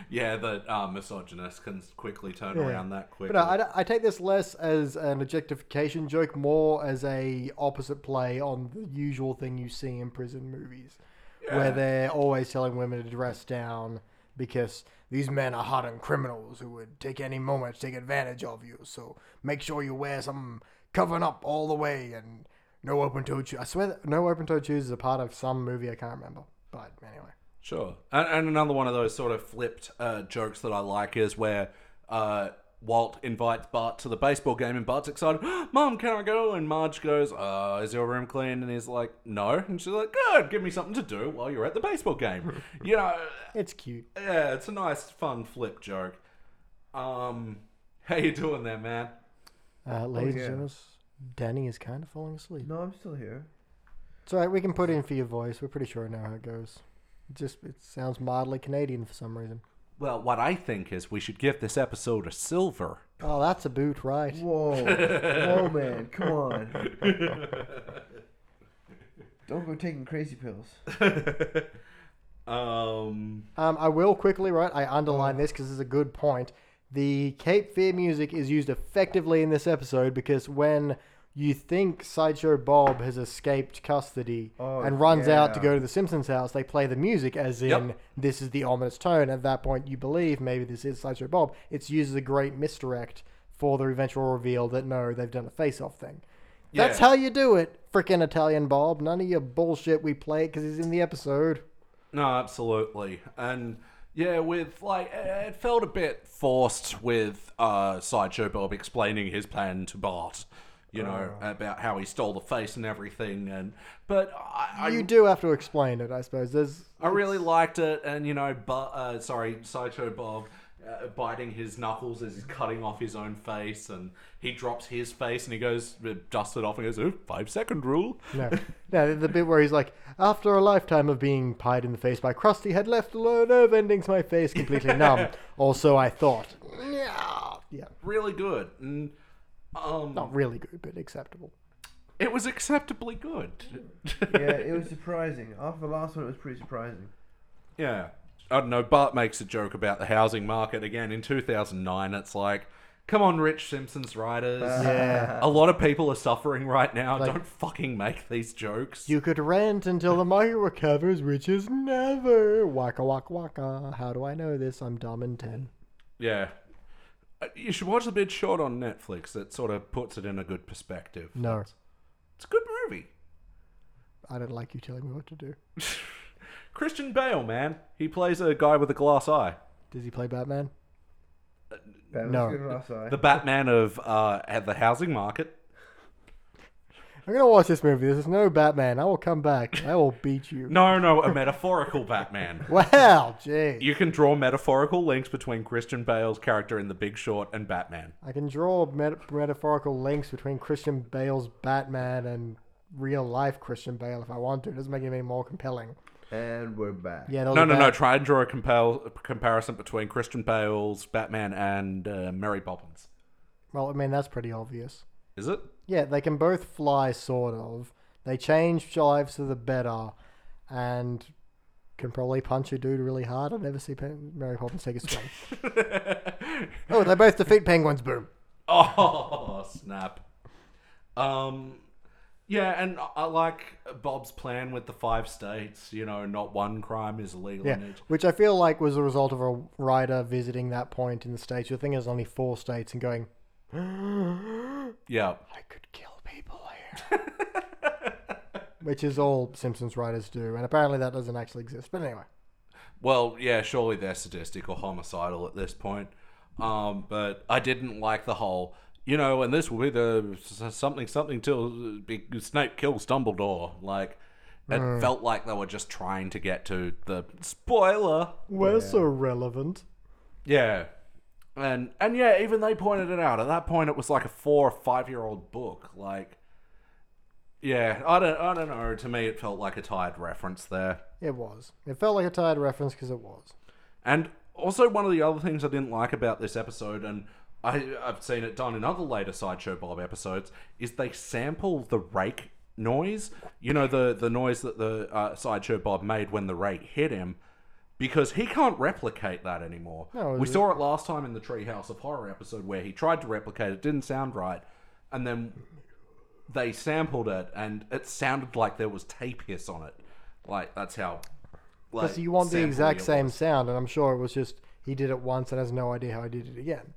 Speaker 1: yeah, the uh, misogynist can quickly turn
Speaker 3: Yeah.
Speaker 1: around that quickly.
Speaker 3: But no, I, I take this less as an objectification joke, more as a opposite play on the usual thing you see in prison movies,
Speaker 1: Yeah.
Speaker 3: where they're always telling women to dress down because these men are hardened criminals who would take any moment to take advantage of you. So make sure you wear something covering up all the way and no open-toed shoes. I swear, that no open-toed shoes is a part of some movie I can't remember. But anyway.
Speaker 1: Sure. And, and another one of those sort of flipped uh, jokes that I like is where uh, Walt invites Bart to the baseball game and Bart's excited, "Ah, Mom, can I go? And Marge goes, uh, Is your room clean? And he's like, No. And she's like, Good, give me something to do while you're at the baseball game. you know,
Speaker 3: It's cute.
Speaker 1: yeah, it's a nice, fun flip joke. Um, how you doing there, man?
Speaker 3: Uh,
Speaker 1: Oh,
Speaker 3: ladies
Speaker 4: yeah.
Speaker 3: and gentlemen, Danny is kind of falling asleep.
Speaker 4: No, I'm still here.
Speaker 3: It's all right. We can put in for your voice. We're pretty sure I know how it goes. It just it sounds mildly Canadian for some reason.
Speaker 1: Well, what I think is we should give this episode a silver.
Speaker 3: Oh, that's a boot, right?
Speaker 4: Whoa, whoa, man, come on! Don't go taking crazy pills.
Speaker 1: Um,
Speaker 4: Mm.
Speaker 3: Um, I will quickly, right? I underline this because it's a good point. The Cape Fear music is used effectively in this episode because when you think Sideshow Bob has escaped custody
Speaker 4: Oh,
Speaker 3: and runs out to
Speaker 4: yeah.
Speaker 3: go to the Simpsons house, they play the music as in
Speaker 1: Yep.
Speaker 3: this is the ominous tone. At that point, you believe maybe this is Sideshow Bob. It's used as a great misdirect for the eventual reveal that no, they've done a face off thing. That's
Speaker 1: Yeah.
Speaker 3: how you do it, frickin' Italian Bob. None of your bullshit we play because he's in the episode.
Speaker 1: No, absolutely. And yeah, with like it felt a bit forced with uh Sideshow Bob explaining his plan to Bart, you know,
Speaker 3: Oh.
Speaker 1: about how he stole the face and everything and but I,
Speaker 3: you
Speaker 1: I,
Speaker 3: do have to explain it, I suppose. There's
Speaker 1: I really liked it and you know, but uh sorry, Sideshow Bob uh, biting his knuckles as he's cutting off his own face and he drops his face and he goes uh, dusts it off and goes, "Oh, five second rule."
Speaker 3: no, no, the bit where he's like, after a lifetime of being pied in the face by Krusty, had left alone, nerve endings my face completely numb. Also, I thought, yeah, yeah,
Speaker 1: Really good. And um
Speaker 3: not really good, but acceptable.
Speaker 1: it was acceptably good.
Speaker 4: yeah, it was surprising. After the last one, it was pretty surprising.
Speaker 1: Yeah. I don't know. Bart makes a joke about the housing market again in 2009. It's like, come on, Rich Simpsons writers.
Speaker 3: Yeah.
Speaker 1: A lot of people are suffering right now.
Speaker 3: Like-
Speaker 1: don't fucking make these jokes.
Speaker 3: You could rent until the market recovers, which is never. Waka waka waka. How do I know this? I'm dumb and ten.
Speaker 1: yeah. Uh, You should watch The Big Short on Netflix. It sort of puts it in a good perspective.
Speaker 3: No,
Speaker 1: It's a good movie.
Speaker 3: I don't like you telling me what to do.
Speaker 1: Christian Bale, man. He plays a guy with a glass eye.
Speaker 3: Does he play Batman?
Speaker 4: That was
Speaker 3: No.
Speaker 4: good last eye.
Speaker 1: The Batman of uh, at the housing market.
Speaker 3: I'm gonna watch this movie. There's no Batman. I will come back. I will beat you.
Speaker 1: No, no, a metaphorical Batman.
Speaker 3: Wow, gee.
Speaker 1: You can draw metaphorical links between Christian Bale's character in The Big Short and Batman.
Speaker 3: I can draw met- metaphorical links between Christian Bale's Batman and real life Christian Bale if I want to. It doesn't make it any more compelling.
Speaker 4: and we're back.
Speaker 3: Yeah,
Speaker 1: No, no, no. Try and draw a compel- comparison between Christian Bale's Batman and uh, Mary Poppins.
Speaker 3: Well, I mean, that's pretty obvious.
Speaker 1: Is it?
Speaker 3: Yeah, they can both fly, sort of. They change lives for the better and can probably punch a dude really hard. I've never seen Pen- Mary Poppins take a swing. oh, they both defeat penguins, boom.
Speaker 1: Oh, snap. Um, yeah, and I- I like Bob's plan with the five states. You know, not one crime is illegal
Speaker 3: Yeah,
Speaker 1: in each.
Speaker 3: which I feel like was a result of a writer visiting that point in the States. Your thing is only four states and going,
Speaker 1: Yeah.
Speaker 3: I could kill people here. Which is all Simpsons writers do, and apparently that doesn't actually exist. But anyway,
Speaker 1: Well, yeah, surely they're sadistic or homicidal at this point. Um, but I didn't like the whole, you know, and this will be the s- something something till be, Snape kills Dumbledore. Like, it felt like they were just trying to get to the spoiler.
Speaker 3: we're so relevant.
Speaker 1: Yeah. And and yeah, even they pointed it out. At that point, it was like a four or five year old book. Like, yeah, I don't I don't know. To me, it felt like a tired reference there.
Speaker 3: It was. It felt like a tired reference because it was.
Speaker 1: And also, one of the other things I didn't like about this episode, and I, I've seen it done in other later Sideshow Bob episodes, is they sample the rake noise. You know, the, the noise that the uh, Sideshow Bob made when the rake hit him, because he can't replicate that anymore.
Speaker 3: No,
Speaker 1: we
Speaker 3: it-
Speaker 1: saw it last time in the Treehouse of Horror episode where he tried to replicate it, didn't sound right, and then they sampled it, and it sounded like there was tape hiss on it. Like, that's how.
Speaker 3: Because
Speaker 1: like,
Speaker 3: you want the
Speaker 1: sampley
Speaker 3: exact
Speaker 1: it
Speaker 3: same
Speaker 1: was.
Speaker 3: sound, and I'm sure it was just he did it once and has no idea how he did it again.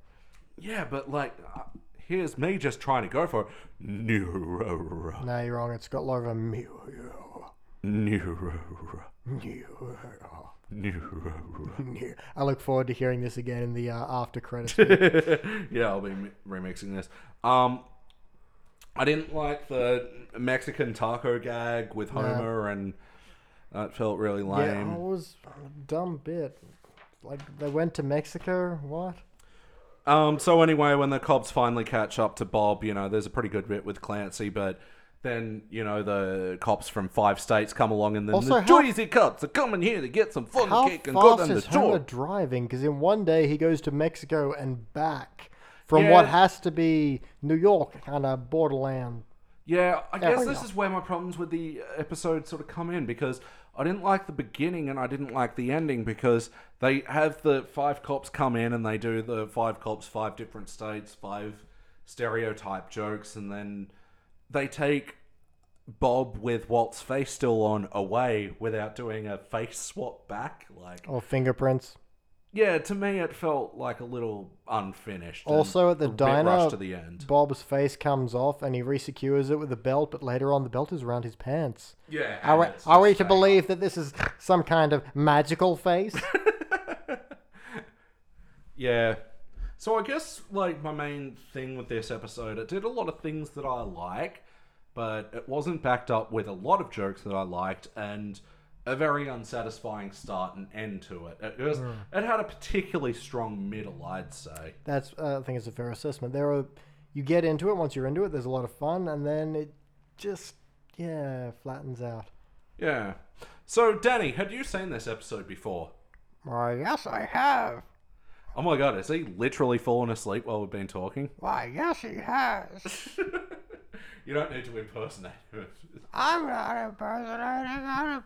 Speaker 1: Yeah, but like, uh, here's me just trying to go for neuro,
Speaker 3: No, you're wrong. It's got Laura Muir.
Speaker 1: neuro,
Speaker 3: Muir.
Speaker 1: neuro.
Speaker 3: Muir. I look forward to hearing this again in the uh, after credits. bit.
Speaker 1: yeah, I'll be mi- remixing this. Um, I didn't like the Mexican taco gag with Homer, and that felt really
Speaker 3: yeah,
Speaker 1: lame.
Speaker 3: I was dumb bit. Like they went to Mexico. What?
Speaker 1: Um, so anyway, when the cops finally catch up to Bob, you know, there's a pretty good bit with Clancy, but then you know the cops from five states come along, and then
Speaker 3: Also,
Speaker 1: the
Speaker 3: how-
Speaker 1: Jersey cops are coming here to get some fun
Speaker 3: How
Speaker 1: kick and go them
Speaker 3: fast
Speaker 1: the
Speaker 3: is Homer
Speaker 1: joy.
Speaker 3: driving? Because in one day he goes to Mexico and back from
Speaker 1: Yeah.
Speaker 3: what has to be New York, kind of borderland.
Speaker 1: Yeah, I
Speaker 3: Yeah,
Speaker 1: guess
Speaker 3: why
Speaker 1: this
Speaker 3: not?
Speaker 1: is where my problems with the episode sort of come in because I didn't like the beginning and I didn't like the ending because they have the five cops come in and they do the five cops, five different states, five stereotype jokes, and then they take Bob with Walt's face still on away without doing a face swap back. Like,
Speaker 3: Or fingerprints.
Speaker 1: yeah, to me it felt like a little unfinished. and
Speaker 3: Also at the
Speaker 1: a bit rushed
Speaker 3: diner,
Speaker 1: to the end.
Speaker 3: Bob's face comes off and he resecures it with a belt, but later on the belt is around his pants.
Speaker 1: yeah,
Speaker 3: Are we,
Speaker 1: and it's
Speaker 3: are we
Speaker 1: just
Speaker 3: to
Speaker 1: like-
Speaker 3: believe that this is some kind of magical face?
Speaker 1: Yeah. So I guess like my main thing with this episode, it did a lot of things that I like, but it wasn't backed up with a lot of jokes that I liked and a very unsatisfying start and end to it. It was, it had a particularly strong middle, I'd say.
Speaker 3: That's uh, I think it's a fair assessment. There are you get into it once you're into it. There's a lot of fun, and then it just yeah flattens out.
Speaker 1: Yeah. So Danny, had you seen this episode before?
Speaker 3: Why yes I have.
Speaker 1: Oh my god, has he literally fallen asleep while we've been talking?
Speaker 3: Why yes he has.
Speaker 1: You don't need to impersonate him.
Speaker 3: I'm not impersonating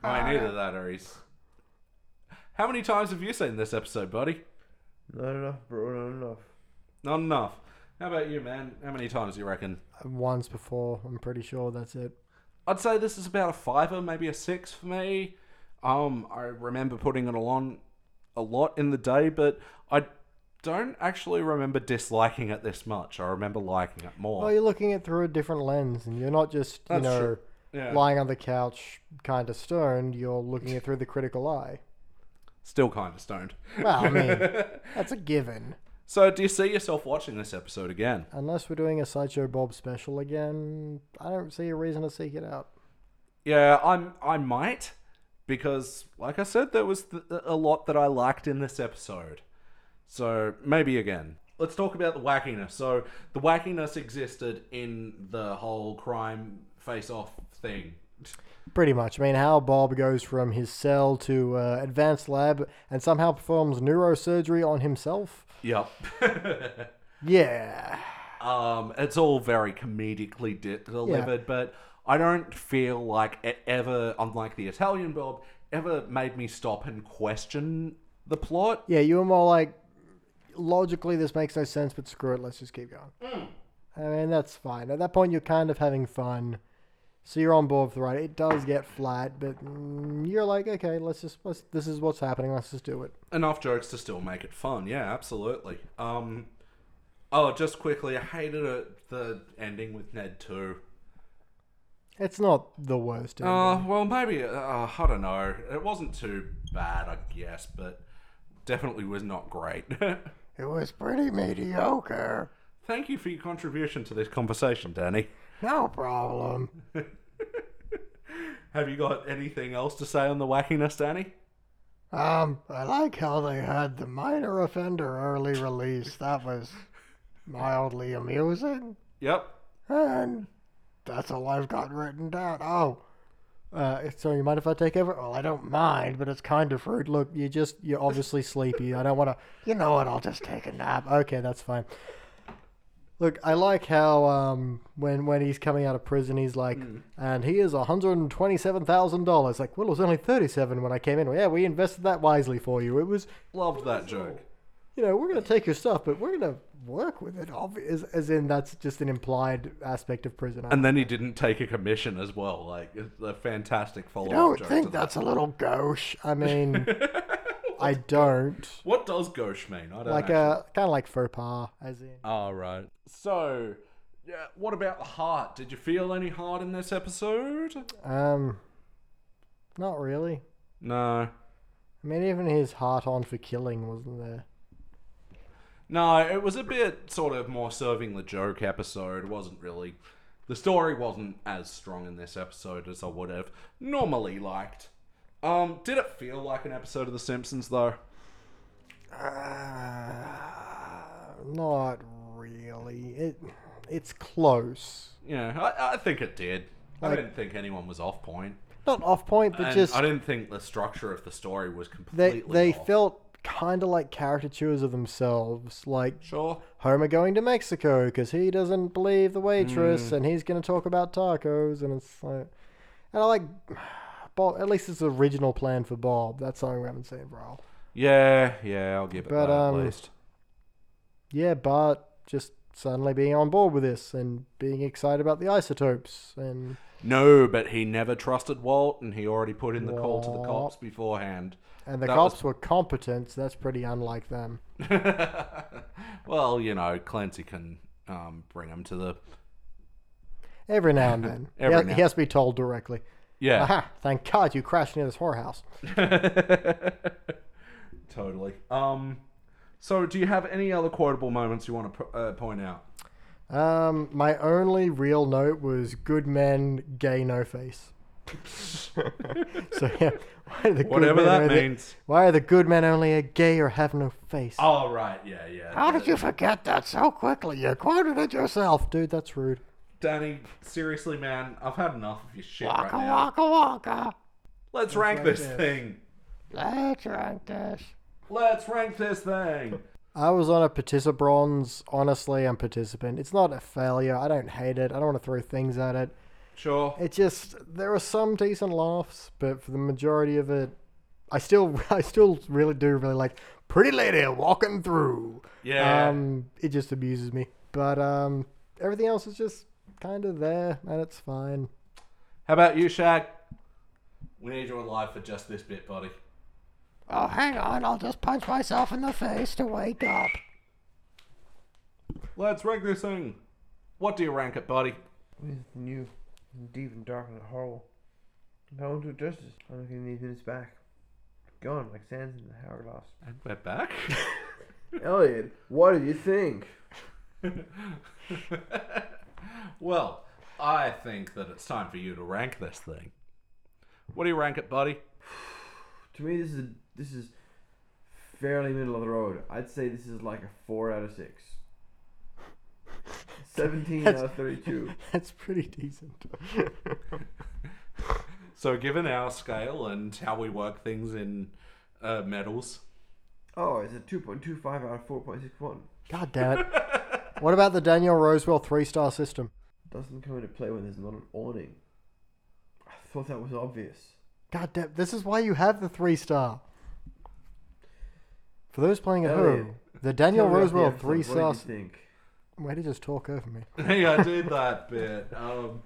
Speaker 1: I mean, either that or he's. How many times have you seen this episode, buddy?
Speaker 4: Not enough, bro. Not enough.
Speaker 1: Not enough. How about you, man? How many times do you reckon?
Speaker 3: Once before, I'm pretty sure that's it.
Speaker 1: I'd say this is about a fiver, maybe a six for me. Um, I remember putting it on a lot in the day, but I don't actually remember disliking it this much. I remember liking it more.
Speaker 3: Well, you're looking at through a different lens, and you're not just you
Speaker 1: Oh. That's
Speaker 3: know
Speaker 1: true. Yeah.
Speaker 3: lying on the couch, kind of stoned. You're looking at through the critical eye.
Speaker 1: Still kind of stoned.
Speaker 3: Well, I mean, that's a given.
Speaker 1: So, do you see yourself watching this episode again?
Speaker 3: Unless we're doing a Sideshow Bob special again, I don't see a reason to seek it out.
Speaker 1: Yeah, I'm. I might, because like I said, there was th- a lot that I liked in this episode. So maybe again. Let's talk about the wackiness. So the wackiness existed in the whole crime face-off thing.
Speaker 3: Pretty much. I mean, how Bob goes from his cell to uh, advanced lab and somehow performs neurosurgery on himself.
Speaker 1: Yep.
Speaker 3: Yeah.
Speaker 1: um, it's all very comedically de- delivered, but I don't feel like it ever, unlike the Italian Bob, ever made me stop and question the plot.
Speaker 3: Yeah, you were more like, logically, this makes no sense, but screw it, let's just keep going. I mean, that's fine. At that point, you're kind of having fun. So you're on board with the ride. It does get flat, but mm, you're like, okay, let's just, let's, this is what's happening, let's just do it.
Speaker 1: enough jokes to still make it fun. Yeah, absolutely. Um, oh, just quickly, I hated it, the ending with Ned too.
Speaker 3: It's not the worst. ending.
Speaker 1: Uh, well, maybe uh, I don't know. It wasn't too bad, I guess, but definitely was not great.
Speaker 3: it was pretty mediocre.
Speaker 1: Thank you for your contribution to this conversation, Danny.
Speaker 3: No problem.
Speaker 1: Have you got anything else to say on the wackiness, Danny?
Speaker 3: Um, I like how they had the minor offender early release. That was mildly amusing.
Speaker 1: Yep.
Speaker 3: And that's all I've got written down. Oh, uh, so you mind if I take over? Well, I don't mind, but it's kind of rude. Look, you just, you're obviously sleepy. I don't want to, you know what, I'll just take a nap. Okay, that's fine. Look, I like how um, when when he's coming out of prison, he's like,
Speaker 1: Hmm.
Speaker 3: and he is one hundred and twenty-seven thousand dollars. Like, well, it was only thirty-seven when I came in. Well, yeah, we invested that wisely for you. It was,
Speaker 1: Loved that joke.
Speaker 3: you know, we're gonna take your stuff, but we're gonna work with it. Obvious, as in that's just an implied aspect of prison.
Speaker 1: And then he didn't take a commission as well. Like, it's a fantastic follow-up
Speaker 3: don't
Speaker 1: joke
Speaker 3: think
Speaker 1: to that.
Speaker 3: that's a little gauche. I mean, I don't.
Speaker 1: What Oh. does gauche mean? I don't
Speaker 3: Like uh,
Speaker 1: actually
Speaker 3: a kind of like faux pas, as in.
Speaker 1: All right. So, yeah, what about the heart? Did you feel any heart in this episode?
Speaker 3: Um, not really.
Speaker 1: No.
Speaker 3: I mean, even his heart on for killing wasn't there.
Speaker 1: No, it was a bit sort of more serving the joke episode. It wasn't really. The story wasn't as strong in this episode as I would have normally liked. Um, did it feel like an episode of The Simpsons though?
Speaker 3: Uh, not really. It, it's close.
Speaker 1: Yeah, I, I think it did. I
Speaker 3: Like-
Speaker 1: didn't think anyone was off point.
Speaker 3: Not off point, but
Speaker 1: And
Speaker 3: just
Speaker 1: I didn't think the structure of the story was completely
Speaker 3: they they
Speaker 1: off.
Speaker 3: felt kind of like caricatures of themselves. Like
Speaker 1: sure.
Speaker 3: Homer going to Mexico because he doesn't
Speaker 1: Hmm.
Speaker 3: believe the waitress and he's going to talk about tacos. And it's like, and I like Bob, at least it's the original plan for Bob. That's something we haven't seen for a while.
Speaker 1: Yeah, yeah, I'll give it
Speaker 3: But,
Speaker 1: that
Speaker 3: um,
Speaker 1: at least.
Speaker 3: Yeah, Bart just suddenly being on board with this and being excited about the isotopes and
Speaker 1: No, but he never trusted Walt, and he already put in the call to the
Speaker 3: Walt.
Speaker 1: cops beforehand.
Speaker 3: and the
Speaker 1: That was-
Speaker 3: cops were competent. So that's pretty unlike them.
Speaker 1: well, you know, Clancy can um, bring him to the
Speaker 3: Every now and then,
Speaker 1: Every
Speaker 3: he, has,
Speaker 1: now-
Speaker 3: he has to be told directly.
Speaker 1: yeah.
Speaker 3: Aha! Thank God you crashed near this whorehouse.
Speaker 1: totally. Um, so do you have any other quotable moments you want to p- uh, point out?
Speaker 3: Um, my only real note was good men, gay no face. so yeah, why are the good
Speaker 1: Whatever
Speaker 3: men
Speaker 1: that
Speaker 3: only-
Speaker 1: means.
Speaker 3: why are the good men only a gay or have no face?
Speaker 1: Oh right, yeah, yeah.
Speaker 3: How did you forget that so quickly? You quoted it yourself, dude. That's rude.
Speaker 1: Danny? Seriously, man, I've had enough of your shit right
Speaker 3: Waka
Speaker 1: now.
Speaker 3: waka waka.
Speaker 1: Let's rank
Speaker 3: rank
Speaker 1: this
Speaker 3: it.
Speaker 1: thing.
Speaker 3: Let's rank this.
Speaker 1: Let's rank this thing.
Speaker 3: I was on a participants. Honestly, I'm participant. It's not a failure. I don't hate it. I don't want to throw things at it.
Speaker 1: Sure.
Speaker 3: It just there are some decent laughs, but for the majority of it, I still I still really do really like pretty lady walking through.
Speaker 1: Yeah.
Speaker 3: Um, it just abuses me, but um, everything else is just kind of there, and it's fine.
Speaker 1: How about you, Shaq? We need you alive for just this bit, buddy.
Speaker 3: Oh, hang on! I'll just punch myself in the face to wake up.
Speaker 1: Let's rank this thing. What do you rank it, buddy?
Speaker 4: New, deep and dark and horrible. I won't do it justice. I'm not getting these minutes back. Gone like sands in the hourglass.
Speaker 1: And we're back.
Speaker 2: Elliot, what did you think?
Speaker 1: well, I think that it's time for you to rank this thing. What do you rank it, buddy?
Speaker 2: To me, this is a, this is fairly middle of the road. I'd say this is like a four out of six. Seventeen out of thirty-two.
Speaker 3: That's pretty decent.
Speaker 1: So, given our scale and how we work things in uh, medals,
Speaker 2: Oh, it's a two point two five out of four point six one.
Speaker 3: God damn it! What about the Daniel Rosewell three-star system?
Speaker 2: Doesn't come into play when there's not an awning. I thought that was obvious.
Speaker 3: God damn! This is why you have the three star. For those playing at
Speaker 2: Elliot,
Speaker 3: home, the Daniel
Speaker 2: Tell me about the
Speaker 3: Rosewell
Speaker 2: episode.
Speaker 3: three
Speaker 2: What
Speaker 3: star.
Speaker 2: did you think?
Speaker 3: Why did you just talk over me?
Speaker 1: hey, I did that bit. Um,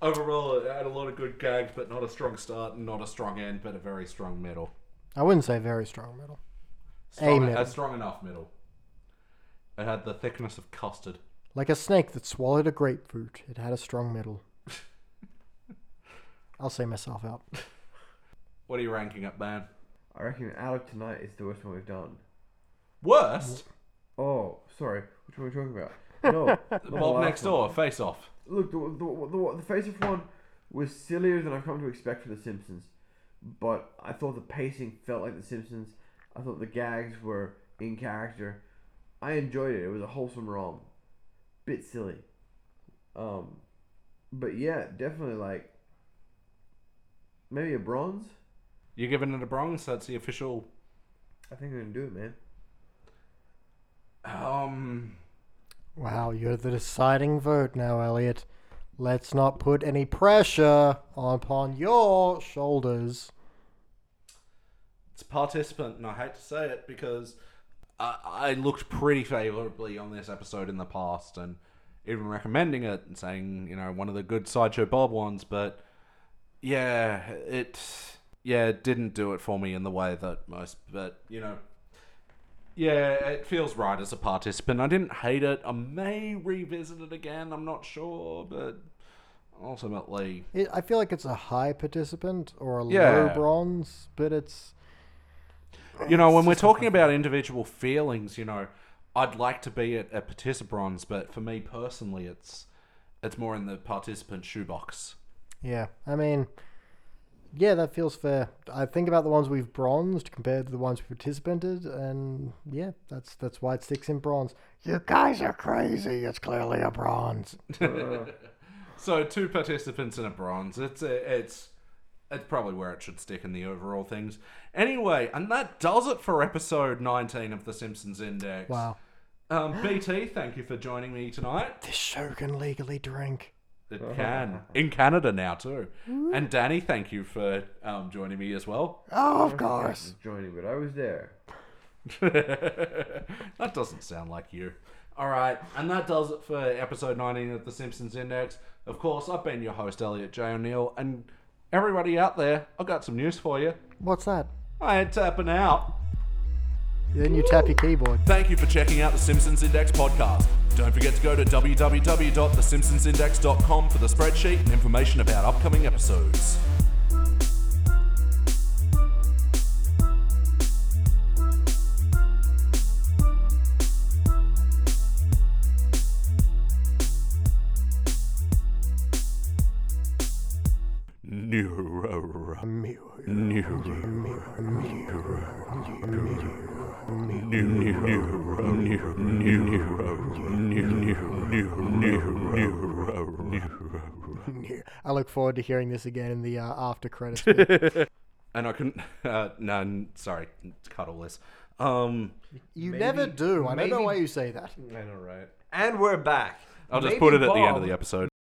Speaker 1: overall, it had a lot of good gags, but not a strong start and not a strong end, but a very strong middle.
Speaker 3: I wouldn't say very strong middle.
Speaker 1: Strong,
Speaker 3: middle.
Speaker 1: A strong enough middle. It had the thickness of custard.
Speaker 3: Like a snake that swallowed a grapefruit, it had a strong middle. I'll say myself out.
Speaker 1: What are you ranking it, man?
Speaker 2: I reckon Alec tonight is the worst one we've done.
Speaker 1: Worst?
Speaker 2: Oh, sorry. Which one are we talking about? No, not the
Speaker 1: Bob
Speaker 2: last
Speaker 1: next
Speaker 2: one.
Speaker 1: door, face off.
Speaker 2: Look, the the, the, the face of one was sillier than I've come to expect for The Simpsons, but I thought the pacing felt like The Simpsons. I thought the gags were in character. I enjoyed it. It was a wholesome rom, bit silly, um, but yeah, definitely like maybe a bronze.
Speaker 1: You're giving it a bronze. That's the official.
Speaker 2: I think we're gonna do it, man.
Speaker 1: Um.
Speaker 3: Wow, you're the deciding vote now, Elliot. Let's not put any pressure upon your shoulders.
Speaker 1: It's participant, and I hate to say it because I, I looked pretty favorably on this episode in the past, and even recommending it and saying you know one of the good sideshow Bob ones, but yeah, it yeah it didn't do it for me in the way that most, but you know. Yeah, it feels right as a participant. I didn't hate it. I may revisit it again. I'm not sure, but ultimately,
Speaker 3: It, I feel like it's a high participant or a
Speaker 1: Yeah.
Speaker 3: low bronze, but it's
Speaker 1: you know, when we're talking about individual feelings, you know, I'd like to be at a participant, but for me personally, it's it's more in the participant shoebox.
Speaker 3: Yeah, I mean, yeah, that feels fair. I think about the ones we've bronzed compared to the ones we participated, and yeah, that's that's why it sticks in bronze. You guys are crazy. It's clearly a bronze.
Speaker 1: So two participants in a bronze. It's uh, it's it's probably where it should stick in the overall things. Anyway, and that does it for episode 19 of the Simpsons Index.
Speaker 3: Wow.
Speaker 1: Um, BT, thank you for joining me tonight.
Speaker 3: This show can legally drink.
Speaker 1: It can in Canada now too. And Danny, thank you for um, joining me as well.
Speaker 3: Oh, of course.
Speaker 4: Joining, but I was there.
Speaker 1: that doesn't sound like you. All right, and that does it for episode 19 of The Simpsons Index. Of course, I've been your host, Elliot J. O'Neill, and everybody out there, I've got some news for you.
Speaker 3: What's that?
Speaker 1: I ain't tapping out.
Speaker 3: Then you tap your keyboard.
Speaker 1: Thank you for checking out the Simpsons Index podcast. Don't forget to go to www.thesimpsonsindex.com for the spreadsheet and information about upcoming episodes. Neuro.
Speaker 3: I look forward to hearing this again in the uh, after credits. bit.
Speaker 1: And I couldn't. Uh, no, n- sorry. Cut all this. Um,
Speaker 3: You
Speaker 2: Maybe-
Speaker 3: never do. I don't know
Speaker 2: maybe-
Speaker 3: why you say that.
Speaker 2: I know, right? And we're back.
Speaker 1: I'll just
Speaker 2: Maybe
Speaker 1: put it at the end of
Speaker 2: Bob-
Speaker 1: the episode.